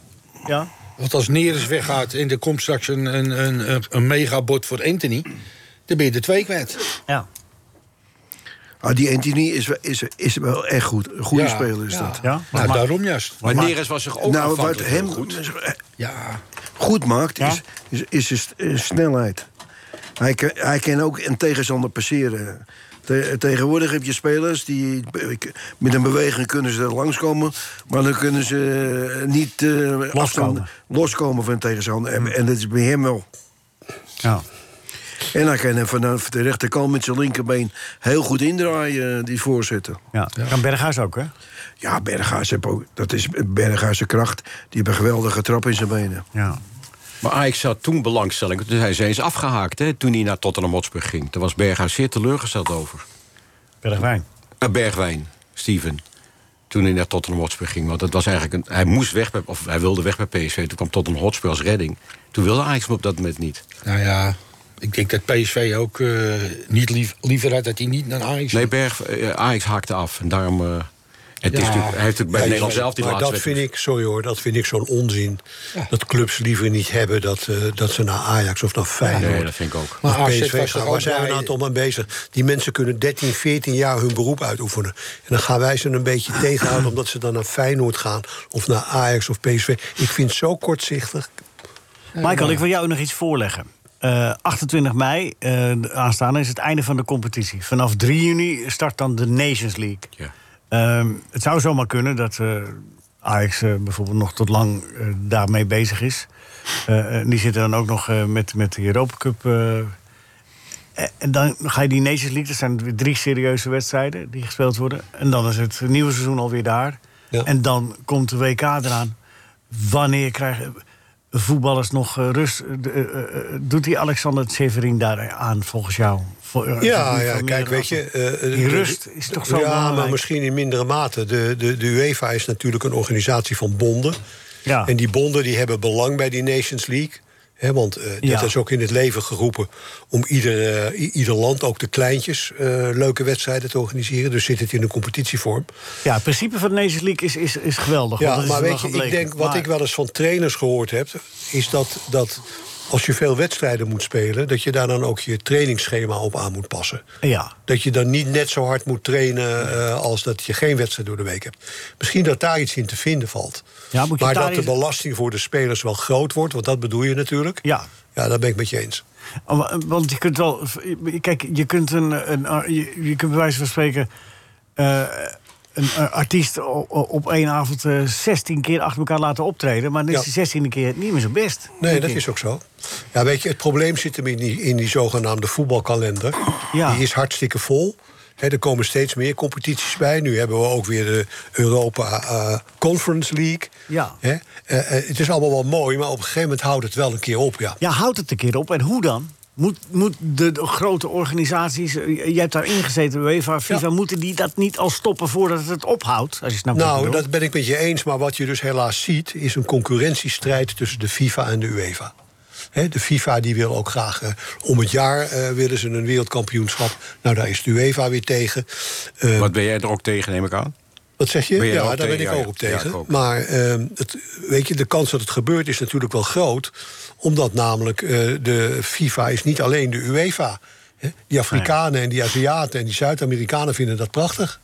S3: Ja.
S6: Want als Neres weggaat en er komt straks een, een, een, een- een megabot voor Anthony... dan ben je er twee kwijt.
S3: ja.
S4: Ah, die Anthony is, wel- is, is wel echt goed. Een goede
S6: Ja,
S4: speler is
S6: ja.
S4: dat.
S3: Ja,
S6: Nou,
S3: maar-
S6: daarom juist.
S5: Maar
S3: maakt-
S5: Neres was zich ook
S4: nou, wat
S5: aanvankelijk
S4: hem
S5: heel goed.
S6: Ja,
S4: goed maakt,
S3: Ja?
S4: is, is, is de s- eh, snelheid. Hij kan, hij kan ook een tegenstander passeren. Te- tegenwoordig heb je spelers die eh, k- met een beweging kunnen ze er langskomen, maar dan kunnen ze eh, niet eh, afstand- loskomen van een tegenstander. En, en dat is bij hem wel.
S3: ja.
S4: En hij kan hem vanaf de rechterkant met zijn linkerbeen heel goed indraaien, eh, die voorzetten.
S3: ja. Kan Berghuis ook, hè?
S4: Ja, Berghuis heeft ook, dat is Berghuis' kracht. Die heeft een geweldige trap in zijn benen.
S3: Ja.
S5: Maar Ajax had toen belangstelling. Dus hij zijn is afgehaakt hè, toen hij naar Tottenham Hotspur ging. Daar was Berghuis zeer teleurgesteld over.
S3: Bergwijn.
S5: Eh, Bergwijn, Steven. Toen hij naar Tottenham Hotspur ging. Want dat was eigenlijk een, hij moest weg bij, of hij wilde weg bij PSV. Toen kwam Tottenham Hotspur als redding. Toen wilde Ajax hem op dat moment niet.
S6: nou ja... Ik denk dat PSV ook eh, niet lief, liever had dat hij niet naar Ajax
S5: Nee, Berg, eh, Ajax haakte af. En daarom. eh, het is
S6: Ja.
S5: natuurlijk, hij heeft natuurlijk bij
S6: Ja,
S5: Nederland
S6: maar
S5: zelf die
S7: Maar
S5: laatste
S7: dat vind
S5: wedstrijd-
S7: ik, sorry hoor, dat vind ik zo'n onzin.
S6: Ja.
S7: Dat clubs liever niet hebben dat, eh, dat ze naar Ajax of naar Feyenoord.
S5: Nee, dat vind ik ook.
S6: Maar
S7: Maar
S6: AZ
S7: PSV
S6: was toch
S7: gaan,
S6: ook
S7: waar zijn we
S6: bij-
S7: nou toch mee bezig? Die mensen kunnen 13, 14 jaar hun beroep uitoefenen. En dan gaan wij ze een beetje tegenhouden... omdat ze dan naar Feyenoord gaan of naar Ajax of PSV. Ik vind het zo kortzichtig.
S3: Michael, ik wil jou nog iets voorleggen. Eh, 28 mei eh, aanstaande is het einde van de competitie. Vanaf 3 juni start dan de Nations League.
S5: Ja.
S3: Ehm, het zou zomaar kunnen dat eh, Ajax eh, bijvoorbeeld nog tot lang eh, daarmee bezig is. Eh, en die zitten dan ook nog eh, met, met de Europa Cup. eh. Eh, en dan ga je die Nations League, dat zijn weer drie serieuze wedstrijden die gespeeld worden. En dan is het nieuwe seizoen alweer daar.
S7: Ja.
S3: En dan komt de WK eraan. Wanneer krijgen voetballers nog eh, rust? De- eh, eh, eh, doet die Alexander Severin daar aan volgens jou? Voor- eh, is
S7: Ja,
S3: het niet
S7: ja
S3: van
S7: kijk,
S3: meerdere
S7: weet je... eh,
S3: Die
S7: de-
S3: rust is toch zo
S7: Ja,
S3: belangrijk?
S7: maar misschien in mindere mate. De, de, de UEFA is natuurlijk een organisatie van bonden.
S3: Ja.
S7: En die bonden die hebben belang bij die Nations League. hè, want eh dat
S3: Ja.
S7: is ook in het leven geroepen om ieder, eh, i- ieder land, ook de kleintjes, eh, leuke wedstrijden te organiseren. Dus zit het in een competitievorm.
S3: Ja, het principe van de Nations League is, is, is geweldig. want
S7: Ja,
S3: dat is
S7: maar
S3: er wel
S7: weet je, ik
S3: gebleken.
S7: denk wat
S3: Maar-
S7: ik wel eens van trainers gehoord heb, is dat, dat als je veel wedstrijden moet spelen, dat je daar dan ook je trainingsschema op aan moet passen.
S3: Ja,
S7: Dat je dan niet net zo hard moet trainen eh, als dat je geen wedstrijd door de week hebt. Misschien dat daar iets in te vinden valt.
S3: Ja, moet je
S7: maar
S3: daar
S7: dat de
S3: iets-
S7: belasting voor de spelers wel groot wordt, want dat bedoel je natuurlijk.
S3: ja.
S7: Ja, daar ben ik met je eens.
S3: Oh, wa- Want je kunt wel... Kijk, je kunt, een, een, ar- je, je kunt bij wijze van spreken... eh, een eh, artiest o- o- op één avond eh, 16 keer achter elkaar laten optreden... maar dan is die
S7: Ja.
S3: 16e keer niet meer zo best.
S7: Nee,
S3: denk
S7: dat
S3: ik.
S7: is ook zo. Ja, weet je, het probleem zit hem in die, in die zogenaamde voetbalkalender.
S3: Ja.
S7: Die is hartstikke vol. Hè, er komen steeds meer competities bij. Nu hebben we ook weer de Europa eh, Conference League.
S3: Ja.
S7: Hè? Eh, eh, het is allemaal wel mooi, maar op een gegeven moment houdt het wel een keer op. Ja.
S3: Ja, houd het een keer op. En hoe dan? Moet, moet de, de grote organisaties... eh, Jij hebt daar ingezeten, UEFA, FIFA...
S7: Ja.
S3: moeten die dat niet al stoppen voordat het ophoudt? Als je snapt wat ik
S7: Nou,
S3: bedoel?
S7: dat ben ik met je eens. Maar wat je dus helaas ziet, is een concurrentiestrijd tussen de FIFA en de UEFA. Hè, de FIFA die wil ook graag eh, om het jaar eh, willen ze een wereldkampioenschap. Nou, daar is de UEFA weer tegen.
S6: Ehm,
S7: Eh,
S5: Wat ben jij er ook tegen, neem ik aan?
S7: Wat zeg je?
S5: Ben jij
S7: ja,
S5: ook
S7: daar
S5: tegen?
S7: ben ik
S5: Ja,
S7: ook op
S5: ja,
S7: tegen.
S5: ik ook.
S7: Maar ehm, het, weet je, de kans dat het gebeurt is natuurlijk wel groot. Omdat namelijk eh, de FIFA is niet alleen de UEFA. hè. Die Afrikanen en die Aziaten en die Zuid-Amerikanen vinden dat prachtig.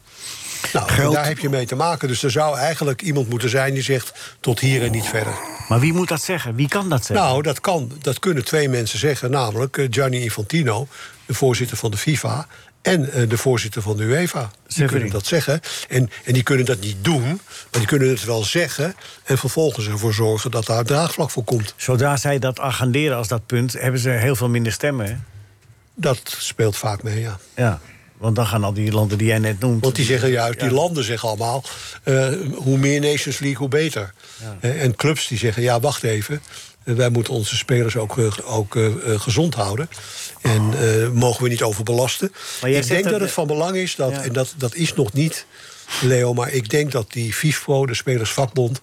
S7: Nou, en daar heb je mee te maken. Dus er zou eigenlijk iemand moeten zijn die zegt tot hier en niet verder.
S3: Maar wie moet dat zeggen? Wie kan dat zeggen?
S7: Nou, dat kan. Dat kunnen twee mensen zeggen. Namelijk eh, Gianni Infantino, de voorzitter van de FIFA. En eh, de voorzitter van de UEFA. Die
S3: Severin.
S7: kunnen dat zeggen. En, en die kunnen dat niet doen. Maar die kunnen het wel zeggen. En vervolgens ervoor zorgen dat daar draagvlak voor komt.
S3: Zodra zij dat agenderen als dat punt, hebben ze heel veel minder stemmen. Hè?
S7: Dat speelt vaak mee, ja.
S3: Ja, want dan gaan al die landen die jij net noemt.
S7: Want die zeggen juist, die landen zeggen allemaal... eh, hoe meer Nations League, hoe beter. Eh, en clubs die zeggen, ja, wacht even... eh, wij moeten onze spelers ook, eh, ook eh, eh, gezond houden. En eh, mogen we niet overbelasten.
S3: Maar jij
S7: Ik
S3: zegt
S7: denk
S3: dat
S7: dat,
S3: de-
S7: het van belang is, dat,
S3: Ja.
S7: en dat, dat is nog niet, Leo... maar ik denk dat die FIFPro, de Spelersvakbond...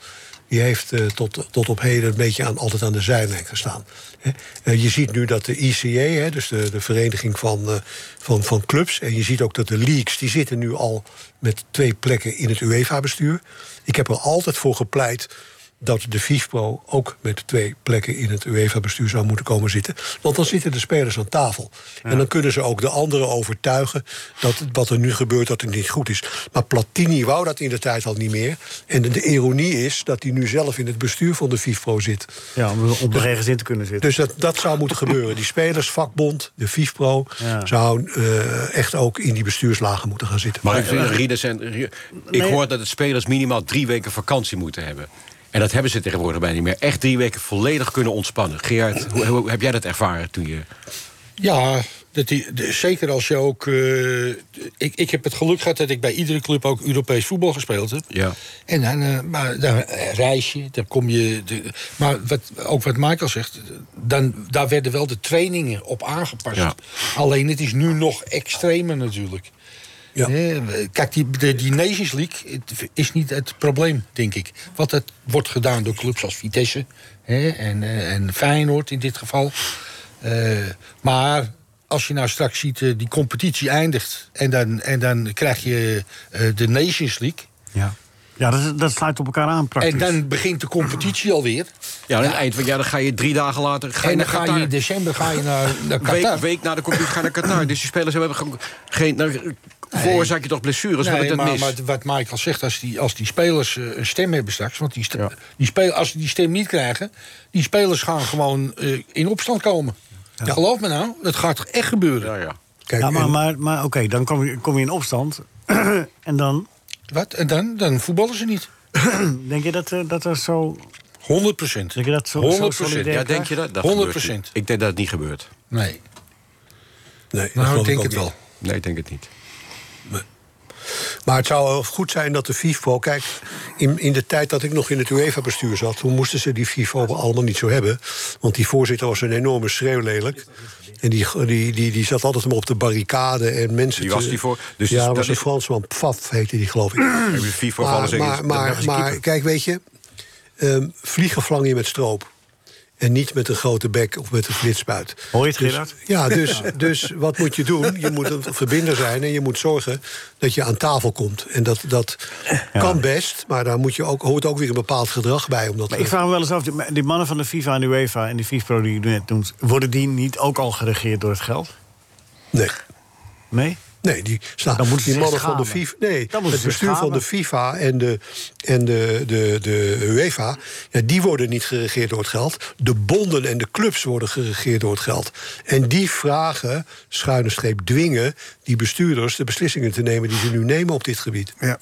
S7: die heeft eh, tot, tot op heden een beetje aan, altijd aan de zijlijn gestaan. Hè. Eh, je ziet nu dat de ICA, hè, dus de, de vereniging van, eh, van, van clubs... en je ziet ook dat de leagues, die zitten nu al met twee plekken in het UEFA-bestuur. Ik heb er altijd voor gepleit dat de FIFPro ook met twee plekken in het UEFA-bestuur zou moeten komen zitten. Want dan zitten de spelers aan tafel. En dan kunnen ze ook de anderen overtuigen dat het- wat er nu gebeurt, dat het niet goed is. Maar Platini wou dat in de tijd al niet meer. En de- de ironie is dat hij nu zelf in het bestuur van de FIFPro zit.
S3: Ja, om er op de regens in te kunnen zitten.
S7: Dus dat, dat zou moeten gebeuren. Die spelersvakbond, de FIFPro,
S3: Ja.
S7: zou eh, echt ook in die bestuurslagen moeten gaan zitten.
S5: Maar ik,
S6: eh,
S5: Rieders en, Rie- ik
S3: Nee.
S5: hoor dat de spelers minimaal drie weken vakantie moeten hebben. En dat hebben ze tegenwoordig bijna niet meer. Echt drie weken volledig kunnen ontspannen. Gerard, hoe, hoe heb jij dat ervaren toen je...
S6: Ja, dat die, de- zeker als je ook. eh, ik, ik heb het geluk gehad dat ik bij iedere club ook Europees voetbal gespeeld heb.
S5: Ja.
S6: En dan, eh, maar dan reis je, dan kom je. de- maar wat, ook wat Michael zegt, dan, daar werden wel de trainingen op aangepast.
S5: Ja.
S6: Alleen het is nu nog extremer natuurlijk.
S7: Ja.
S6: Hè, Kijk, die, de, die Nations League het is niet het probleem, denk ik. Want dat wordt gedaan door clubs als Vitesse hè, en, eh, en Feyenoord in dit geval. Eh, maar als je nou straks ziet, eh, die competitie eindigt... en dan, en dan krijg je eh, de Nations League...
S3: Ja, ja dat, dat sluit op elkaar aan praktisch.
S6: En dan begint de competitie alweer.
S5: Ja, aan het eind van het jaar dan ga je drie dagen later ga je
S6: en dan
S5: naar
S6: ga
S5: Qatar.
S6: je in december ga je naar, naar Qatar.
S5: week, week na de competitie ga je naar Qatar. Dus die spelers hebben ge- geen... Nou, veroorzaak je toch blessures,
S6: Nee,
S5: heb ik dat
S6: maar,
S5: mis.
S6: maar wat Michael zegt, als die, als die spelers eh, een stem hebben straks... want die, st- die spel, als ze die stem niet krijgen... die spelers gaan gewoon eh, in opstand komen. Geloof me nou, dat gaat echt gebeuren.
S5: Ja, ja.
S7: Kijk,
S3: ja, maar
S7: en-
S3: maar, maar oké, dan kom je, kom je in opstand. en dan
S6: Wat? En dan, dan voetballen ze niet.
S3: denk je dat, eh, dat er zo.
S6: 100 procent.
S3: Denk je dat zo, zo
S6: 100%.
S3: solidair
S5: ja, denk je dat? dat
S6: 100%.
S5: gebeurt niet. Ik denk dat het niet gebeurt.
S6: Nee,
S7: nee, dat
S6: nou,
S7: geloof
S6: ik denk
S7: ook
S6: het
S7: niet.
S6: wel.
S5: Nee, ik denk het niet.
S7: Maar het zou wel goed zijn dat de FIFO... Kijk, in, in de tijd dat ik nog in het UEFA-bestuur zat... toen moesten ze die FIFO allemaal niet zo hebben. Want die voorzitter was een enorme schreeuwlelijk. En die, die, die, die zat altijd maar op de barricade en mensen...
S5: Die
S7: te-
S5: was die voor- dus
S7: ja,
S5: dat
S7: was een
S5: is-
S7: Fransman. Pfaf heette die, geloof ik.
S5: Heb je FIFA
S7: maar,
S5: vallen zeggen,
S7: maar,
S5: dat
S7: maar,
S5: mag je
S7: maar
S5: keeper.
S7: kijk, weet je... ehm, vliegen vlang je met stroop. En niet met een grote bek of met een flitsbuit.
S3: Hoor je het,
S7: Dus-
S3: Gerard?
S7: ja, dus, dus wat moet je doen? Je moet een verbinder zijn en je moet zorgen dat je aan tafel komt. En dat, dat kan best, maar daar moet je ook, hoort ook weer een bepaald gedrag bij. Omdat
S3: Maar ik vraag me wel eens af, die, die mannen van de FIFA en de UEFA en die FIFA die je net noemt, worden die niet ook al geregeerd door het geld?
S7: nee,
S3: Nee?
S7: nee, die, staan
S3: Dan moeten ze
S7: die mannen
S3: zich
S7: van de
S3: schamen.
S7: FIFA. Nee,
S3: Dan moeten ze
S7: het
S3: zich
S7: bestuur van
S3: schamen.
S7: de FIFA en de, en de, de, de UEFA, ja, die worden niet geregeerd door het geld. De bonden en de clubs worden geregeerd door het geld. En die vragen, schuine streep, dwingen die bestuurders de beslissingen te nemen die ze nu nemen op dit gebied.
S4: Ja.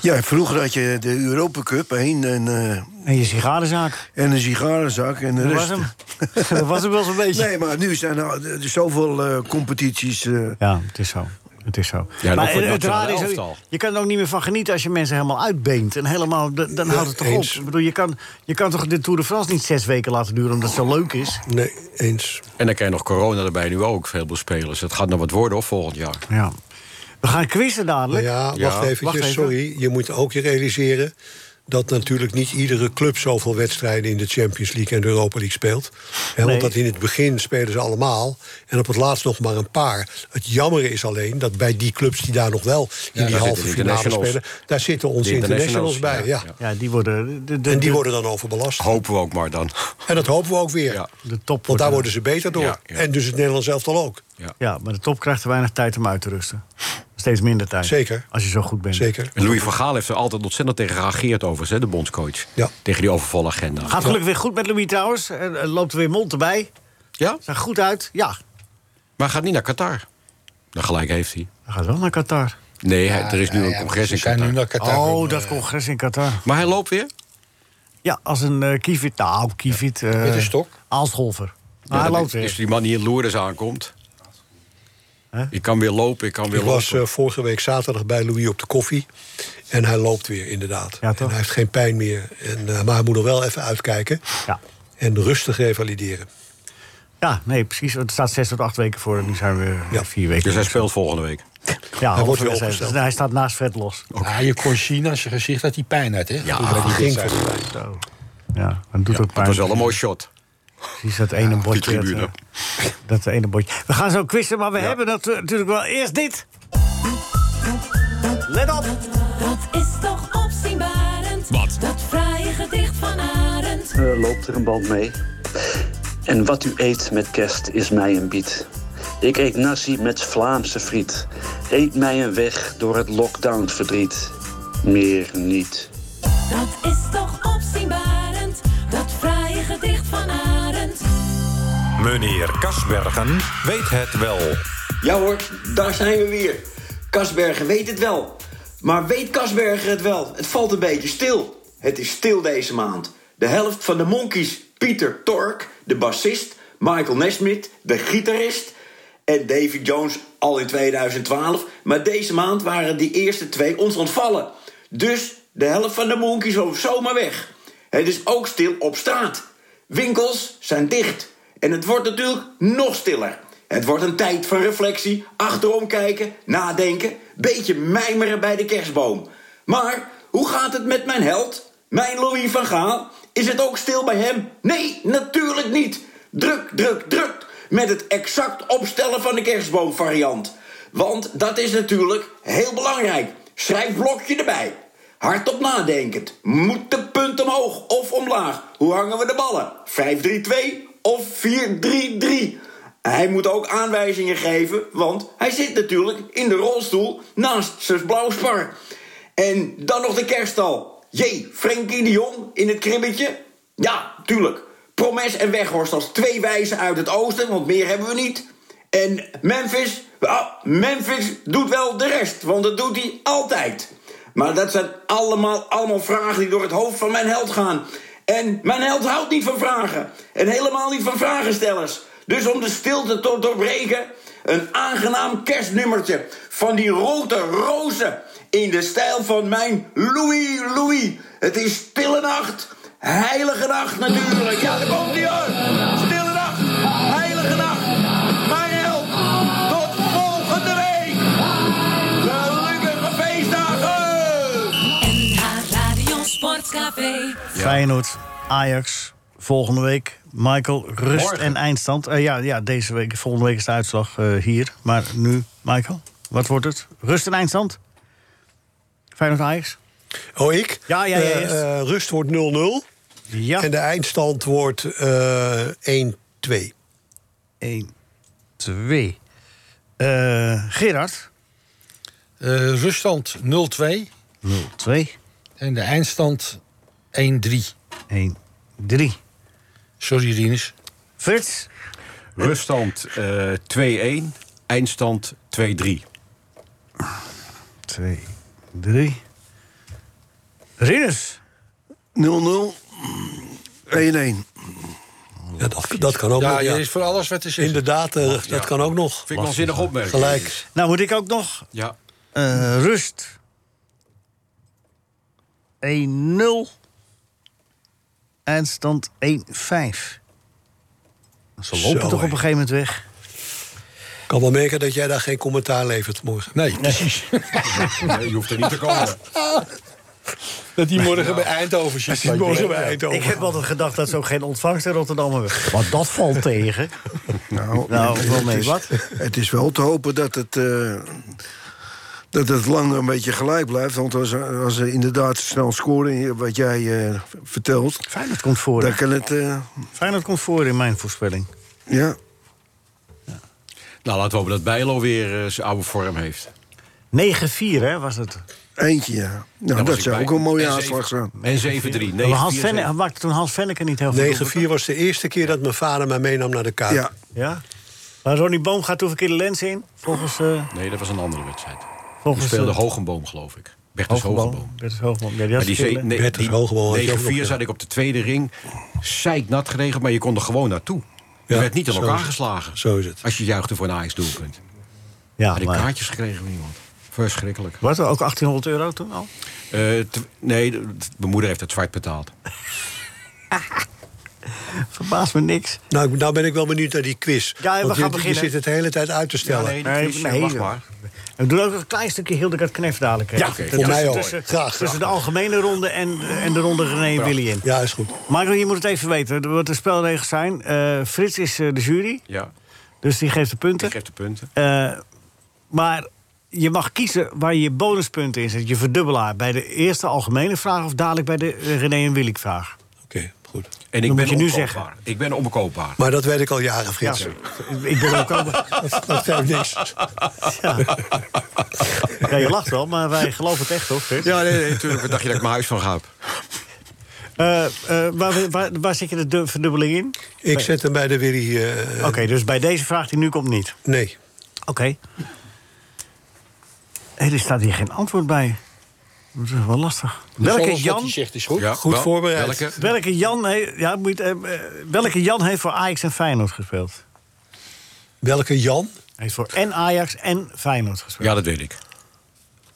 S4: ja, vroeger had je de Europa Cup heen en, eh,
S3: En je sigarenzaak.
S4: en een sigarenzak en de
S3: Dat
S4: rest.
S3: was hem. dat was hem wel zo'n beetje.
S4: Nee, maar nu zijn er eh, zoveel eh, competities. eh,
S3: Ja, het is zo. Het is zo.
S5: Ja, dan
S3: maar
S5: voor het
S3: eh, het
S5: nationale
S3: rare is,
S5: elftal.
S3: je kan er ook niet meer van genieten als je mensen helemaal uitbeent. En helemaal, dan dan houdt het toch op.
S7: eens.
S3: Ik bedoel, je kan, je kan toch de Tour de France niet zes weken laten duren omdat het zo leuk is?
S7: Nee, eens.
S5: En dan krijg je nog corona erbij nu ook, veel spelers. Het gaat nog wat worden, of volgend jaar.
S3: Ja. We gaan quizzen dadelijk.
S7: Ja,
S5: Ja,
S7: wacht eventjes,
S3: wacht even.
S7: sorry. Je moet ook je realiseren dat natuurlijk niet iedere club zoveel wedstrijden in de Champions League en de Europa League speelt. Hè,
S3: Nee.
S7: Want dat in het begin spelen ze allemaal en op het laatst nog maar een paar. Het jammer is alleen dat bij die clubs die daar nog wel in die
S5: daar
S7: halve
S5: zitten de
S7: finale
S5: internationals.
S7: spelen, daar zitten onze
S5: De internationals,
S7: internationals, bij. Ja,
S5: ja, ja.
S3: Ja, die worden... De, de,
S7: En die
S3: de-
S7: worden dan overbelast.
S5: Hopen we ook maar dan.
S7: En dat hopen we ook weer.
S5: Ja.
S3: De top
S7: Want daar
S3: wordt- eh,
S7: worden ze beter door.
S5: Ja, ja.
S7: En dus het Nederlands elftal ook.
S3: Ja, maar de top krijgt te weinig tijd om uit te rusten. Steeds minder tijd.
S7: Zeker.
S3: Als je zo goed bent.
S7: Zeker.
S5: En Louis van Gaal heeft er altijd ontzettend tegen geageerd overigens, hè, de bondscoach.
S7: Ja.
S5: Tegen die overvalagenda.
S3: Gaat gelukkig weer goed met Louis trouwens. Er er loopt er weer mond erbij.
S5: Ja?
S3: Zag goed uit. Ja,
S5: Maar gaat niet naar Qatar. Dan gelijk heeft hij.
S3: hij gaat wel naar Qatar.
S5: Nee, hij- er is nu
S6: Ja,
S5: een
S6: ja,
S5: congres
S6: ze
S5: in
S6: zijn nu
S5: Qatar.
S6: naar Qatar.
S3: oh, dat congres in Qatar.
S5: Maar hij loopt weer?
S3: Ja, als een eh, kievit. Nou, kievit. eh,
S6: Met een stok?
S3: Aalscholver. Maar
S5: Ja,
S3: hij
S5: dan
S3: loopt
S5: is- Is
S3: weer.
S5: die man die in Lourdes aankomt.
S3: Hè?
S5: Ik kan weer lopen, ik kan weer
S7: Ik was
S5: lopen.
S7: eh, vorige week zaterdag bij Louis op de koffie. En hij loopt weer, inderdaad.
S3: Ja, toch?
S7: en hij heeft geen pijn meer. En, eh, maar hij moet nog wel even uitkijken.
S3: Ja.
S7: En rustig revalideren.
S3: ja, nee, precies. Het staat zes tot acht weken voor. En nu zijn we
S7: Ja.
S3: vier
S5: Dus
S3: weken.
S5: hij speelt volgende week.
S3: Ja,
S7: hij wordt weer
S3: Hans van Wessels.
S7: opgesteld.
S3: Hij staat naast Fred los.
S6: Ah, je kon zien als je gezicht dat hij pijn had, hè?
S5: Ja,
S6: Toen hij die
S5: ging
S6: wedstrijd-
S3: Zo. Ja, dan doet ook
S5: Dat
S3: pijn.
S5: was wel een mooi shot.
S3: Precies, dat ene bordje. Dat,
S5: tribune.
S3: eh, dat ene bordje. We gaan zo quizzen, maar we hebben dat, eh, natuurlijk wel eerst dit. Let op!
S1: Dat is toch opzienbarend.
S10: Wat?
S1: Dat fraaie gedicht van Arend.
S8: Eh, loopt er een band mee. En wat u eet met kerst is mij een biet. Ik eet nasi met Vlaamse friet. Eet mij een weg door het lockdown verdriet. Meer niet.
S1: Dat is toch opzienbarend. Dat fraaie gedicht van Arend.
S10: Meneer Kasbergen weet het wel.
S9: Ja hoor, daar zijn we weer. Kasbergen weet het wel. Maar weet Kasbergen het wel? Het valt een beetje stil. Het is stil deze maand. De helft van de Monkeys, Pieter Tork, de bassist, Michael Nesmith, de gitarist en David Jones al in 2012. Maar deze maand waren die eerste twee ons ontvallen. Dus de helft van de Monkeys was zomaar weg. Het is ook stil op straat. Winkels zijn dicht. En het wordt natuurlijk nog stiller. Het wordt een tijd van reflectie, achterom kijken, nadenken, beetje mijmeren bij de kerstboom. Maar hoe gaat het met mijn held? Mijn Louis van Gaal? Is het ook stil bij hem? Nee, natuurlijk niet. Druk, druk, druk met het exact opstellen van de kerstboomvariant. Want dat is natuurlijk heel belangrijk. Schrijf blokje erbij. Hardop nadenkend. Moet de punt omhoog of omlaag? Hoe hangen we de ballen? 5-3-2 of 4-3-3? Hij moet ook aanwijzingen geven, want hij zit natuurlijk in de rolstoel naast zijn blauwspar. En dan nog de kerststal. Jee, Frenkie de Jong in het kribbetje? Ja, tuurlijk. Promes en Weghorst als twee wijzen uit het oosten, want meer hebben we niet. En Memphis, ah, Memphis doet wel de rest, want dat doet hij altijd. Maar dat zijn allemaal, allemaal vragen die door het hoofd van mijn held gaan. En mijn held houdt niet van vragen. En helemaal niet van vragenstellers. Dus om de stilte te doorbreken, een aangenaam kerstnummertje van die rode rozen. In de stijl van mijn Louis Louis. Het is stille nacht, heilige nacht natuurlijk. Ja, daar komt hij aan. Stille nacht, heilige nacht. Mijn held, tot volgende week. Gelukkige feestdagen!
S1: NH Radio Sportcafé.
S3: Feyenoord, Ajax, volgende week. Michael, rust en eindstand. Eh, ja, ja, deze week, volgende week is de uitslag eh, hier. Maar nu, Michael, wat wordt het? Rust en eindstand? Feyenoord, Ajax?
S7: Oh, ik?
S3: Ja, ja, ja,
S7: Eh,
S3: eerst.
S7: eh, rust wordt 0-0
S3: Ja.
S7: en de eindstand wordt eh 1-2.
S3: 1, 2. Gerard?
S6: Eh, ruststand 0-2
S3: 0, 2.
S6: en de eindstand 1-3.
S3: 1, 3.
S6: Sorry, Rinus.
S3: Frits?
S5: Ruststand eh, 2-1, eindstand 2-3.
S3: 2, 3. Rinus?
S4: 0-0, 1-1.
S7: Ja, dat, dat kan ook
S6: Ja,
S7: nog.
S6: je
S7: Ah, ja.
S6: is voor alles wat te zeggen.
S7: Inderdaad, eh, dat kan ook nog.
S5: Vind ik wel een zinnig opmerking.
S7: Gelijk.
S3: Nou, moet ik ook nog
S5: Ja.
S3: Eh, rust. 1-0. Eindstand 1-5. Ze lopen
S7: Zo,
S3: toch op een
S7: hé.
S3: gegeven moment weg.
S7: Ik kan wel merken dat jij daar geen commentaar levert morgen.
S6: Nee, precies.
S5: Nee, je hoeft er niet te komen.
S6: Dat die morgen bij Eindhoven zit.
S7: Die morgen bij
S3: Ik
S7: Eindhoven.
S3: heb altijd gedacht dat ze ook geen ontvangst in Rotterdam hebben. Maar dat valt tegen. Nou, wel mee. Wat?
S4: Het is wel te hopen dat het, eh, dat het lang een beetje gelijk blijft. Want als, als ze inderdaad snel scoren, wat jij eh, vertelt...
S3: Feyenoord komt voor.
S4: dan kan het... eh,
S3: Feyenoord komt voor in mijn voorspelling.
S4: ja,
S5: Nou, laten we hopen dat Bijlo weer eh, zijn oude vorm heeft.
S3: 9-4, hè, was het.
S4: eentje, ja. Nou,
S5: Daar was
S4: dat
S5: ik
S4: zou
S5: bij.
S4: ook een mooie
S5: En
S4: aanslag
S5: zeven-
S4: zijn.
S5: En 7-3.
S3: Maar
S5: Nee,
S3: Hans
S5: 4-7.
S3: Venne- maakte toen Hans Venneke niet heel veel.
S7: 9-4 was de eerste keer dat mijn vader mij meenam naar de kaart.
S4: Ja,
S3: Ja? Maar Ronnie Boom gaat toen verkeerde lens in. Volgens, eh
S5: Nee, dat was een andere wedstrijd. Die
S3: volgens
S5: speelde
S3: eh,
S5: Hogenboom, geloof ik. Bertus Hogenboom.
S3: Dit is Hoogboom. Ja, die had
S5: Maar die
S3: verkeerde
S5: ze-
S3: lens.
S5: nee,
S7: Bertus
S5: die
S7: Hogenboom had je ook
S5: 9-4
S7: nog, ja.
S5: zat ik op de tweede ring. Zeiknat geregeld, maar je kon er gewoon naartoe. Je
S7: Ja,
S5: werd niet aan
S7: zo
S5: elkaar
S7: is het.
S5: geslagen.
S7: Zo is het.
S5: Als je juichte voor een Ajax-doelpunt.
S3: Ja,
S5: Had ik
S3: maar-
S5: kaartjes gekregen van iemand. Verschrikkelijk.
S3: Wat, ook 1800 euro toen al?
S5: Eh, t- nee, de- t- mijn moeder heeft het zwart betaald.
S3: Verbaast me niks.
S7: Nou, ik- nou ben ik wel benieuwd naar die quiz.
S3: Ja, we
S7: Want je-
S3: gaan
S7: je
S3: beginnen.
S7: zit het de hele tijd uit te stellen.
S5: nee, die quiz, ja, wacht
S3: joh.
S5: maar.
S3: We doen ook een klein stukje Hildegard Knef dadelijk. hè?
S7: Ja,
S3: Tussen-
S7: voor mij ook.
S3: Tussen,
S7: Graag,
S3: tussen de
S7: graag.
S3: algemene ronde en, en de ronde René Willy in.
S7: Ja, is goed.
S3: Michael, je moet het even weten wat de spelregels zijn. Eh, Frits is eh, de jury,
S5: Ja,
S3: dus die geeft de punten.
S5: ik geef de punten.
S3: Eh, maar je mag kiezen waar je je bonuspunten in zet. Je verdubbelaar bij de eerste algemene vraag... of dadelijk bij de eh, René en Willy vraag.
S7: Oké, goed.
S5: En ik
S3: Dan
S5: ben
S3: moet je nu
S5: onverkoopbaar.
S3: zeggen.
S5: Ik ben onbekoopbaar.
S7: Maar dat weet ik al jaren,
S3: Ja,
S7: Frits.
S3: ik ben ook... al-
S7: Dat, dat geeft niks.
S3: Ja, je lacht wel, maar wij geloven het echt, hoor, Frits?
S5: Ja, nee, nee, natuurlijk. Wat dacht je dat ik mijn huis van ga?
S3: Eh, eh, waar, waar, waar zit je de du- verdubbeling in?
S7: Ik zet hem bij de Willy... eh,
S3: Oké, dus bij deze vraag die nu komt niet.
S7: Nee.
S3: Oké. Hé, er staat hier geen antwoord bij. Dat is wel lastig. Welke
S6: Alles wat
S3: Jan,
S6: hij zegt is goed.
S5: Ja,
S7: goed
S5: wel-
S7: voorbereid.
S5: Welke?
S3: welke, Jan he- ja, moet, je het, eh, eh, welke Jan heeft voor Ajax en Feyenoord gespeeld?
S7: Welke Jan?
S3: Hij heeft voor en Ajax en Feyenoord gespeeld.
S5: Ja, dat weet ik.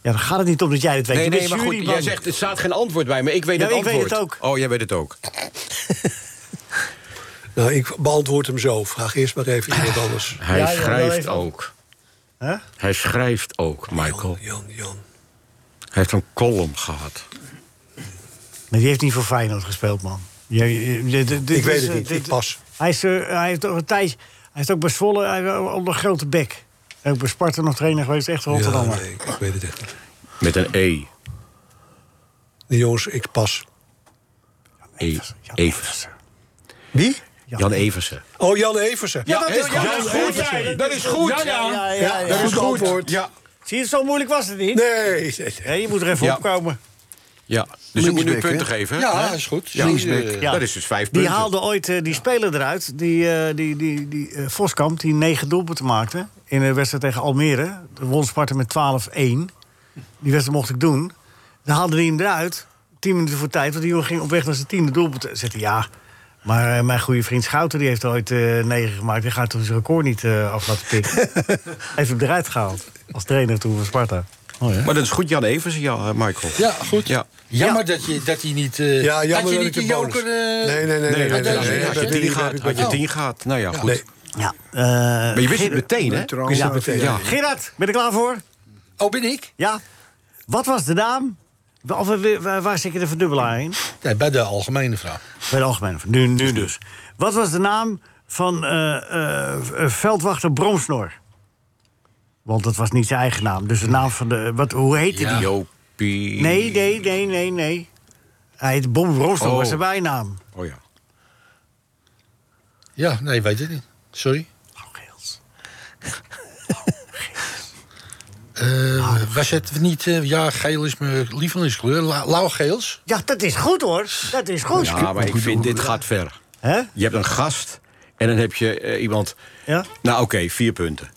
S3: Ja, dan gaat het niet om dat jij het weet.
S5: Nee,
S3: Je
S5: nee,
S3: bent
S5: maar goed,
S3: juryman.
S5: jij zegt, er staat geen antwoord bij, maar ik weet
S3: Ja,
S5: het
S3: ik weet
S5: antwoord.
S3: het
S5: Oh, jij weet het ook.
S7: Nou, ik beantwoord hem zo. Vraag eerst maar even iemand anders.
S5: Hij
S3: Ja, ja, wel
S5: schrijft
S3: even.
S5: ook.
S3: Hè?
S5: Hij schrijft ook, Michael.
S7: Jan, Jan, Jan.
S5: Hij heeft een column gehad.
S3: Nee, die heeft niet voor Feyenoord gespeeld, man.
S7: Ik weet het niet. Ik pas.
S3: eh, Hij, is, eh, hij heeft toch een tijdje. Hij heeft ook bij Zwolle hij heeft ook een grote bek. Hij is ook bij Sparta nog trainer geweest, echt een
S7: Ja,
S3: Rotterdammer.
S7: nee, ik ik weet het echt niet.
S5: Met een E.
S7: Nee, jongens, ik pas.
S5: E.
S3: Jan
S5: Evers.
S7: Wie?
S5: Jan Eversen.
S7: Oh, Jan Eversen.
S5: Ja, dat is goed. Ja, Dat is goed. Ja, ja.
S7: Ja, dat is goed.
S5: Ja.
S3: Zie je, zo moeilijk was het niet.
S7: Nee. nee, nee.
S3: Hè, je moet er even
S5: Ja.
S3: opkomen.
S5: ja. Dus ik moet nu
S4: Linksback,
S5: punten
S4: hè?
S5: geven.
S6: Ja,
S5: hè?
S6: is goed.
S5: Ja.
S6: Dus, eh,
S5: Linksback. Dat is dus vijf
S3: Die
S5: punten.
S3: haalde ooit eh, die speler eruit, die, eh, die, die, die eh, Voskamp, die negen doelpunten maakte in de wedstrijd tegen Almere. De won Sparta met 12-1. Die wedstrijd mocht ik doen. Dan haalde hij hem eruit, tien minuten voor tijd, want die jongen ging op weg naar zijn tiende doelpunt. Zette ja, maar eh, mijn goede vriend Schouten die heeft er ooit eh, negen gemaakt. Die gaat toch zijn record niet eh, af laten pikken. Hij heeft hem eruit gehaald als trainer toen van Sparta.
S5: Maar dat is goed, Jan Eversen, ja, eh, Michael.
S6: Ja, goed.
S5: Ja.
S6: Jammer dat je dat hij niet. eh,
S7: Ja,
S6: had
S7: jammer
S6: je
S7: dat
S6: niet
S7: ik
S6: de
S7: een bonus.
S6: joker. eh,
S7: Nee, nee, nee. nee, nee, nee,
S5: Nee,
S7: nee,
S6: dat is-
S7: nee,
S6: dat
S5: had je
S6: is-
S7: nee,
S6: die
S5: tien
S7: nee,
S5: gaat,
S7: nee,
S5: had je
S7: nee.
S5: tien gaat. Nou ja, goed.
S7: Nee,
S3: Ja, eh,
S5: Maar je wist het meteen, hè?
S4: Neutraal.
S7: wist het meteen.
S5: Ja.
S3: Gerard, ben je er klaar voor?
S6: Oh, ben ik?
S3: Ja. Wat was de naam? Of, eh, waar, waar zit je de verdubbelaar in?
S6: Nee, bij de algemene vraag.
S3: Bij de algemene. Nu, nu dus. Wat was de naam van eh, eh, veldwachter Bromsnor? Want dat was niet zijn eigen naam. Dus de naam van de... Wat, hoe heette die?
S5: Jopie.
S3: Nee, nee, nee, nee, nee. Hij heette Bom Bromsnor,
S5: Oh.
S3: was zijn bijnaam.
S5: Oh ja.
S6: Ja, nee, weet het niet. Sorry. Eh, was het niet, eh, ja, geel is mijn lievelingskleur. La- Lauwgeels.
S3: Ja, dat is goed hoor. Dat is goed.
S5: Ja, maar ik vind dit gaat ver.
S3: Hè?
S5: Je hebt een gast en dan heb je eh, iemand.
S3: Ja?
S5: Nou, oké, vier punten.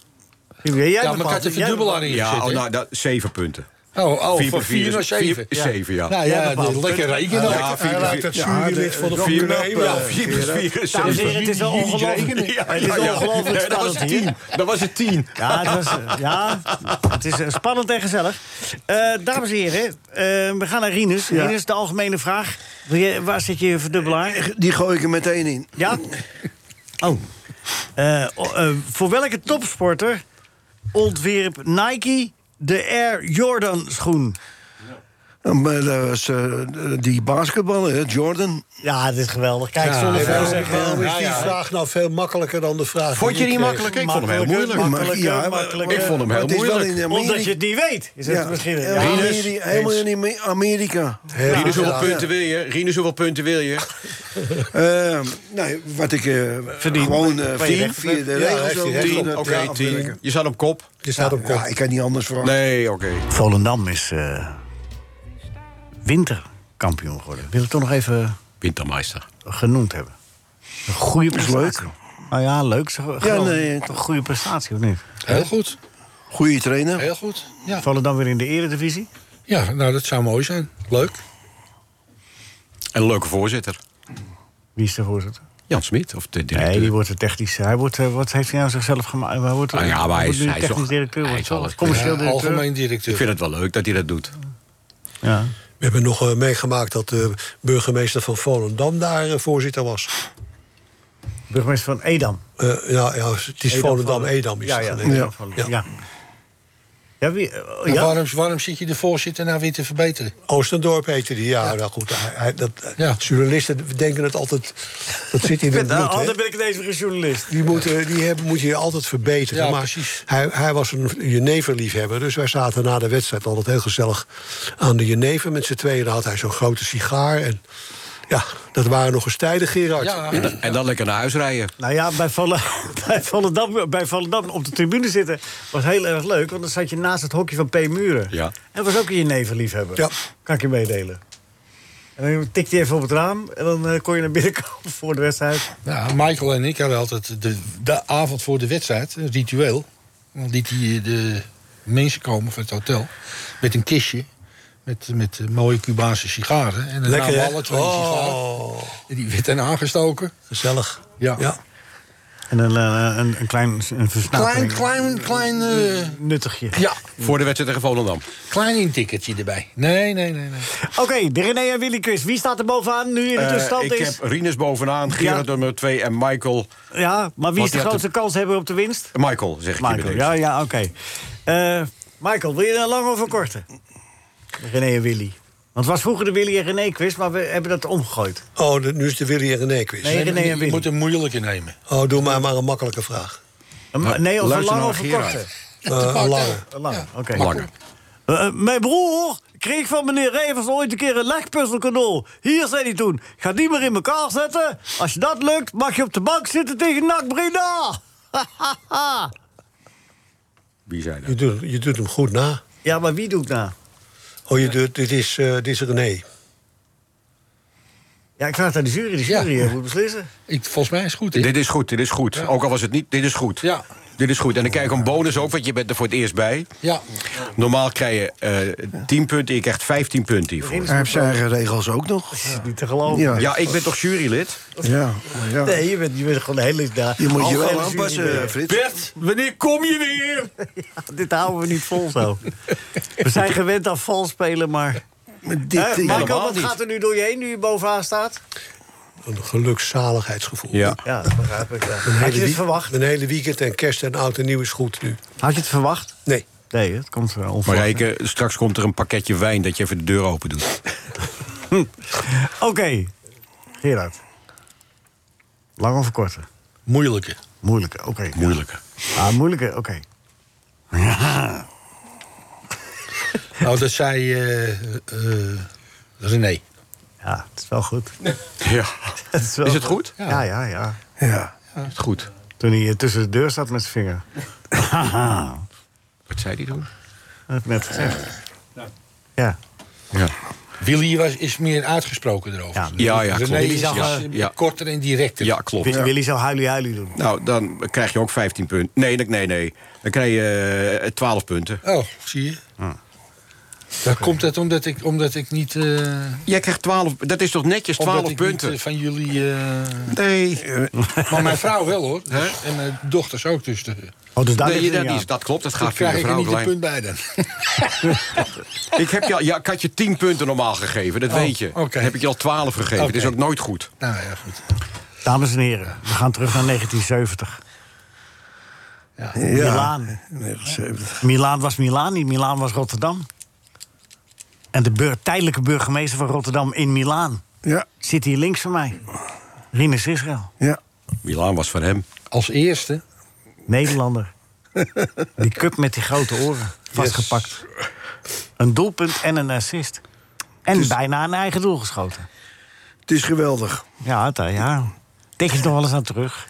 S3: Jij
S6: Ja, maar
S3: bepaalt-
S6: ik had de
S3: jij
S6: verdubbelaar in
S5: Ja,
S6: zitten.
S5: oh, nou, dat, zeven punten.
S6: oh, oh,
S5: vier
S6: van
S5: per vier
S6: 4
S5: is-
S6: naar
S5: vier
S6: 7.
S5: is zeven, ja.
S6: Nou
S3: Jij
S6: ja,
S3: bepaalt
S6: de-
S3: het.
S6: lekker rekenen.
S5: Ja,
S6: ook.
S5: vier-
S7: Hij laat
S5: vier-
S7: het jurylid van de
S5: Vier,
S7: knap,
S5: ja,
S7: eh,
S5: vier plus vier is
S3: Dames en heren,
S5: zeven.
S3: het is wel
S6: Jullie
S3: ongelooflijk.
S6: rekenen.
S5: Ja,
S3: Het is
S5: ja, ja.
S3: ongelooflijk
S5: Nee, dat was
S3: spannend hier.
S5: tien. Dat was het tien.
S3: Ja, het, was, eh, ja, het is eh, spannend en gezellig. Eh, dames en heren, eh, we gaan naar Rinus. Rinus, de algemene vraag. Wil je, waar zit je
S5: Eh,
S3: verdubbelaar?
S4: Die gooi ik er meteen in.
S3: Ja? Oh. Eh, o- eh, voor welke topsporter ontwierp Nike de Air Jordan schoen?
S4: Maar dat was eh, die basketballer, hè, Jordan.
S3: Ja, dit is geweldig. Kijk, zonder veel
S7: Waarom-
S3: zeggen.
S7: Waarom is
S6: Ja,
S7: die
S6: ja.
S7: vraag nou veel makkelijker dan de vraag?
S5: Vond je
S7: die
S5: die
S7: ik eh, kreeg?
S5: makkelijk? Ik vond hem heel
S3: Makkelijker,
S5: moeilijk.
S3: Makkelijker,
S4: ja,
S3: makkelijker.
S5: Ik vond hem
S4: Maar
S5: heel
S4: het is wel
S5: moeilijk.
S4: in Amerika.
S3: Omdat je het niet weet, is het misschien.
S4: Ja,
S3: Ja.
S4: Ameri- helemaal in Ame- Amerika.
S7: Heel
S5: Rinus, hoeveel
S7: graag.
S5: punten wil je? Rinus, hoeveel punten wil je?
S4: Eh, nou, wat ik eh,
S3: Verdien.
S4: gewoon eh,
S3: Waar je
S4: verdien
S3: recht
S4: via de
S7: Ja,
S4: regels.
S7: heeft hij
S4: ook
S7: recht
S4: doen, dat,
S7: op.
S5: Tien.
S4: ja,
S5: Oké,
S4: afwerken.
S5: tien. Je staat op kop.
S7: Je staat op kop.
S4: Ja, ik kan niet anders vragen.
S5: Nee, oké.
S3: Volendam is eh, winterkampioen geworden. Wil ik toch nog even
S5: Wintermeister.
S3: genoemd hebben. Een goede prestatie.
S4: leuk.
S3: Nou ja, leuk. Zeg, ja,
S4: nee.
S3: Een goede prestatie, of niet?
S6: Heel goed.
S4: Goeie trainer.
S6: Heel goed. Ja.
S3: Vallen dan weer in de eredivisie?
S6: ja, nou, dat zou mooi zijn. Leuk.
S5: En een leuke voorzitter.
S3: Wie is de voorzitter?
S5: Jan Smit, of de directeur.
S3: Nee, die wordt de technische. Hij wordt, eh, wat heeft hij nou zichzelf gemaakt? Nou Hij wordt,
S5: Ah ja, maar hij
S3: wordt
S5: is-
S3: nu
S5: hij is
S3: technisch
S5: toch-
S3: directeur.
S5: hij
S3: wordt
S5: is
S3: zo-
S5: alles-
S3: commercieel
S6: Ja,
S3: directeur.
S6: algemeen
S5: Ik
S6: directeur.
S5: vind het wel leuk dat hij dat doet.
S3: Ja.
S7: We hebben nog eh, meegemaakt dat de burgemeester van Volendam daar eh, voorzitter was.
S3: Burgemeester van Edam.
S7: Eh, ja, ja, het is
S3: Edam
S7: Volendam-Edam.
S3: Ja, ja,
S7: ja,
S3: Edam van-
S7: Ja.
S3: ja. Ja, wie, eh,
S6: Nou,
S3: ja?
S6: Waarom, waarom zit je de voorzitter nou weer te verbeteren?
S7: Oostendorp heette die, ja, nou goed. hij- hij- dat, Journalisten denken het altijd, dat zit in het bloed.
S3: Nou,
S7: hè.
S3: dan ben ik ineens weer een journalist.
S7: Die, moeten, die hebben, moet je altijd verbeteren.
S6: Ja,
S7: maar
S6: precies.
S7: Hij, hij was een jeneverliefhebber. Dus wij zaten na de wedstrijd altijd heel gezellig aan de jenever met z'n tweeën. Dan had hij zo'n grote sigaar. En ja, dat waren nog eens tijden, Gerard.
S6: Ja,
S5: En dan- En dan lekker naar huis rijden.
S3: Nou ja, bij, Volle, bij, Volendam, bij Volendam op de tribune zitten was heel erg leuk. Want dan zat je naast het hokje van P. Muren.
S5: Ja.
S3: En was ook een nevenliefhebber.
S7: Ja.
S3: Kan ik je meedelen. En dan tikte je even op het raam. En dan eh, kon je naar binnen komen voor de wedstrijd.
S6: Nou, Michael en ik hadden altijd de, de avond voor de wedstrijd, een ritueel. Dan liet hij de mensen komen van het hotel met een kistje. Met, met eh, mooie Cubaanse sigaren. En dan
S7: Lekker,
S6: namen
S7: hè?
S6: we alle Nou, twee een
S7: Oh.
S6: sigaar. En die werd dan aangestoken.
S7: Gezellig.
S6: Ja.
S7: ja.
S3: En dan eh, een, een klein een
S6: Klein,
S3: versnapering.
S6: klein, klein... eh,
S3: Nuttigje.
S6: Nou, ja,
S5: Voor de wedstrijd tegen Volendam.
S6: klein intikketje erbij. Nee, nee, nee. nee.
S3: Oké, de René en Willy quiz. Wie staat er bovenaan nu in de
S5: Eh,
S3: tussenstand
S5: ik
S3: is?
S5: heb Rinus bovenaan, Gerard nummer 2 en Michael.
S3: Ja, maar wie
S5: Want
S3: is de
S5: die had
S3: grootste kans hebben op de winst?
S5: Michael, zeg ik je
S3: Michael,
S5: bij
S3: ja,
S5: deze.
S3: ja, oké. Eh, Michael, wil je een lang of een korte? René en Willy. Want het was vroeger de Willy en René quiz, maar we hebben dat omgegooid.
S7: Oh, de- nu is de Willy en René quiz.
S3: Nee, René en
S6: Je
S3: Willy.
S6: moet een moeilijke nemen.
S7: Oh, doe maar maar een makkelijke vraag.
S3: Een ma- nee, of een
S5: Luister
S3: lang
S5: naar
S3: of een
S5: Gerard.
S3: korte?
S7: Eh, een lange.
S3: Een lang, oké.
S5: Langer.
S3: Eh, eh, mijn broer kreeg van meneer Revers ooit een keer een legpuzzel cadeau. Hier zei hij toen, ga die maar in elkaar zetten. Als je dat lukt, mag je op de bank zitten tegen NAC Breda.
S5: Wie zei
S7: Je
S5: dat?
S7: doet, je doet hem goed na.
S3: ja, maar wie doet nou?
S7: Oh, je doet, dit, is, eh, dit is René.
S3: Ja, ik vraag het aan de jury. De jury eh,
S6: Ja.
S3: moet beslissen.
S6: Ik, volgens mij is het goed. hè?
S5: Dit is goed, dit is goed. Ook al was het niet, dit is goed.
S6: Ja.
S5: Dit is goed. En dan krijg ik een bonus ook, want je bent er voor het eerst bij.
S6: Ja.
S5: Normaal krijg je eh 10 punten, je krijgt 15 punten hiervoor.
S4: Hij heeft zijn eigen regels ook nog.
S3: Dat is niet te geloven.
S4: Ja.
S5: Ja, ik ben toch jurylid?
S4: Ja, ja.
S3: Nee, je bent, je bent gewoon heel daar.
S4: Je moet je wel
S3: Algemene jury.
S4: aanpassen, Frits.
S5: Bert, wanneer kom je weer?
S3: Dit houden we niet vol zo. We zijn gewend aan vals spelen, maar...
S4: Met
S3: Eh,
S4: dit ding.
S3: Michael,
S5: helemaal
S3: wat
S5: niet.
S3: gaat er nu door je heen nu je bovenaan staat?
S7: Een gelukzaligheidsgevoel.
S5: Ja.
S3: Ja, dat begrijp ik. ja. Had je
S7: Hele
S3: het
S7: wie-
S3: verwacht?
S7: Een hele weekend en kerst en oud en nieuw is goed nu.
S3: Had je het verwacht?
S7: Nee.
S3: Nee, het komt wel onverwacht.
S5: Marijke, straks komt er een pakketje wijn dat je even de deur open doet.
S3: Oké, Gerard. Lang of korte?
S6: Moeilijke.
S3: Moeilijke, oké. Ja.
S5: Moeilijke.
S3: Ah, moeilijke, oké.
S6: Nou, dat zei eh, eh, René.
S3: Ja, het is wel goed.
S5: Ja.
S3: Het is, wel
S5: Is het goed?
S3: Ja, ja, ja.
S4: Ja.
S5: Is het goed?
S3: Toen hij eh, tussen de deur staat met zijn vinger. Haha,
S5: Wat zei die toen?
S3: dat heb ik net gezegd. Ja.
S5: Ja.
S6: Willy was, is meer uitgesproken erover.
S3: Ja.
S5: Ja, Ah, ja, klopt.
S6: René
S5: Willy
S6: is
S5: zag,
S6: eh,
S5: ja, ja.
S6: korter en directer.
S5: ja, klopt.
S3: Willy, Willy zou huilie-huilie doen.
S5: Nou, dan krijg je ook 15 punten. Nee, nee, nee. nee. Dan krijg je eh, 12 punten.
S6: Oh, zie je.
S5: Hm.
S6: Dan komt dat omdat ik, omdat ik niet... eh,
S5: Jij krijgt 12. Dat is toch netjes 12
S6: omdat ik
S5: punten?
S6: niet, eh, van jullie... eh,
S5: nee.
S6: maar mijn vrouw wel, hoor. Dus- en mijn dochters ook. Dus de,
S3: Oh, dus daar
S5: Nee,
S3: ligt het
S5: dat,
S3: niet aan.
S5: is, dat klopt, dat
S6: dan
S5: gaat via
S6: krijg
S5: de
S6: ik er niet een
S5: vrouwenlijn.
S6: punt bij dan.
S5: Ik, heb je al, ja, ik had je 10 punten normaal gegeven, dat
S6: Oh,
S5: weet je.
S6: oké.
S5: Dan heb ik je al 12 gegeven, dat is
S6: Oké.
S5: ook nooit goed.
S6: nou ja, goed.
S3: Dames en heren, we gaan terug naar 1970. Milaan.
S4: Nee, dat is even-
S3: Milaan was Milaan niet, Milaan was Rotterdam. En de bur- tijdelijke burgemeester van Rotterdam in Milaan
S4: Ja,
S3: zit hier links van mij. Rinus Israël,
S4: ja.
S5: Milaan was van hem.
S6: Als eerste...
S3: Nederlander. Die cup met die grote oren, vastgepakt. Een doelpunt en een assist. En bijna een eigen doel geschoten.
S4: Het is geweldig.
S3: Ja, het, ja. Denk je er nog wel eens aan terug?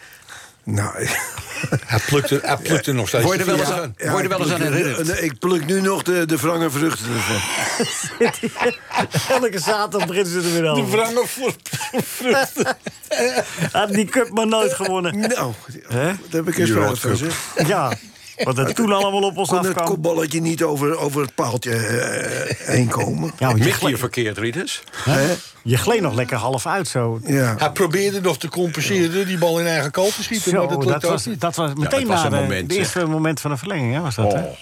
S4: Nou,
S6: Hij plukte, hij plukte nog steeds.
S5: Word je er wel
S6: de
S5: eens
S6: vingers
S5: aan, word je er wel eens aan herinnerd?
S4: Nee, Ik pluk nu nog de, de wrange vruchten ervan.
S3: Elke zaterdag beginnen ze er weer
S6: De
S3: over.
S6: wrangen voor
S3: Had die cup maar nooit gewonnen.
S4: Nou,
S3: Hè?
S4: dat heb ik eens
S5: Euro
S4: wel van
S5: Cup.
S4: zeg.
S3: Ja, wat het toen allemaal op ons
S4: Kon het
S3: afkwam.
S4: kopballetje niet over, over het paaltje eh, heen komen?
S3: Ja, want je,
S5: Micht hier
S3: gleed,
S5: verkeerd, Rieders?
S4: Hè?
S3: je gleed nog lekker half uit zo.
S4: Ja.
S6: Hij probeerde nog te compenseren door die bal in eigen goal te schieten.
S3: Zo,
S6: maar dat
S3: dat,
S6: lukte
S3: was,
S6: ook niet.
S3: dat was meteen
S5: was
S3: na
S5: een
S3: de,
S5: moment,
S3: de
S5: zeg.
S3: eerste moment van de verlenging, hè, was dat, hè?
S5: Oh.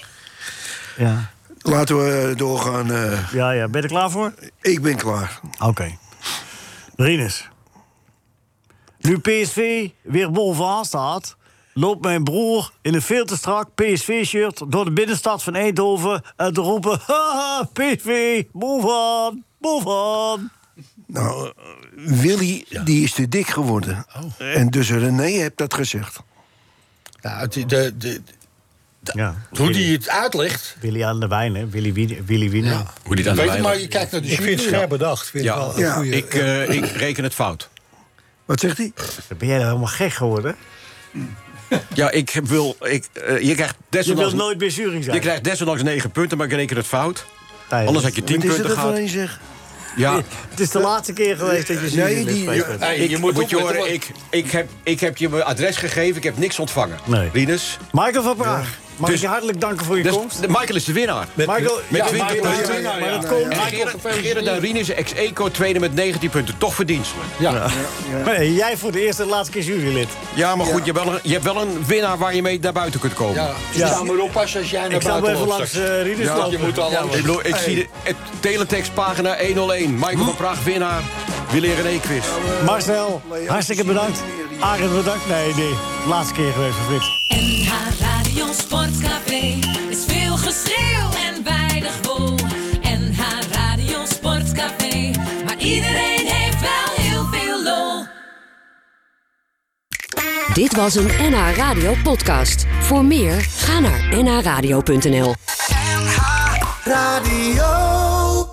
S3: Ja.
S4: Laten we eh, doorgaan. eh.
S3: Ja, ja, ben je er klaar voor?
S4: ik ben klaar.
S3: Oké. Rinus. Nu PSV weer bovenaan staat, loopt mijn broer in een veel te strak PSV-shirt door de binnenstad van Eindhoven en te roepen: Haha, PSV, boven, boven.
S4: Nou, Willy, die is te dik geworden.
S5: Oh.
S4: En dus René heeft dat gezegd.
S6: Nou, het- de, de,
S3: Ja.
S6: hoe die het uitlegt.
S3: Willy aan de wijn, hè? Willy, Wien- Willy Wiener.
S5: Hoe die aan de
S6: Weet je,
S5: lijn
S6: maar
S5: was.
S6: je kijkt naar de
S7: Ik vind het
S6: jury.
S7: scherp bedacht. Ik vind het
S5: Ja.
S7: wel een
S4: Ja.
S7: goeie-
S5: Ik, eh, ik reken het fout.
S4: Wat zegt hij?
S3: Ben jij nou helemaal gek geworden?
S5: Ja, ik heb- wil. Ik, eh, je krijgt
S3: Je
S5: desondanks.
S3: wilt nooit meer jury zijn.
S5: je krijgt desondanks 9 punten, maar ik reken het fout.
S3: Tijdens.
S5: Anders had je 10
S4: Wat is
S5: punten
S4: het er voor
S5: gehad.
S4: een zeg?
S5: Ja,
S3: Het is de laatste keer geweest dat je jury
S4: Nee, die-
S3: geweest bent.
S6: Hey,
S5: ik,
S6: je
S5: je
S6: moet
S5: moet, je
S6: opletten,
S5: horen, ik, ik, heb, ik heb je mijn adres gegeven, ik heb niks ontvangen.
S3: Nee.
S5: Rinus.
S3: Michael van Praag, mag
S5: Dus-
S3: ik je hartelijk danken voor je
S5: Dus,
S3: komst.
S5: de- Michael is de winnaar.
S3: Michael,
S5: met
S3: ja,
S5: 20
S3: Michael,
S5: punten.
S3: ja, maar dat
S4: Ja,
S3: komt.
S5: En Gerard- Gerard en Rinus, ex-eco, tweede met 19 punten. Toch verdienstelijk.
S3: Hey, jij voor de eerste en laatste keer jurylid.
S5: Ja, maar goed, je hebt wel een, je hebt wel een winnaar waar je mee naar buiten kunt komen.
S6: Ja,
S3: Ja.
S6: ja. zou maar oppassen als jij naar
S3: Ik zal hem
S6: buiten
S3: even
S6: loopt
S3: langs
S6: straks.
S3: eh Rieders
S5: Ja,
S3: lopen.
S6: Je moet al
S5: Ik
S6: langs.
S5: bedoel, ik zie de, het teletext pagina 101. Michael van Praag, winnaar. Willy René quiz.
S3: Marcel, hartstikke bedankt. Arend, bedankt. Nee, nee. Laatste keer geweest voor Frits.
S1: NH Radio Sportcafé is veel geschreeuw en weinig wol. NH Radio Sportcafé, maar iedereen heeft wel heel veel lol.
S11: Dit was een NH Radio podcast. Voor meer, ga naar nhradio.nl.
S2: Radio.